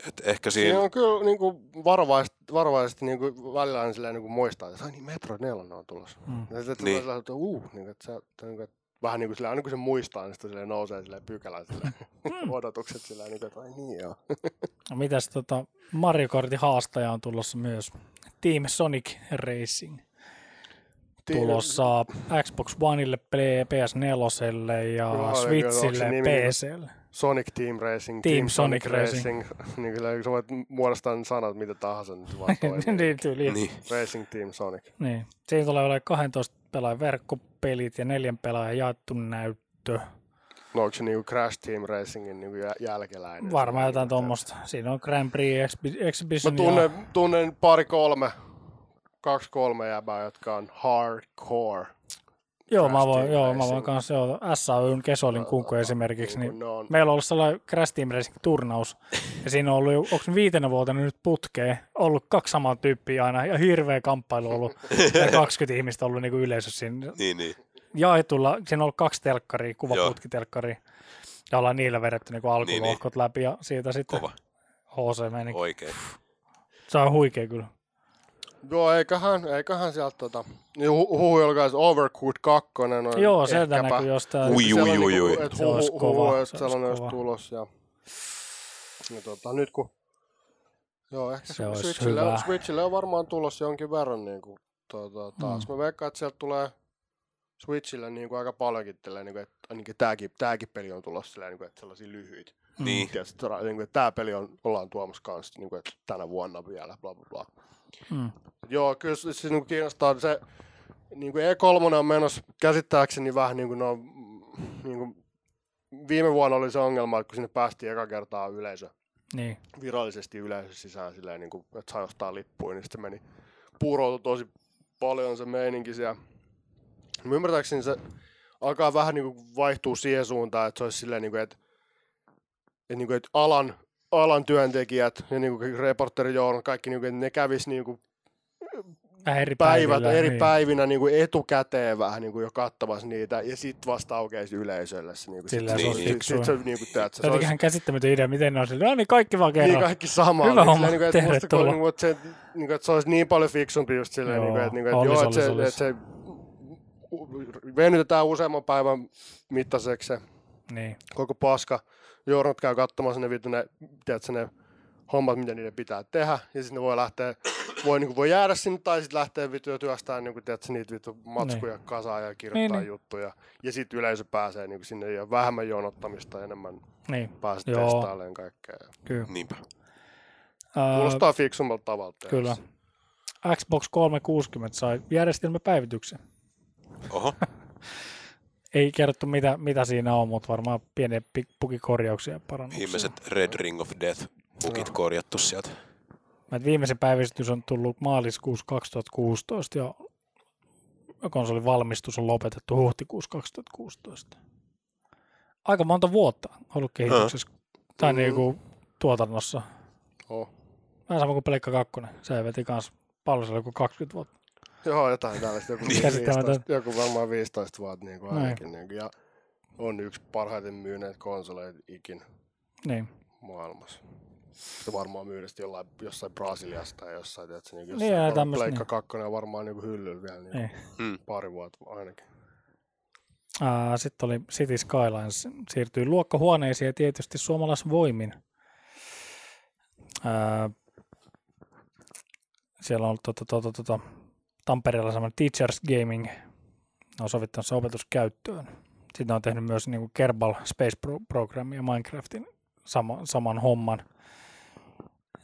S4: Et ehkä siinä,
S2: Siinä on kyllä niinku varovaisesti, varovaisesti niinku välillä aina silleen niinku muistaa, että ai niin Metro 4 on tulossa.
S3: Mm.
S2: Mm. Ja sitten
S4: Niin.
S2: niin. tulee että uu, niin, että, sä, että, niin, että vähän niin kuin sillä, aina kun se muistaa, niin sitten sille nousee sille pykälän sille
S3: Hmm.
S2: odotukset sillä, niin kuin, että ai niin joo.
S3: No mitäs tota, Mario Kartin haastaja on tulossa myös. Team Sonic Racing tulossa Xbox Oneille, Play- PS4
S2: Joo,
S3: ja
S2: ja
S3: Switchille
S2: onko se
S3: ja
S2: nimi-
S3: PClle.
S2: Sonic Team Racing,
S3: Team Sonic
S2: niin kyllä sä voit muodostaa ne sanat mitä tahansa, niin se vaan toimii.
S3: niin, tyyliin.
S4: niin,
S2: Racing Team Sonic.
S3: Niin. Siinä tulee olemaan 12 pelaajan verkkopelit ja neljän pelaajan jaettu näyttö.
S2: No onko se niinku Crash Team Racingin niinku jä- jälkeläinen?
S3: Varmaan
S2: Sillä niinku,
S3: jotain
S2: että-
S3: tuommoista. Siinä on Grand Prix Exhibi-
S2: Mä
S3: Exhibition.
S2: tunnen, tunnen pari kolme, kaksi kolme jäbää, jotka on hardcore.
S3: ja, joo, mä
S2: Crash
S3: voin,
S2: Team
S3: joo, mä voin
S2: Racing.
S3: kanssa, joo, SAYn Kesolin kunko esimerkiksi,
S2: Niinku
S3: niin
S2: ne on,
S3: meillä on ollut sellainen Crash Team Racing turnaus, ja siinä on ollut, onko viitenä vuotena nyt putkeen, ollut kaksi samaa tyyppiä aina, ja hirveä kamppailu ollut, ja 20 ihmistä ollut niin yleisössä siinä
S4: niin, niin.
S3: jaetulla, siinä on ollut kaksi telkkaria, kuvaputkitelkkaria, ja ollaan niillä vedetty niin alkulohkot läpi, ja siitä sitten
S4: kova,
S3: HC meni.
S4: oikein.
S3: Se on huikea kyllä.
S2: joo, eiköhän, eiköhän sieltä tota, niin hu- huhu julkaisi Overcooked 2. On
S3: Joo, se
S2: ehkäpä.
S3: näkyy jostain.
S4: Ui,
S2: Siellä on
S4: ui, ui,
S2: niinku,
S4: ui.
S2: et
S3: Se olisi
S2: huhu-
S3: kova,
S2: huhu,
S3: se
S2: että sellainen
S3: olisi
S2: olisi
S3: kova.
S2: tulossa. Ja, ja tota, nyt kun, joo, ehkä
S3: Se
S2: se
S3: olisi
S2: Switchille,
S3: hyvä.
S2: on, Switchille on varmaan tulossa jonkin verran niin kuin, tota, taas. Mm. Mä veikkaan, että sieltä tulee Switchille niin kuin aika paljonkin, tälleen, niin kuin, että ainakin tämäkin, tämäkin peli on tulossa silleen, niin kuin, että sellaisia lyhyitä.
S4: Niin,
S2: Tietysti, niin kuin, tämä peli on, ollaan tuomassa kanssa niin kuin, että tänä vuonna vielä, bla bla bla.
S3: Mm.
S2: Joo, kyllä se, se niin kiinnostaa se, niin kuin E3 on menossa käsittääkseni vähän niin kuin no, niin kuin, viime vuonna oli se ongelma, että kun sinne päästiin eka kertaa yleisö,
S3: Niin.
S2: virallisesti yleisö sisään silleen, niin kuin, että sai ostaa lippuja, niin sitten meni puuroutu tosi paljon se meininki siellä. Mä ymmärtääkseni se alkaa vähän niin kuin vaihtua siihen suuntaan, että se olisi silleen, niin kuin, että, että, niin kuin, että alan, alan työntekijät ja niin kuin reporteri Joona, kaikki niin kuin, että ne kävis niin kuin
S3: Vähän eri
S2: päivät
S3: päivillä,
S2: eri
S3: niin.
S2: päivinä niin kuin etukäteen vähän niin kuin jo kattamassa niitä ja sitten vasta aukeisi yleisölle se. Niin kuin,
S3: Sillä
S2: sit,
S4: se
S2: se,
S4: olisi
S2: sit-
S3: fiksua.
S2: sit se, niin kuin, teat, se, olisi
S3: Jotenkin ihan käsittämätön idea, miten ne on sillä. No niin, kaikki vaan
S2: niin
S3: kerran.
S2: kaikki sama.
S3: Hyvä
S2: niin,
S3: homma,
S2: silleen, niin kuin, että musta,
S3: tervetuloa.
S2: kun, niin kuin, että se, niin kuin, että se olisi niin paljon fiksumpi just silleen,
S3: Joo,
S2: niin kuin, että, niin kuin, että,
S3: olisi,
S2: joo, että,
S3: olisi,
S2: se,
S3: olisi.
S2: että se u- venytetään useamman päivän mittaiseksi se
S3: Niin.
S2: koko paska. Journat käy katsomassa ne vittu ne, tiedätkö, ne hommat, mitä niiden pitää tehdä. Ja sitten ne voi lähteä, voi, niin kuin, voi jäädä sinne tai sitten lähteä vittu jo työstämään niin kuin, tiedätkö, niitä vittu matskuja niin. kasaan ja kirjoittaa
S3: Niin,
S2: niin,
S3: niin.
S2: juttuja. Ja sitten yleisö pääsee niin kuin sinne ja vähemmän jonottamista ja enemmän
S3: Niin,
S2: pääsee
S3: Joo.
S2: testailemaan kaikkea.
S3: kyllä.
S4: niinpä.
S3: Ää,
S2: Kuulostaa fiksummalta tavalla. tehdä
S3: Kyllä.
S2: se.
S3: Xbox 360 sai järjestelmäpäivityksen.
S4: Oho,
S3: Ei kerrottu mitä, mitä siinä on, mutta varmaan pieniä pik- pukikorjauksia ja parannuksia.
S4: viimeiset Red Ring of Death bugit korjattu sieltä.
S3: Mä et Viimeisen päivitys on tullut maaliskuussa 2016 ja konsolin valmistus on lopetettu huhtikuussa 2016. Aika monta vuotta ollut kehityksessä tai
S2: Mm.
S3: niinku tuotannossa.
S2: Oh.
S3: Vähän sama kuin Pleikka 2. Se veti kans paljon, se oli kuin 20 vuotta.
S2: Joo, jotain tällaista. Joku,
S3: Käsittämätöntä.
S2: 15, joku varmaan 15 vuotta niin kuin
S3: Näin.
S2: ainakin. Niin kuin, ja on yksi parhaiten myyneet konsoleita ikin
S3: Niin.
S2: maailmassa. Se varmaan myydä sitten jollain, jossain Brasiliassa tai jossain, tiedätkö, niin
S3: Niin, ja
S2: jossain niin,
S3: tämmöistä,
S2: Pleikka
S3: niin.
S2: 2 on varmaan niin hyllyllä vielä niin
S3: Niin.
S4: Mm.
S2: pari vuotta ainakin.
S3: Ää, Sitten oli City Skylines, siirtyi luokkahuoneisiin ja tietysti suomalaisvoimin. Ää, Siellä on ollut tota, tota, tota, Tampereella semmoinen Teachers Gaming, ne on sovittanut se opetuskäyttöön. Sitten ne on tehnyt myös niin Kerbal Space Pro- Program ja Minecraftin sama, saman homman.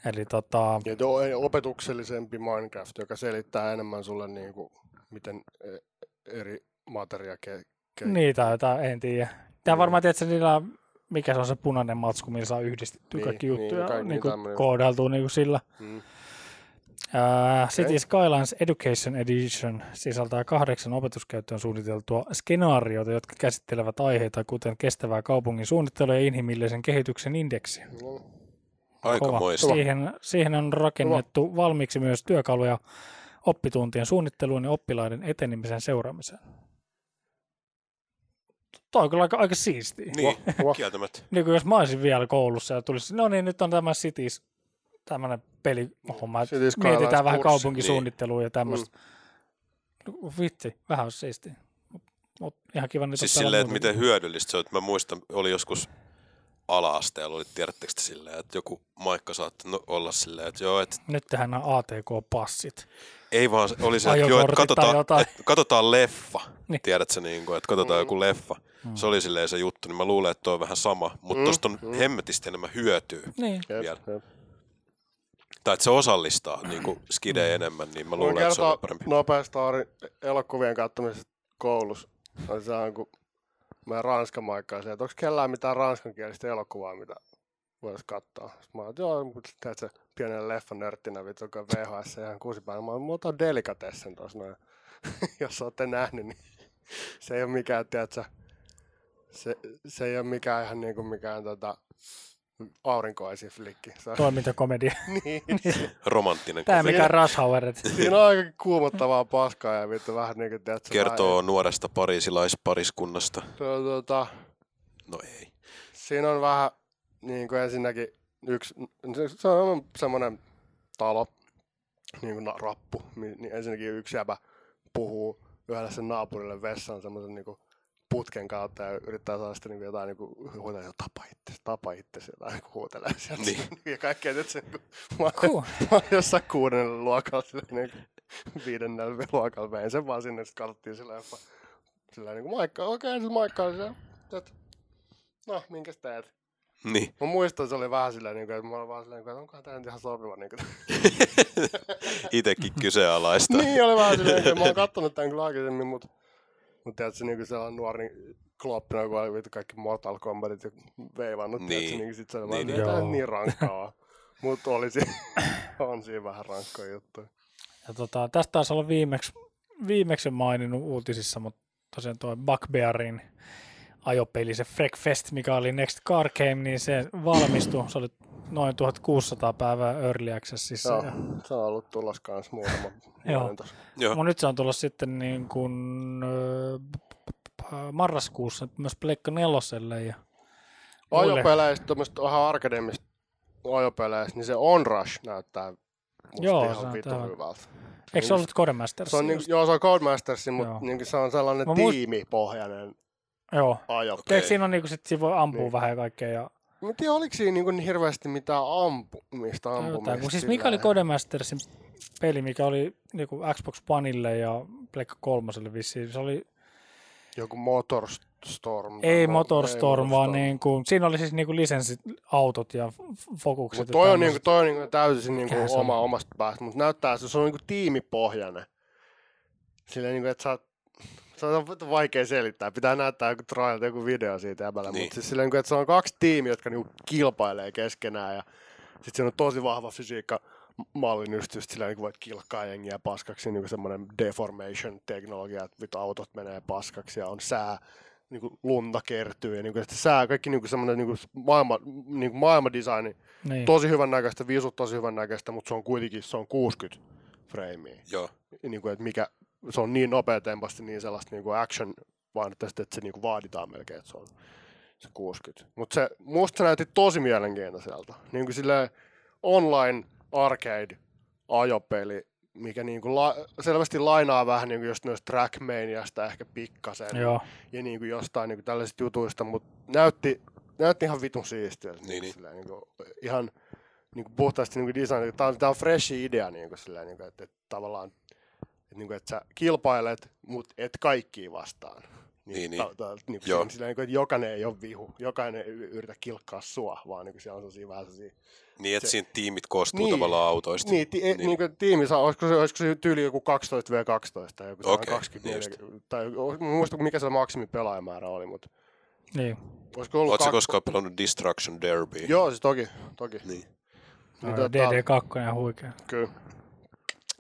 S3: Eli tota,
S2: Ja tuo ei- opetuksellisempi Minecraft, joka selittää enemmän sulle niin kuin, miten e- eri materia ke- ke-
S3: niitä jotain, Niin, en tiedä. Tämä
S2: Niin.
S3: varmaan tiedät, niillä, mikä se on se punainen matsku, millä saa yhdistettyä
S2: Niin,
S3: kaikki
S2: niin,
S3: juttuja, Niinku
S2: kaikki
S3: niin, niin
S2: tämmöinen.
S3: koodailtua niin sillä.
S2: Mm.
S3: Uh, City Skylines Education Edition sisältää kahdeksan opetuskäyttöön suunniteltua skenaariota, jotka käsittelevät aiheita kuten kestävää kaupungin suunnittelua ja inhimillisen kehityksen indeksiä.
S2: No,
S4: Aikamoista.
S3: Siihen, siihen on rakennettu valmiiksi myös työkaluja oppituntien suunnitteluun ja oppilaiden etenemisen seuraamiseen. Tuo on kyllä aika, aika siistiä.
S4: Niin,
S2: Wow.
S4: kieltämättä.
S3: Niin kuin jos mä olisin vielä koulussa ja tulisi, no niin, nyt on tämä Cities, tämmöinen pelihomma, että
S2: Cities Skylines
S3: mietitään vähän
S2: kurssi, niin.
S3: kaupunkisuunnittelua ja tämmöistä. No, vitsi, vähän olisi siistiä. Mut ihan kiva nyt
S4: Siis
S3: ottaa
S4: silleen, että
S3: muutenkin.
S4: miten hyödyllistä se on. että Mä muistan, oli joskus ala-asteella, oli tiedättekö te silleen, että joku maikka saattoi no- olla silleen, että joo, että
S3: Nyt tehdään nämä ATK-passit.
S4: ei vaan, oli se, että joo, että
S3: Ajokortit tai
S4: katsotaan,
S3: jotain.
S4: että katsotaan leffa.
S3: Niin. Mm.
S4: Tiedätkö, niin kuin, että katsotaan joku leffa. Se oli silleen se juttu, niin mä luulen, että toi on vähän sama, mutta tosta on hemmetisti enemmän hyötyä.
S3: Niin.
S2: jep,
S4: Vielä.
S2: jep.
S4: Tai että se osallistaa niin kuin skidejä
S3: Mm.
S4: enemmän, niin mä
S2: Voin
S4: luulen, että se
S2: kertoa
S4: on parempi.
S2: nopeasti Aari elokuvien katsomisesta koulussa. No, se on kun mä ranskan maikkaan se, että onko kellään mitään ranskankielistä elokuvaa, mitä voisi katsoa. Sitten mä oon, että joo, mutta teet se pienen leffan nörttinä, vittu, joka on VHS ihan kuusipäin. Mä oon, mulla on delikatessen tuossa noin. Jos ootte nähnyt, niin se ei ole mikään, tiedätkö, se, se ei ole mikään ihan niinku mikään tota, aurinkoisin flikki. Se on,
S3: Toimintakomedia.
S2: niin,
S4: Romanttinen
S3: Tämä
S4: kuvio.
S3: mikä on Rashauerit.
S2: siinä on aika kuumottavaa paskaa ja vittu vähän niinku, tiedätkö,
S4: kertoo nuoresta pariisilaispariskunnasta.
S2: No, tota,
S4: No ei.
S2: siinä on vähän niin kuin ensinnäkin yksi, se- se on semmoinen talo, niin kuin na- rappu, mi- niin ensinnäkin yksi jäbä puhuu yhdelle sen naapurille vessaan semmoisen niin putken kautta ja yrittää saada sitten niin jotain niin kuin, huutaa, että tapa itse, tapa itse, jotain niin huutelee sieltä.
S4: Niin.
S2: Ja kaikkea tietysti, kun mä oon,
S3: Cool.
S2: mä oon jossain kuudennella luokalla, sillä niin kuin, viidennellä luokalla vein sen vaan sinne, sitten katsottiin sillä jopa, sillä niin kuin moikka, okei, okay, siis moikka, oli se, että, no, minkäs teet?
S4: Niin.
S2: Mä muistan, se oli vähän silleen, niin kuin, että mä olin vaan silleen, että onkohan tää nyt ihan sopiva. Niin, kuin.
S4: Itekin kyseenalaista.
S2: niin oli vähän silleen, että mä oon kattonut tämän kyllä aikaisemmin, mutta mut tiedätkö, niin kuin se on nuori kloppina, kun oli vittu kaikki Mortal Kombatit ja veivannut, niin. tiedätkö,
S4: Niin.
S2: niin kuin sit se oli
S4: Niin,
S2: vaan,
S4: niin.
S2: niin, että
S3: Joo.
S2: niin rankkaa. Mutta oli siinä, on siinä vähän rankkoja juttuja.
S3: Ja tota, tästä taisi olla viimeksi, viimeksi maininnut uutisissa, mutta tosiaan tuo Bugbearin ajopeli, se Freakfest, mikä oli Next Car Game, niin se valmistui. Se oli noin 1600 päivää Early Accessissa.
S2: Joo,
S3: Ja,
S2: se on ollut tulos kans muutama.
S3: Joo.
S2: vuoden tossa.
S4: Joo.
S3: mutta nyt se on tullut sitten niin kuin, ö, marraskuussa myös Pleikka neloselle. Ja muille.
S2: Ajopeleistä, tuommoista vähän arkademista ajopeleistä, niin se On Rush näyttää musta
S3: Joo, se
S2: ihan
S3: on
S2: vitu
S3: tämä-
S2: hyvältä.
S3: Eikö se ollut Codemasters?
S2: Se on, niin, joo, se on Codemastersin, mutta
S3: Joo.
S2: niin, se on sellainen
S3: Mä muist-
S2: tiimipohjainen
S3: Joo.
S2: ajo.
S4: Okei.
S3: Eikö siinä on niin kuin, sit siinä voi ampua
S2: Niin.
S3: niin. vähän ja kaikkea. Ja,
S2: Mä en tiedä, oliko siinä niin kuin hirveästi mitään ampumista, ampumista.
S3: Jotain, kun siis
S2: sillä
S3: mikä oli
S2: lailla.
S3: Codemastersin peli, mikä oli niinku Xbox Oneille ja Pleikka kolmoselle vissiin. Se oli,
S2: Joku Motorstorm.
S3: ei Motorstorm, vaan niinku, siinä oli siis niinku lisenssiautot ja f- fokukset.
S2: Mutta
S3: ja
S2: toi on,
S3: tämmöset.
S2: niinku, toi on niinku täysin niinku
S3: Mikähän se
S2: oma
S3: on?
S2: omasta päästä, mutta näyttää, että se on niinku tiimipohjainen. Silleen niinku, että sä oot- se on vittu vaikea selittää. Pitää näyttää joku trailer, joku video siitä jäbällä. Niin.
S4: Niin.
S2: Mutta siis silleen, niinku, että se on kaksi tiimiä, jotka niinku kilpailee keskenään. Ja sitten siinä on tosi vahva fysiikka mallin just, just silleen, niin voit kilkkaa jengiä paskaksi. Niin semmoinen deformation-teknologia, että vittu autot menee paskaksi ja on sää niin kuin lunta kertyy ja niin kuin, että sää, kaikki niin kuin semmoinen niin kuin maailma, niin kuin maailmadesigni,
S3: Niin.
S2: tosi hyvän näköistä, viisut tosi hyvän näköistä, mutta se on kuitenkin se on 60 freimiä.
S4: Joo.
S2: Niin kuin, että mikä, se on niin nopeatempasti, niin sellaista niin kuin action painottaisesti, että se niin kuin vaaditaan melkein, että se on se 60. Mutta se, musta se näytti tosi mielenkiintoiselta. Niin kuin silleen online arcade ajopeli, mikä niin kuin la, selvästi lainaa vähän niin kuin just noista Trackmaniasta ehkä pikkasen
S3: Joo.
S2: ja niin kuin jostain niin kuin tällaisista jutuista, mutta näytti, näytti ihan vitun siistiä.
S4: Niin, niin.
S2: Silleen, niin kuin, ihan niin kuin puhtaasti niin kuin design. Tämä on, tämä on fresh idea, niin kuin, silleen, niin kuin, että, että tavallaan että, niin kuin, että sä kilpailet, mutta et kaikkiin vastaan.
S4: Niin, niin.
S2: Ta, ta, niin
S4: Joo.
S2: kuin, silleen, niin kuin, että jokainen ei ole vihu, jokainen ei y- yritä kilkkaa sua, vaan niin kuin, siellä on sellaisia vähän sellaisia
S4: Niin, että
S2: Se-
S4: siinä tiimit koostuu
S2: Niin.
S4: tavallaan autoista.
S2: Niin, ti- niin. niin kuin tiimi saa, olisiko se, olisiko se tyyli joku 12 v 12 joku
S4: Okei, niin
S2: okay, 24,
S4: just.
S2: tai en muista mikä se maksimipelaajamäärä oli, mutta
S3: Niin.
S2: olisiko ollut
S4: Oletko
S2: kak-
S4: koskaan pelannut Destruction Derby?
S2: Joo, siis toki, toki.
S4: Niin.
S3: No, DD2 on ihan huikea.
S2: Kyllä.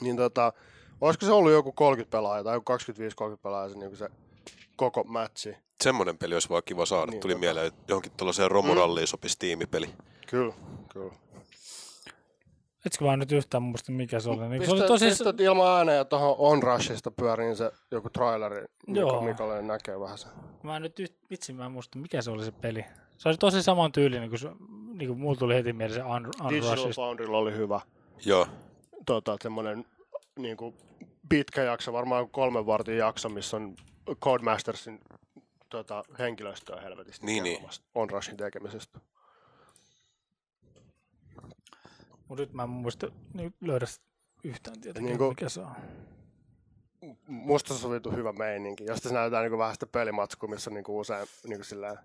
S2: Niin tota, olisiko se ollut joku 30 pelaajaa tai joku 25-30 pelaajaa se, niin se koko matchi?
S4: Semmoinen peli olisi vaan kiva saada.
S2: Niin, Mm.
S4: Tuli
S2: tota.
S4: mieleen, että johonkin tuollaiseen romoralliin sopisi tiimipeli.
S2: Kyllä, kyllä.
S3: Etsikö mä nyt yhtään muista, mikä se oli. Niin, se
S2: Pistät,
S3: oli
S2: oli
S3: tosi...
S2: pistät ilman ääneen tuohon On Rushista pyöriin niin se joku traileri, mikä
S3: Joo.
S2: Mikalle näkee vähän sen.
S3: Mä nyt yht- vitsi, mä en muista, mikä se oli se peli. Se oli tosi saman tyylinen, kun, se, niin kuin mulla tuli heti mieleen se Un-
S2: Digital
S3: Unrushista.
S2: Foundrylla oli hyvä.
S4: Joo,
S2: Tota, semmoinen niin kuin pitkä jakso, varmaan kolmen vartin jakso, missä on Codemastersin tota, henkilöstöä helvetisti
S4: Niin, niin.
S2: kertomassa On Rushin tekemisestä.
S3: Mutta nyt mä en muista nyt löydä s- yhtään tietenkin,
S2: Niin
S3: niin
S2: kuin-
S3: mikä se on.
S2: Musta se sovittu hyvä meininki. Ja sitten se näytetään niin vähän sitä pelimatskua, missä niin usein niin kuin silleen...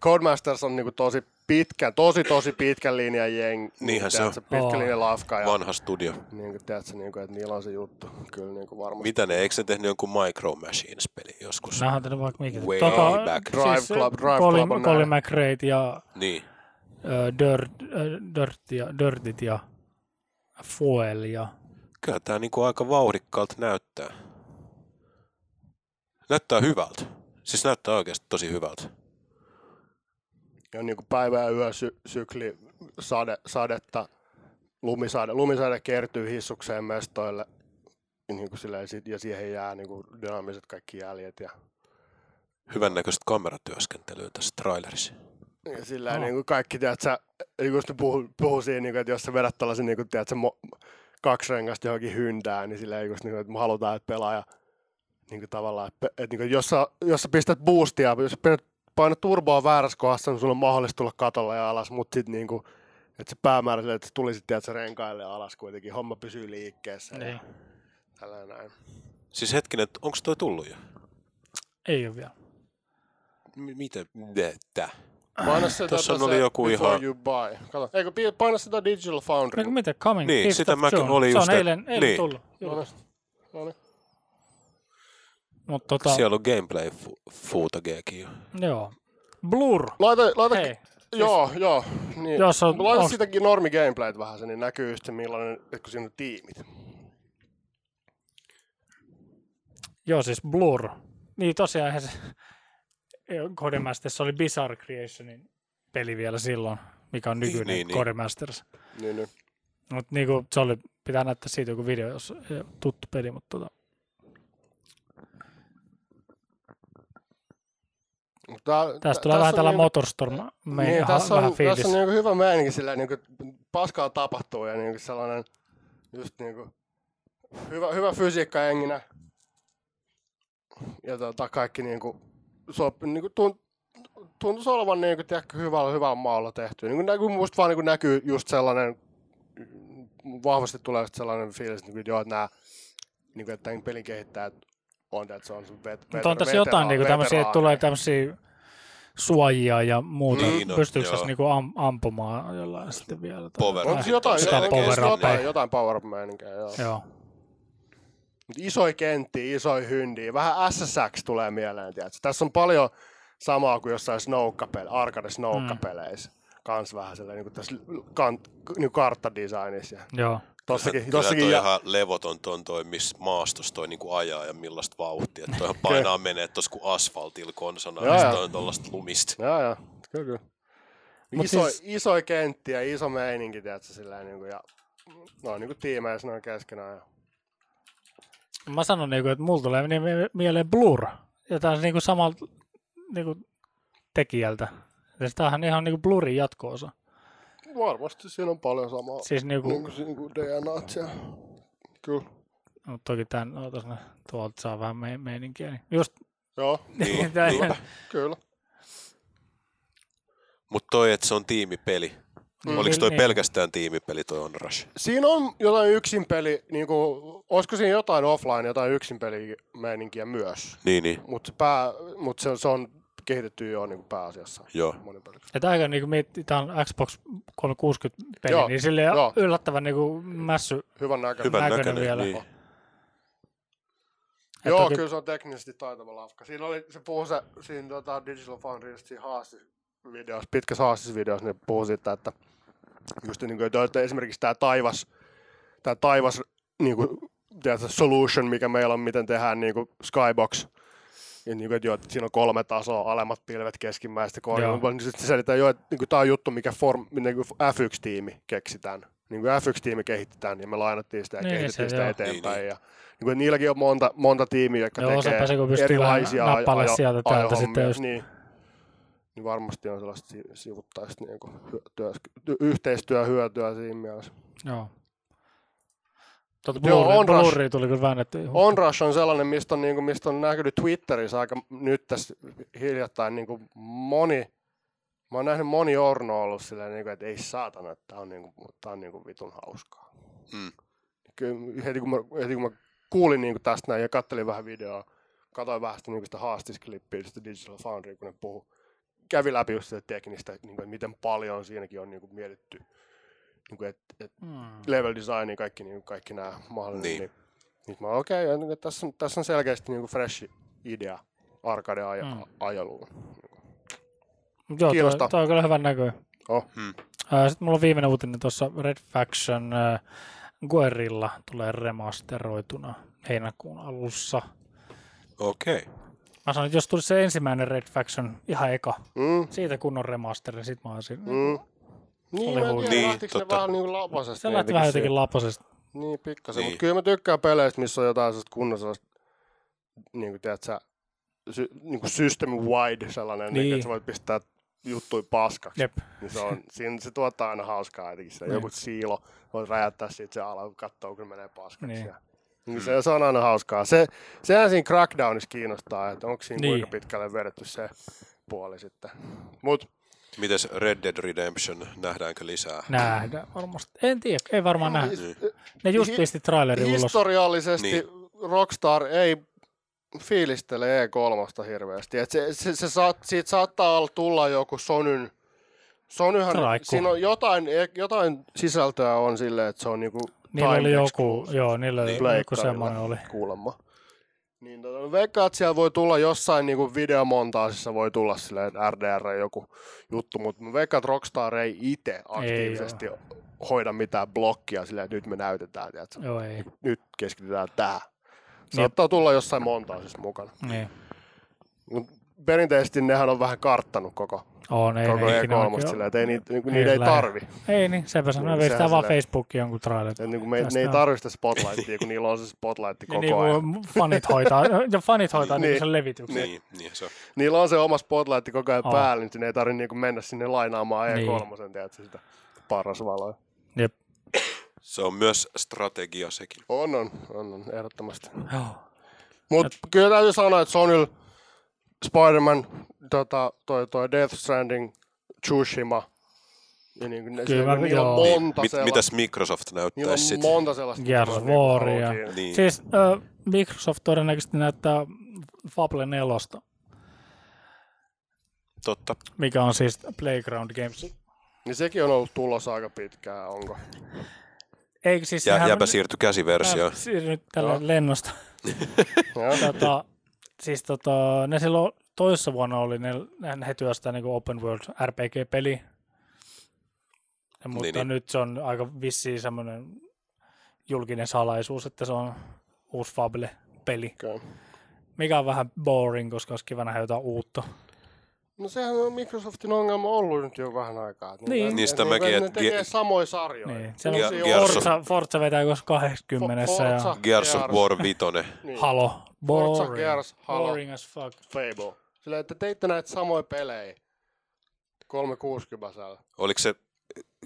S2: Codemasters on niin tosi pitkä, tosi tosi pitkän linjan jengi.
S4: Niinhän se
S2: tiedätkö,
S4: on.
S2: Pitkän
S3: Oo.
S2: linjan lafka. Ja...
S4: vanha studio.
S2: Niin kuin, tiedätkö, niin kuin, että niillä on se juttu. Kyllä niin kuin varmasti.
S4: Mitä ne, eikö ne tehnyt jonkun Micro Machines-peli joskus?
S2: No.
S3: Mä oon tehnyt vaikka mikä. Tota, siis
S4: Way back.
S2: Drive Club- Drive
S3: Colin,
S2: Club on
S3: Colin
S2: näin.
S3: McRae ja
S4: Niin,
S3: ö, Dirt, ö, Dirt ja, Dirtit ja Foel ja
S4: kyllä tämä niinku aika vauhdikkaalta näyttää. Näyttää hyvältä. Siis näyttää oikeasti tosi hyvältä.
S2: Ja niin kuin päivä ja yö sy- sykli sade, sadetta, lumisade, lumisade kertyy hissukseen mestoille niin kuin silleen, sit- ja siihen jää niin kuin dynaamiset kaikki jäljet. Ja,
S4: Hyvän näköistä kameratyöskentelyä tässä trailerissa.
S2: ja sillä
S3: Joo.
S2: niin kuin kaikki, tiedätkö, niin kuin sitten puhuu, puhuu siinä, niin kuin, että jos sä vedät tällaisen, niin kuin, tiedätkö, mo- kaksi rengasta johonkin hyndään, niin silleen, just, niin kuin, että me halutaan, että pelaaja niin kuin tavallaan, että, että niin kuin, jos, sä, jos sä pistät boostia, jos sä painat, painat turboa väärässä kohdassa, niin sulla on mahdollista tulla katolla ja alas, mutta sitten niin kuin, että se päämäärä sille, että se tulisi tiedätkö, renkaille alas kuitenkin, homma pysyy liikkeessä ja
S3: ei,
S2: tällä näin.
S4: Siis hetkinen, onko toi tullut jo?
S3: ei ole vielä.
S4: M- miten? Mitä?
S2: Paina se,
S4: Tossa
S2: tota,
S4: oli
S2: se
S4: joku
S2: Before
S4: ihan-
S2: You buy. Kato, eikö pi- paina sitä Digital Foundry.
S3: Eikö mitä, Coming
S4: Niin,
S3: Fifth
S4: sitä
S3: of
S4: mäkin
S3: June.
S4: olin just,
S3: Se on
S4: et-
S3: eilen, eilen
S4: niin.
S3: tullut.
S2: No niin,
S3: Julkaistu.
S2: no niin.
S3: Mut tota,
S4: Siellä on gameplay fu- footageakin jo.
S3: joo. Blur.
S2: Laita, laita,
S3: Hei, siis
S2: joo, joo. Niin.
S3: Jos on-
S2: Laita
S3: onks-
S2: sitäkin normi gameplayt vähän, se, niin näkyy just se millainen, että kun siinä on tiimit.
S3: Joo, siis Blur. Niin tosiaan eihän se Codemasters oli Bizarre Creationin peli vielä silloin, mikä on nykyinen
S4: Niin,
S3: niin,
S4: niin.
S3: Codemasters. Niin.
S2: Niin, niin.
S3: Mutta niinku, se oli, pitää näyttää siitä joku video, jos ei ole tuttu peli, mutta tota,
S2: Mutta
S3: tästä tulee vähän tällä Motorstorm
S2: Niin, niin, tässä
S3: vähän
S2: on,
S3: fiilis.
S2: tässä on niinku hyvä meininki sillä niinku, paskaa tapahtuu ja niinku sellainen just niinku, hyvä, hyvä fysiikka enginä. Ja tota, kaikki niinku, sop, niinku tunt, tuntuisi olevan niinku, tiedätkö, hyvällä, hyvällä maalla tehty. Niinku, näkyy, musta vaan niinku, näkyy just sellainen, vahvasti tulee just sellainen fiilis, niinku, että joo, että nää, niinku, että tämän pelin kehittäjät on, että se on sun vet,
S3: Mutta on tässä jotain niinku tämmöisiä, että tulee tämmöisiä suojia ja muuta.
S4: Niin
S3: Niin,
S4: on,
S3: Pystyykö
S4: joo.
S3: tässä niinku am, ampumaan jollain sitten vielä? tai-
S4: Power.
S2: Onko jotain,
S3: Sitä
S2: jotain,
S3: power
S2: jotain,
S3: upia.
S2: jotain, jotain power up joo.
S3: Joo.
S2: Mut isoja kenttiä, isoja hyndiä, vähän SSX tulee mieleen, tiedätkö? Tässä on paljon samaa kuin jossain snoukkapele,
S3: Mm.
S2: arcade snoukkapeleissä. Kans vähän sellainen, niin kuin tässä kan, niin karttadesignissa. Ja
S3: Joo.
S2: tossakin,
S4: Kyllä
S2: tossakin
S4: toi
S2: ja,
S4: ihan levoton ton toi, missä maastossa toi niinku ajaa ja millaista vauhtia. Että Toihan painaa menee tuossa kuin asfaltilla konsana,
S2: Joo,
S4: ja sit
S2: joo.
S4: toi on tuollaista lumista.
S2: Joo, joo, kyllä, kyllä.
S3: Mut
S2: Iso, siis...
S3: siis-
S2: Isoja kenttiä, iso meininki, tiedätkö, silleen, niin kuin, ja no on niin kuin tiimeissä, ne on keskenään. Ja...
S3: Mä sanon, niinku, että mulla tulee niin mieleen Blur. Ja tää on niinku samalta niinku, tekijältä. Ja tämähän ihan niinku Blurin jatkoosa.
S2: Varmasti siinä on paljon samaa.
S3: Siis
S2: Niin
S3: niinku,
S2: kuin, niin kuin DNAt ja... Kyllä.
S3: no, toki tän, ootas ne, tuolta saa vähän me- meininkiä. Niin just,
S2: Joo,
S4: Niin,
S3: tää-
S4: niinpä.
S2: kyllä.
S4: Mutta toi, että se on tiimipeli. Mm, Oliko toi
S3: niin.
S4: pelkästään tiimipeli toi On Rush?
S2: Siinä on jotain yksinpeli, niin kuin, olisiko siinä jotain offline, jotain yksinpelimeininkiä myös,
S4: Niin, niin.
S2: mutta pää, mut se, se, on kehitetty jo niin kuin pääasiassa
S4: Joo.
S2: monipeliksi.
S3: ja tämäkin on, niinku, mietti, tää on Xbox 360 peli,
S2: Joo,
S3: joo, niin silleen
S2: joo.
S3: joo. yllättävän niinku mässy.
S2: Hyvän näköinen.
S4: Hyvän
S3: Näköinen
S4: näköinen.
S3: vielä.
S4: Niin.
S3: Ja
S2: Joo,
S3: toki-
S2: kyllä se on teknisesti taitava lafka. Siinä oli, se puhui se, siinä tota, Digital Foundrysta siinä haastisvideossa, pitkässä haastisvideossa, niin puhui siitä, että just niin kuin, että esimerkiksi tämä taivas, tämä taivas niin kuin, tiedätkö, solution, mikä meillä on, miten tehdään niin kuin skybox. Ja niin kuin, että joo, että siinä on kolme tasoa, alemmat pilvet, keskimmäistä
S3: Joo.
S2: korjaa. Mutta sitten se selitetään jo, että niin kuin, tämä on juttu, mikä form, niin kuin F1-tiimi keksitään. Niin kuin F1-tiimi kehitetään ja me lainattiin sitä ja
S3: Niin,
S2: niin, kehitettiin
S3: se,
S2: sitä
S3: joo.
S2: eteenpäin. Ja, niin kuin, niilläkin on monta, monta tiimiä, jotka
S3: Joo,
S2: tekee
S3: sepä se, kun pystyy
S2: erilaisia
S3: vähän
S2: aj-
S3: nappailla
S2: ajo-
S3: sieltä täältä
S2: ajohommia.
S3: sitten just.
S2: Niin. niin varmasti on sellaista si- sivuttaista niin kuin, työs, ty- yhteistyöhyötyä siinä mielessä.
S3: Joo. Tuota
S2: Joo,
S3: Blurri,
S2: on Rush.
S3: Blurri tuli kyllä väännetty.
S2: Onrush on sellainen, mistä on, niin kuin, mistä on näkynyt Twitterissä aika nyt tässä hiljattain niin kuin moni. Mä oon nähnyt moni Orno ollut silleen, niin kuin, että ei saatana, että tää on, niin kuin, tää on niin kuin vitun hauskaa.
S4: Mm.
S2: Kyllä, heti, kun mä, heti kun mä kuulin niin kuin tästä näin ja kattelin vähän videoa, katsoin vähän sitä, niin kuin sitä haastisklippia, sitä Digital Foundry, kun ne puhuu. Kävi läpi just sitä teknistä, niin kuin, että miten paljon siinäkin on niin kuin, mietitty, niin kuin, että, että
S3: Mm.
S2: level design ja kaikki, niin, kaikki nämä mahdolliset.
S4: Niin.
S2: Niin. Niin, niin mä okei, okay, niin, tässä, on, tässä on selkeästi niin fresh idea arcade
S3: Mm.
S2: ajeluun.
S3: Mut Joo,
S2: Kiinnostaa.
S3: toi, toi on kyllä hyvän näköinen.
S2: Oh.
S4: Hmm.
S3: Sitten mulla on viimeinen uutinen tuossa Red Faction äh, Guerrilla tulee remasteroituna heinäkuun alussa.
S4: Okei. Okay.
S3: Mä sanoin, että jos tulisi se ensimmäinen Red Faction ihan eka,
S2: Mm.
S3: siitä kunnon remasteri, niin sit mä olisin.
S2: Mm. Niin,
S3: Oli
S2: mä en
S3: huono.
S2: tiedä,
S4: Niin,
S2: niin, ne
S4: totta.
S2: vähän niin lapasesti.
S3: Se lähti vähän jotenkin lapasesta.
S2: Niin, pikkasen. Niin.
S4: Niin.
S2: Mutta kyllä mä tykkään peleistä, missä on jotain sellaista kunnon sellaista, niin kuin tiedät sä, sy, niin kuin system wide sellainen, niin.
S3: Niin.
S2: että sä voit pistää juttui paskaksi.
S3: Jep.
S2: Niin se, on, siinä, se tuottaa aina hauskaa jotenkin. Se
S3: Niin.
S2: joku siilo, voit räjäyttää siitä se ala, kun katsoo, kun menee paskaksi.
S3: Niin.
S2: Niin. Ja, niin se, se, on aina hauskaa. Se, sehän siinä crackdownissa kiinnostaa, että onko siinä
S3: Niin.
S2: niin. kuinka pitkälle vedetty se puoli sitten. Mut
S4: Mites Red Dead Redemption, nähdäänkö lisää?
S3: Nähdään varmasti. En tiedä, ei varmaan nähdä.
S4: Niin.
S2: Siis,
S3: Ne just
S2: Hi-
S3: pisti traileri ulos.
S2: historiallisesti
S4: Niin.
S2: niin. Rockstar ei fiilistele E3 hirveästi. Et se, se, se saat, siitä saattaa olla- tulla joku Sonyn Sonyhan,
S3: Traikku.
S2: siinä on jotain, e- jotain sisältöä on silleen, että se on niinku
S3: Niillä
S2: time
S3: oli joku,
S2: exclusive.
S3: joo, niillä oli Niin, joku
S2: Pleikkarilla
S3: semmoinen oli.
S2: Kuulemma. Niin, tota, veikkaan, että siellä voi tulla jossain niin kuin videomontaasissa voi tulla silleen, että RDR joku juttu, mutta mä veikkaan, että Rockstar ei itse aktiivisesti ei hoida mitään blokkia silleen, että nyt me näytetään, tiedätkö?
S3: Joo, Niin. ei.
S2: nyt keskitytään tähän. Saattaa tulla jossain montaasissa mukana.
S3: Niin.
S2: Mut perinteisesti nehän on vähän karttanut koko,
S3: On, ei,
S2: ei, koko
S3: ne niin ikinä
S2: E3,
S3: oikein-
S2: silleen, että ei niitä, niinku,
S3: Ei
S2: niitä ei
S3: lähde.
S2: tarvi.
S3: Ei niin, sepä sanoo.
S2: Niin,
S3: Niin, sitä
S2: sehän
S3: vaan
S2: silleen-
S3: Facebookiin jonkun trailerin.
S2: Et niinku me, ne ei
S3: Tästä-
S2: tarvi sitä spotlightia, kun niillä on se spotlight
S3: Niin,
S2: koko
S3: niin
S2: ajan.
S3: kun fanit hoitaa, ja fanit hoitaa niin.
S2: Niin.
S3: sen levityksen. Niin.
S4: Niin, niin se on.
S2: Niillä on se oma spotlight koko ajan
S3: On.
S2: oh. päällä, niin sinne ei tarvitse niinku mennä sinne lainaamaan
S3: Niin.
S2: E3, niin. tiedätkö, sitä paras valoa.
S3: Jep.
S4: Se on myös strategia sekin.
S2: On, on, on, on, ehdottomasti.
S3: Joo.
S2: Mutta kyllä täytyy sanoa, että Sonyl Spider-Man, tota, toi, toi Death Stranding, Tsushima, ja niin, ne,
S3: Kyllä
S2: kyllä,
S3: mä-
S2: se, niillä
S3: joo.
S2: on monta
S4: Mit,
S2: sellaista.
S4: mitäs Microsoft
S2: Niillä on
S4: näyttäisi sitten?
S2: monta sellaista.
S3: Gears
S2: juttua, niinku
S3: Waria.
S2: haluaa kiinni.
S4: Niin.
S3: Siis äh, Microsoft todennäköisesti näyttää Fable 4,
S4: Totta.
S3: mikä on siis Playground Games.
S2: Niin sekin on ollut tulossa aika pitkään, onko?
S3: Eikö siis...
S4: Ja,
S3: nehän-
S4: jääpä siirty käsiversioon.
S3: Mä siirryn nyt tällä
S2: Joo.
S3: lennosta.
S2: Joo.
S3: tota, siis tota, ne silloin toissa vuonna oli, ne, ne he työstää niin open world RPG-peli. Ja, mutta niin,
S4: Niin,
S3: niin.
S4: niin.
S3: nyt se on aika vissiin semmoinen julkinen salaisuus, että se on uusi Fable-peli.
S2: Okei.
S3: Mikä on vähän boring, koska olisi kiva nähdä jotain uutta.
S2: No sehän on Microsoftin ongelma ollut nyt jo vähän aikaa. että
S3: Niin.
S2: ne-
S4: Niin sitä
S2: ne-
S4: mäkin,
S2: ne- Ne
S4: että
S2: tekee
S4: Ge-
S2: samoja sarjoja.
S3: Niin. Se
S2: Se
S3: on
S4: Ge-
S2: Uusia
S4: Gears of-
S2: Forza-
S3: Forza, Forza vetää koska 80 ja
S2: Forza,
S4: Gears of War 5.
S2: niin.
S3: Halo.
S2: Forza,
S3: Boring.
S2: Gears, Halo.
S3: Boring as fuck.
S2: Fable. Sillä että teitte näitä samoja pelejä 360
S4: Oliko se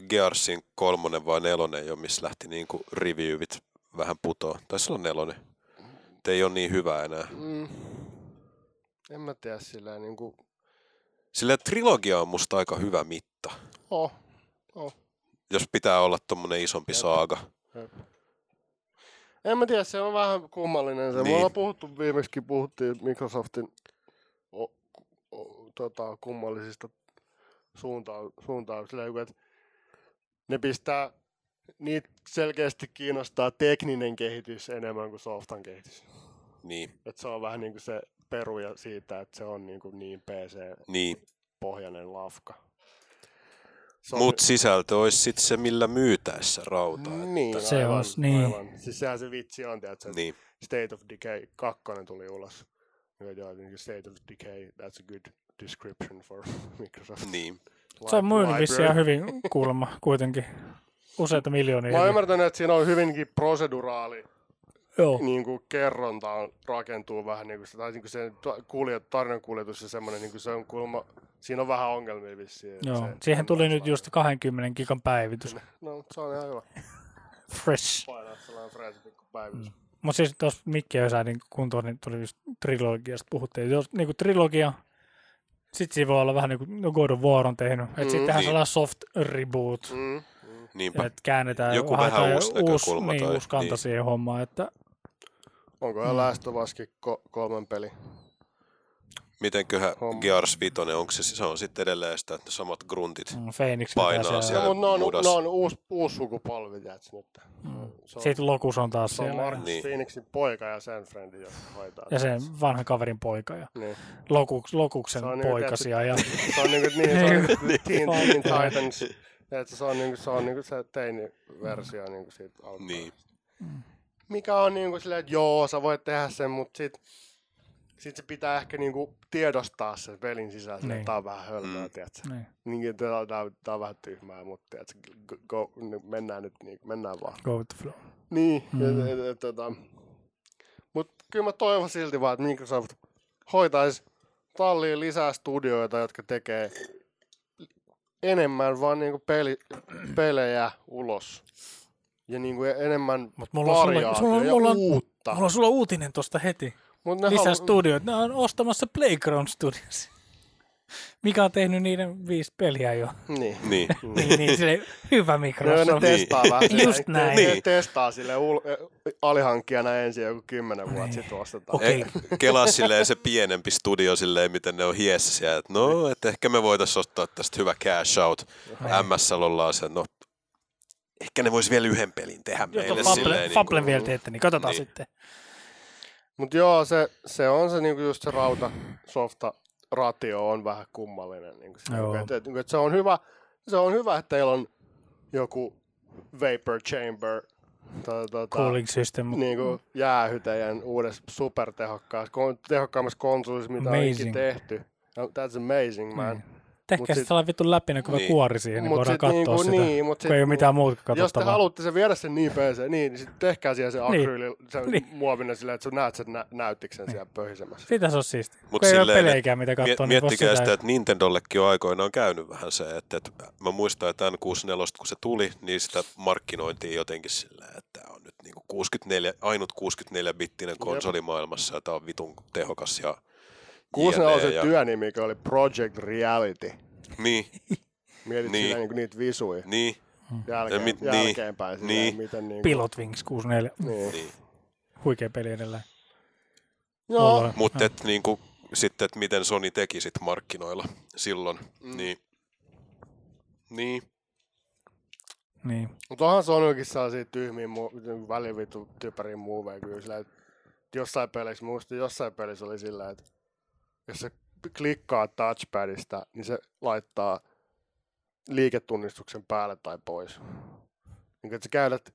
S4: Gearsin kolmonen vai nelonen jo, missä lähti niinku reviewit vähän putoa? Taisi olla nelonen. Te ei ole niin hyvä enää.
S2: mm. En mä tiedä sillä niinku...
S4: Sillä trilogia on musta aika hyvä mitta,
S2: Oh.
S4: jos pitää olla tommonen isompi
S2: Jep.
S4: saaga.
S2: En mä tiedä, se on vähän kummallinen. Se. Niin. Me
S4: Niin.
S2: ollaan puhuttu, viimeksi puhuttiin Microsoftin o, o, tota, kummallisista suuntaan, suuntaan sillä joku, että ne pistää, niitä selkeästi kiinnostaa tekninen kehitys enemmän kuin softan kehitys.
S4: Niin,
S2: Et se on vähän niin kuin se peruja niinku siitä, että se on niin, kuin niin PC
S4: niin.
S2: pohjainen lafka. Se on-
S4: Mutta sisältö olisi sitten se, millä myytäessä rautaa. Mm.
S2: Niin,
S3: Se
S2: aivan,
S3: olisi, niin.
S2: aivan. Siis sehän se vitsi on, tiedätkö, että
S4: Niin.
S2: State of Decay 2 tuli ulos. Ja joo, niin kuin State of Decay, that's a good description for Microsoft.
S4: Niin.
S3: Se on myynyt
S2: library.
S3: vissiin ihan hyvin kuulemma kuitenkin. Useita miljoonia.
S2: Mä oon
S3: yli.
S2: ymmärtänyt, että siinä on hyvinkin proseduraali
S3: Joo.
S2: niin kuin kerronta on, rakentuu vähän niin kuin se, tai niin kuin se ta- kuljet, tarinan kuljetus ja semmoinen, niin kuin se on kulma, siinä on vähän ongelmia vissiin. että
S3: Joo.
S2: se-
S3: Siihen tuli nyt
S2: sellainen-
S3: just 20 gigan päivitys.
S2: No, se on ihan hyvä.
S3: Fresh.
S2: Painaa sellainen freesi pikku päivitys.
S3: Mutta siis tuossa Mikki ja Ösä, niin kuntoon, niin tuli just trilogiasta puhuttiin. Jos niin kuin trilogia, sitten siinä voi olla vähän niin kuin no God of War on tehnyt. Et
S2: Mm.
S3: sittenhän
S4: Niin.
S3: sellainen soft reboot,
S2: Mm, mm.
S4: Niinpä.
S3: että käännetään,
S4: Joku
S3: haetaan
S4: vähän uusi
S3: uusi,
S4: näkökulma
S3: niin,
S4: tai-
S3: uusi kanta
S4: niin.
S3: siihen hommaan. Että
S2: Onko
S3: Mm.
S2: ihan lähtövaski ko- kolmen peli?
S4: Mitenköhän
S2: Homma.
S4: Gears 5, onko se, se on sitten edelleen sitä, että ne samat gruntit.
S3: mm, Phoenix
S4: Painaa
S3: vetää siellä.
S2: No,
S4: siellä.
S2: mutta ne on,
S4: mudas.
S2: ne on uusi, uusi sukupolvi, tiedätkö nyt. Mm. Se on,
S3: Sitten Mm. Lokus on taas
S2: se on
S3: siellä.
S2: Markus niin.
S4: Niin.
S2: Phoenixin poika ja sen frendi, joka hoitaa.
S3: Ja sen vanhan kaverin poika ja
S2: Niin.
S3: Lokuks, Lokuksen
S2: Se on niinku
S3: poikasia. Ja,
S2: Se on niinku niin, se on niinku
S4: Niin.
S2: Teen, Teen Titans. Että se on niinku se, on niinku se teiniversio niinku siitä alkaa.
S4: Niin.
S3: Mm.
S2: Mikä on niinku silleen, että joo, sä voit tehdä sen, mutta sit, sit se pitää ehkä niinku tiedostaa sen pelin sisällä. Niin.
S3: Niin.
S2: Tää on vähän hölmöä, mm. tiedätkö?
S3: niin,
S2: Niin, tää, on- tää, on- tää, on vähän tyhmää, mutta tiedätkö, go, go, niin mennään nyt, niin, mennään vaan.
S3: go with the flow.
S2: Niin,
S3: Mm.
S2: mm. et, tota. mutta kyllä mä toivon silti vaan, että Microsoft hoitaisi talliin lisää studioita, jotka tekee enemmän vaan niinku peli, pelejä ulos. Ja niinku enemmän
S3: Mut mulla on sulle-
S2: variaatiota
S3: sulla on-
S2: ja
S3: mulla on-
S2: uutta.
S3: Mulla on sulla uutinen tosta heti.
S2: Mut ne
S3: Lisää
S2: halu-
S3: studioita. Ne on ostamassa Playground Studios. Mikä on tehnyt niiden viisi peliä jo.
S2: Niin.
S4: Niin.
S3: niin, niin sille, hyvä
S2: Ne, ne
S3: Microsoft.
S2: testaa vähän.
S3: Just
S2: silleen, ne-
S3: näin.
S2: Ne,
S4: Niin.
S2: testaa sille ul- alihankkijana ensin joku kymmenen vuotta sitten ostetaan.
S3: Okei.
S4: E- Kelaa silleen se pienempi studio silleen, miten ne on hiessä siellä, että no, että ehkä me voitaisiin ottaa tästä hyvä cash out.
S3: Niin.
S4: MSL ollaan se, no, ehkä ne vois vielä yhden pelin tehdä meille
S3: Fable,
S4: silleen.
S3: Fable
S4: niin
S3: vielä teette, niin katsotaan
S4: Niin.
S3: sitten.
S2: Mutta joo, se, se on se niinku just se rauta softa ratio on vähän kummallinen. Niinku se,
S3: Joo.
S2: et, et, et se, on hyvä, se on hyvä, että teillä on joku vapor chamber tai tota,
S3: Cooling system. mut-
S2: niinku jäähytejen uudessa supertehokkaassa, kon, tehokkaammassa konsolissa, mitä on ikinä
S3: Amazing.
S2: tehty. No, That's amazing, man.
S3: Niin.
S2: mut
S3: Tehkää
S2: sit-
S3: sitten sellainen vittu läpinäkyvä
S4: Niin.
S3: kuori siihen, niin
S2: Mut
S3: voidaan
S2: sit
S3: katsoa
S2: niinku
S3: sitä.
S2: niin, mut
S3: kun
S2: sit
S3: ei ole mitään muuta
S2: Jos te
S3: katsottavaa.
S2: haluatte sen viedä sen niin PC, niin, niin sit tehkää siellä se
S3: Niin.
S2: akryylin niin.
S3: Niin.
S2: muovinen silleen, että sä näet sen nä- näyttiksen siellä pöhisemässä.
S3: Sitä se on siisti.
S4: Mut
S3: Kun ei ole
S4: silleen,
S3: pelejäkään, mitä
S4: Mie-
S3: katsoa, niin voisi
S4: miettikää
S3: sitä.
S4: sitä, että Nintendollekin on aikoinaan käynyt vähän se, että, että mä muistan, että N64, kun se tuli, niin sitä markkinointiin jotenkin sillä, että tämä on nyt niinku 64, ainut 64-bittinen konsoli maailmassa ja tämä on vitun tehokas ja
S2: Kuusna
S4: jne.
S2: on se työnimi, joka oli Project Reality.
S4: Niin,
S2: Mietit niin.
S4: Niin.
S2: siinä niinku niitä visuja
S4: niin,
S2: jälkeen,
S4: Ja mit- niin.
S2: jälkeenpäin. Niin.
S4: Niin.
S2: miten niinku,
S3: Pilot Wings 64,
S2: Niin.
S4: niin.
S3: huikea peli edelleen.
S2: Joo, No.
S3: Ollaan-
S4: Mutta et, niinku, sitten, että miten Sony teki sit markkinoilla silloin, mm. niin, niin,
S3: Niin.
S2: mutta onhan Sonykin sellaisia tyhmiä, mu- välillä vittu typeriä muuveja kyllä sillä, että jossain pelissä, muistin jossain pelissä oli sillä, että jos se klikkaa touchpadista, niin se laittaa liiketunnistuksen päälle tai pois. Niin että sä käydät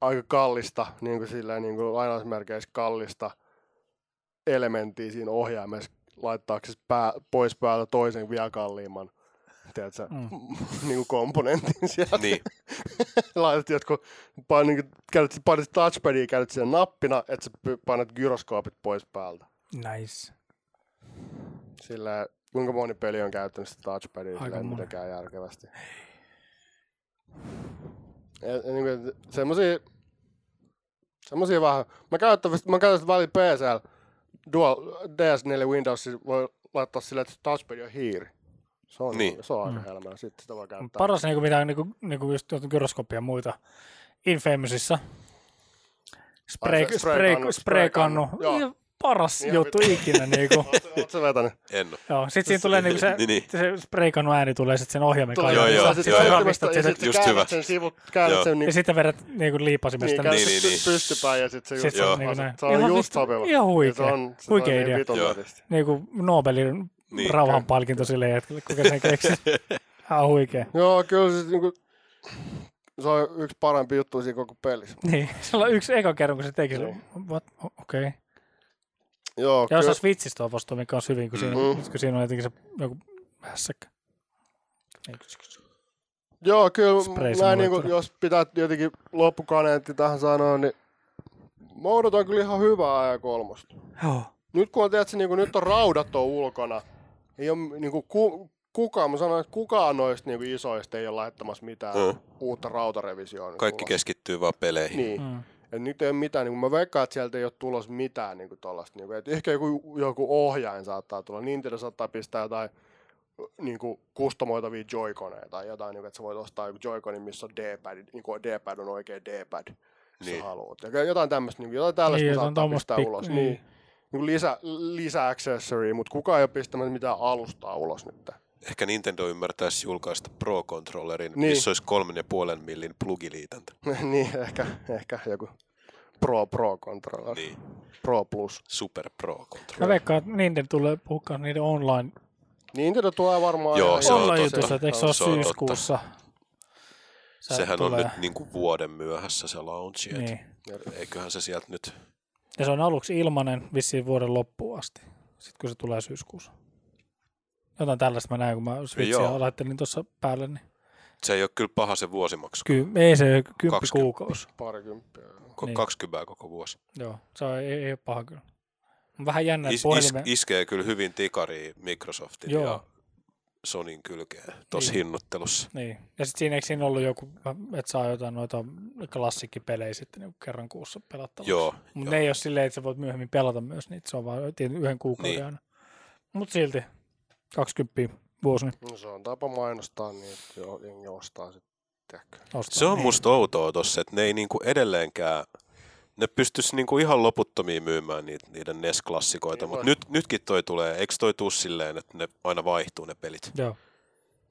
S2: aika kallista, niin kuin silleen, niin kuin lainausmerkeissä kallista elementtiä siinä ohjaimessa laittaaksesi pää, pois päältä toisen vielä kalliimman tiedätkö, mm.
S3: Mm.
S2: niin kuin komponentin sieltä.
S4: niin,
S2: laitat jotkut, pain, niin käytät, painat touchpadia ja käytät siinä nappina, että sä py- painat gyroskoopit pois päältä.
S3: Nice.
S2: Sillä kuinka moni peli on käyttänyt sitä touchpadia
S3: Aika
S2: sillä ei
S3: moni.
S2: mitenkään järkevästi. Ja, ja niin kuin, semmosia, semmosia vähän. Mä käytän, mä käytän sitä välillä PCllä. Dual, DS4 Windows siis voi laittaa sillä, että touchpad on hiiri. Se on, niin.
S4: Niin.
S2: se on aika helmaa. Sitten sitä voi käyttää.
S3: Mm. Paras niinku, mitä on niinku, niinku just tuota gyroskooppia ja muita. Infamousissa. Spray,
S2: Ai se
S3: spray,
S2: spraykannu,
S3: spray, spray kannu.
S2: joo.
S3: Ihan Paras
S2: Ihan
S3: juttu ikinä. Niinku.
S2: Oletko sä vetänyt?
S4: en oo.
S3: Joo, sit siinä tulee niinku se,
S4: Niin, niin.
S3: se spraykannu ääni tulee sit sen ohjaimen
S2: Tulee
S3: kautta.
S4: joo, joo,
S2: joo,
S3: sit
S4: joo,
S3: sä
S4: joo.
S3: rammistat
S2: ja
S3: sitä,
S2: sitten
S4: Just
S2: käännät
S4: hyvä.
S2: sen sivut, käännät
S4: Joo.
S2: sen
S3: ja
S2: niin,
S3: sitten vedät niinku liipasimesta.
S2: niin,
S3: Niin,
S2: käännät
S4: Niin,
S2: sen
S4: niin, niin.
S2: pystypäin ja sitten se
S3: Sit
S2: just
S3: se on
S2: joo.
S3: niinku näin.
S2: se on
S3: Ihan
S2: just
S3: vittu-
S2: sopeva.
S3: ihan
S2: Ja
S3: huikea.
S2: Se on, se
S3: Huikea
S2: on
S3: idea.
S2: Niin vitun
S4: Joo.
S2: nätisti.
S3: niinku Nobelin
S4: Niin.
S3: niin, rauhanpalkinto sille jätkälle, kuka sen keksi. Ihan huikea.
S2: Joo, kyllä siis niinku, se on yksi parempi juttu siinä koko pelissä.
S3: Niin, se on yksi eka kerran, kun se teki sen. What? O- Okei. Okay.
S2: Joo,
S3: Ja
S2: kyllä,
S3: osa Switchistä on vastuu, mikä on hyvin, kun siinä,
S2: Mm.
S3: kun siinä on jotenkin se joku hässäkkä. Niin,
S2: joo,
S3: Spray
S2: kyllä näin, niinku,
S3: simulator.
S2: jos pitää jotenkin loppukaneetti tähän sanoa, niin mä odotan kyllä ihan hyvää ajan kolmosta.
S3: Joo.
S2: Nyt kun on, tiedätkö, niin kuin, nyt on raudat on ulkona, ei ole niin kuin, ku, kukaan, mä sanoin, että kukaan noista niin kuin, isoista ei ole laittamassa mitään
S4: Mm.
S2: uutta rautarevisioon. nyt
S4: Kaikki
S2: ulos.
S4: keskittyy vaan peleihin.
S2: Niin. Mm.
S3: Mm.
S2: Et nyt ei ole mitään, niin kuin, mä veikkaan, että sieltä ei ole tulossa mitään niin kuin, tollasta, niin kuin, että ehkä joku, joku ohjain saattaa tulla, Nintendo saattaa pistää jotain niin kuin, kustomoitavia joikoneja tai jotain, niin kuin, että sä voit ostaa joku joikonin, missä on D-pad, niin kuin D-pad on oikea D-pad, jos niin.
S4: Niin.
S2: sä haluat. Ja jotain tämmöistä, niin kuin, jotain tällaista
S3: Niin,
S2: niin,
S3: jotain
S2: saattaa
S3: tommosta
S2: pistää
S3: pikku-
S2: ulos.
S3: niin.
S2: Niin niin lisä, lisäaccessory, mutta kukaan ei ole pistämässä mitään alustaa ulos nyt.
S4: Ehkä Nintendo ymmärtäisi julkaista Pro-controllerin,
S2: Niin.
S4: niin. missä olisi kolmen ja puolen millin plugiliitäntä.
S2: niin, ehkä, ehkä joku Pro Pro Controller, niin.
S4: Niin,
S2: Pro Plus.
S4: Super Pro-controller.
S3: Mä veikkaan, että niiden tulee puhua niiden online
S2: Nintendo tulee varmaan...
S4: Joo,
S2: ihan-
S4: se on
S3: online
S4: totta.
S3: jutussa, että eikö se ole
S4: Se on totta.
S3: syyskuussa? Se
S4: Sehän
S3: tulee.
S4: on nyt niin kuin vuoden myöhässä se launchi, niin.
S3: Niin.
S4: eiköhän se sieltä nyt...
S3: Ja se on aluksi ilmanen vissiin vuoden loppuun asti, sitten kun se tulee syyskuussa. Jotain tällaista mä näin, kun mä Switchia
S4: Joo.
S3: laittelin tuossa päälle. Niin
S4: Se ei ole kyllä paha se vuosimaksu,
S3: ky- ei se kymppi
S4: 20.
S3: kuukausi.
S2: Parikymppiä.
S4: Ko-
S3: Niin.
S4: 20 koko vuosi.
S3: Joo, se on, ei, ei ole paha kyllä. On Vähän jännä, että
S4: Is, is,
S3: puhelimen...
S4: iskee kyllä hyvin tikari Microsoftin Joo. ja
S3: Joo.
S4: Sonin kylkeen tuossa
S3: Niin.
S4: niin. hinnuttelussa.
S3: Niin. Ja sitten siinä eikö siinä ollut joku, että saa jotain noita klassikkipelejä sitten niin kerran kuussa pelattavaksi.
S4: Joo,
S3: Mutta
S4: joo.
S3: ne ei ole silleen, että sä voit myöhemmin pelata myös niitä, se on vaan tietyn yhden kuukauden niin.
S4: Niin.
S3: aina. Mutta silti, 20 vuosi niin
S2: No, se on tapa mainostaa niin, että joo, jengi ostaa sitten.
S3: ostaa.
S4: Se on
S3: niin.
S4: musta outoa tossa, että ne ei niinku edelleenkään, ne pystyisi niinku ihan loputtomiin myymään niitä, niiden NES-klassikoita,
S2: Niin
S4: mutta
S2: voi.
S4: nyt, nytkin toi tulee, eikö toi tuu silleen, että ne aina vaihtuu ne pelit?
S3: Joo.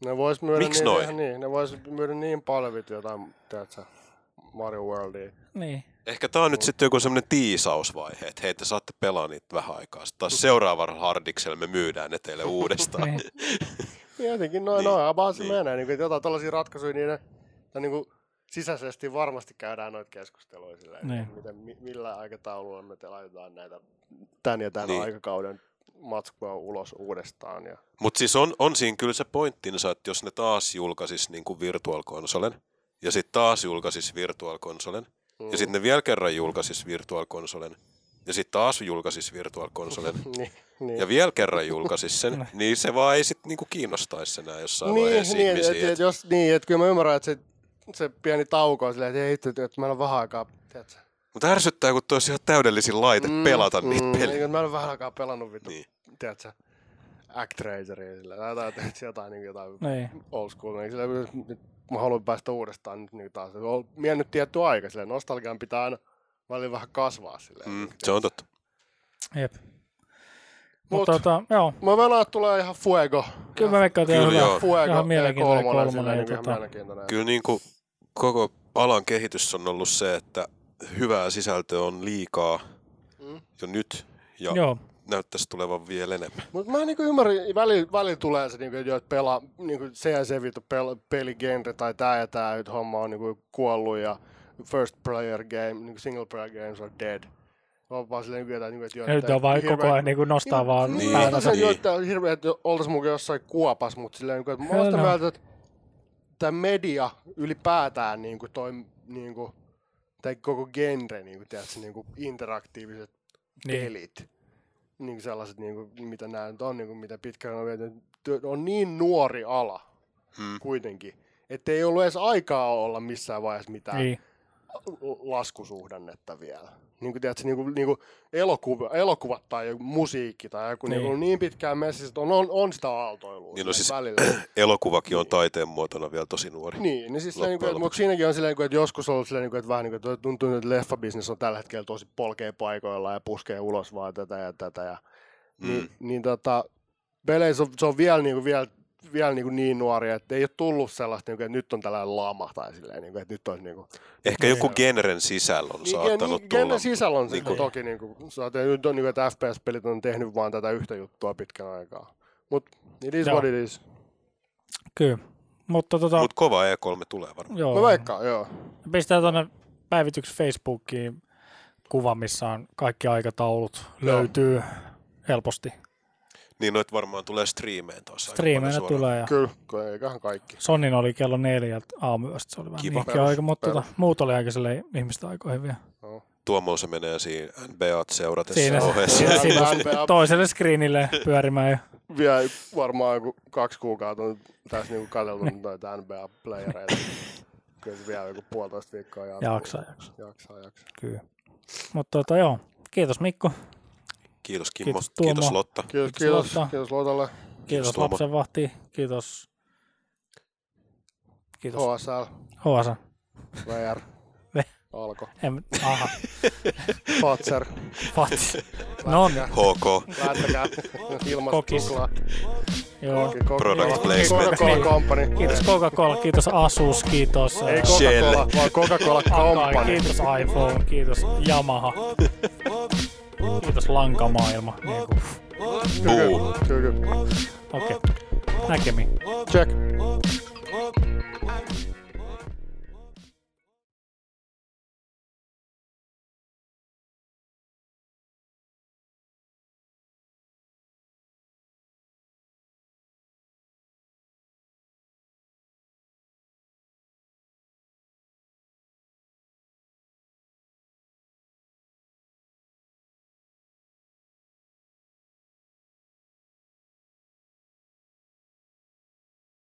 S2: Ne vois myydä,
S4: Miks
S2: niin,
S4: noi?
S2: ihan niin, ne vois myydä niin paljon vittu jotain, tiedätkö, Mario Worldia.
S3: Niin.
S4: Ehkä tää on nyt sitten joku semmoinen tiisausvaihe, että hei, te saatte pelaa niitä vähän aikaa, sitten taas seuraavalla hardiksella me myydään ne teille uudestaan.
S3: Niin.
S2: Jotenkin noin, niin,
S4: Niin,
S2: noin, vaan se
S4: niin.
S2: menee. Niin, kuin, että jotain tällaisia ratkaisuja, niin ne, tai niin kuin, sisäisesti varmasti käydään noita keskusteluja sillä,
S3: Niin.
S2: niin. miten, mi- millä aikataululla me te laitetaan näitä tän ja tän niin.
S4: Niin.
S2: aikakauden matskua ulos uudestaan. Ja,
S4: Mutta siis on, on siinä kyllä se pointtinsa, että jos ne taas julkaisis niinku Virtual Consolen, ja sitten taas julkaisis Virtual Consolen, mm. ja sitten ne vielä kerran julkaisis Virtual Consolen, ja sitten taas julkaisis Virtual Consolen,
S2: niin, niin.
S4: ja vielä kerran julkaisis sen, niin se vaan ei sitten niinku kiinnostaisi enää jossain niin,
S2: niin,
S4: vaiheessa niin,
S2: niin,
S4: ihmisiä.
S2: et, et,
S4: et,
S2: jos, niin, että kyllä mä ymmärrän, että se, se pieni tauko on silleen, että hei, hitto, että mä en ole vähän aikaa, tiedätkö?
S4: mutta ärsyttää, kun tuossa ihan täydellisin laite mm, pelata mm, niitä pelejä.
S2: Niin, mä en ole vähän aikaa pelannut vittu, niin.
S4: Niin.
S2: tiedätkö, Actraceria sillä, tai jotain, tiedätkö, jotain, niin jotain
S3: Niin.
S2: old school, niin sillä, nyt mä haluan päästä uudestaan nyt niin taas. On mennyt tietty aika, sillä nostalgian pitää aina välillä vähän kasvaa silleen.
S4: Mm, se on totta.
S3: Jep.
S2: Mut.
S3: Mutta tota, joo.
S2: Mä velaan, että tulee ihan fuego.
S3: Kyllä mä veikkaan, että
S4: Kyllä
S3: on hyvä.
S4: joo.
S2: Fuego, E
S3: Ihan mielenkiintoinen
S2: kolmonen,
S3: kolmonen
S2: silleen,
S3: ja
S2: niin ihan
S3: tota-
S2: mielenkiintoinen.
S4: Kyllä niin kuin koko alan kehitys on ollut se, että hyvää sisältöä on liikaa
S2: Mm.
S4: jo nyt, ja
S3: Joo.
S4: näyttäisi tulevan vielä enemmän.
S2: Mutta mä en niinku ymmärrän, välillä, välillä tulee se, niinku, että pelaa, niinku se ja se vittu pel, peligenre tai tää ja tää nyt homma on niinku kuollut ja first player game, niinku single player games are dead. On vaan silleen, niinku, että, niinku, että
S3: Ja nyt on vaan koko ajan niin kuin nostaa niin, vaan
S2: niin,
S3: niin,
S2: päätä.
S3: päätänsä.
S2: Niin,
S4: Niin.
S2: niin. että on hirveä, että oltais mukaan jossain kuopas, mutta silleen, niinku, että mä oon sitä
S3: Hell no.
S2: mieltä, että tämä media ylipäätään niinku toi, niinku, tai koko genre, niinku, tiedätkö, niinku interaktiiviset niin.
S3: Niin.
S2: pelit. Niin sellaiset, niin kuin, mitä nämä nyt on, niin kuin, mitä pitkään on viety. Työ- On niin nuori ala
S4: Mm.
S2: kuitenkin, että ei ollut edes aikaa olla missään vaiheessa mitään niin.
S3: Niin.
S2: laskusuhdannetta vielä. Niin kuin, tiedätkö, niin kuin, niin kuin elokuva, elokuvat tai joku musiikki tai joku niin,
S3: Niin.
S2: niin, niin pitkään messissä, että on, on, on sitä aaltoilua
S4: Niin,
S2: siinä
S4: no siis-
S2: välillä.
S4: Elokuvakin on taiteen muotona vielä tosi nuori.
S2: Niin, niin siis
S4: Loppujen
S2: niin kuin, mutta
S4: lopuksi.
S2: siinäkin on silleen, että joskus on ollut silleen, että vähän niin kuin, että tuntuu, että leffabisnes on tällä hetkellä tosi polkee paikoilla ja puskee ulos vaan tätä ja tätä. Ja, mm. niin, niin tota, peleissä on, se on vielä, niin, kuin, vielä, vielä niin, kuin niin nuoria, että ei ole tullut sellaista, niin kuin, että nyt on tällainen lama tai silleen, niin kuin, että nyt olisi niin kuin,
S4: Ehkä joku genren sisällä on saattanut
S2: niin,
S4: tulla.
S2: kenen sisällä on niin
S4: niinku-
S2: toki, niin kuin, saatiin, nyt on, niin kuin, että FPS-pelit on tehnyt vaan tätä yhtä juttua pitkän aikaa. Mutta it is
S3: Joo.
S2: what it is.
S3: Kyllä. Mutta tota,
S4: Mutta kova E3 tulee varmaan.
S3: joo,
S2: Mä veikkaan, joo.
S3: pistää tuonne päivityksen Facebookiin kuva, missä on kaikki aikataulut.
S2: Joo.
S3: Löytyy helposti.
S4: Niin noit varmaan tulee striimeen taas. aika
S3: Striimeillä
S4: paljon suoraan.
S3: tulee ja
S2: Kyllä, kun eiköhän kaikki.
S3: Sonin oli kello neljältä aamuyöstä, se oli vähän
S4: Kiva.
S3: kiva aika, mutta
S2: Perus.
S3: tota, muut oli aika silleen ihmistä aikoihin vielä.
S2: Joo.
S4: Tuomo se menee siinä NBAt seuratessa
S3: Siinä,
S4: ohessa.
S3: siinä, siinä
S2: Lämpää.
S3: toiselle screenille pyörimään ja
S2: Vielä varmaan joku kaksi kuukautta on tässä niinku katseltu noita NBA-playereita. Kyllä se vielä joku puolitoista viikkoa jatkuu.
S3: jaksaa, jaksaa.
S2: Jaksaa, jaksaa.
S3: Kyllä. Mutta tota, joo, kiitos Mikko, kiitos,
S4: Kiitos Kimmo,
S3: Kiitos
S4: kiitos,
S3: Tuomo.
S4: kiitos Lotta.
S2: Kiitos,
S3: Kiitos
S2: kiitos,
S3: Lotta.
S2: kiitos, kiitos Lotalle.
S3: kiitos
S4: Tuomo.
S3: lapsenvahti, kiitos, kiitos
S2: HSL,
S3: Hoasa.
S2: VR,
S3: Ve-
S2: Alko,
S3: En, aha,
S2: Fatser,
S3: Fats. No niin,
S4: HK,
S2: lähtekää ilmasta
S3: Kokis.
S2: tuklaa.
S3: joo.
S4: Product placement. Niin.
S2: Coca-Cola Company.
S3: Kiitos Coca-Cola, kiitos Asus, kiitos
S2: Ei
S3: äh,
S2: Coca-Cola, vaan Coca-Cola
S3: Akai,
S2: Company.
S3: kiitos iPhone, kiitos Yamaha. Kiitos lankamaailma. Niin kuin,
S2: Kyky,
S4: Buu.
S2: kyky.
S3: Okei, okay. näkemiin.
S2: Check.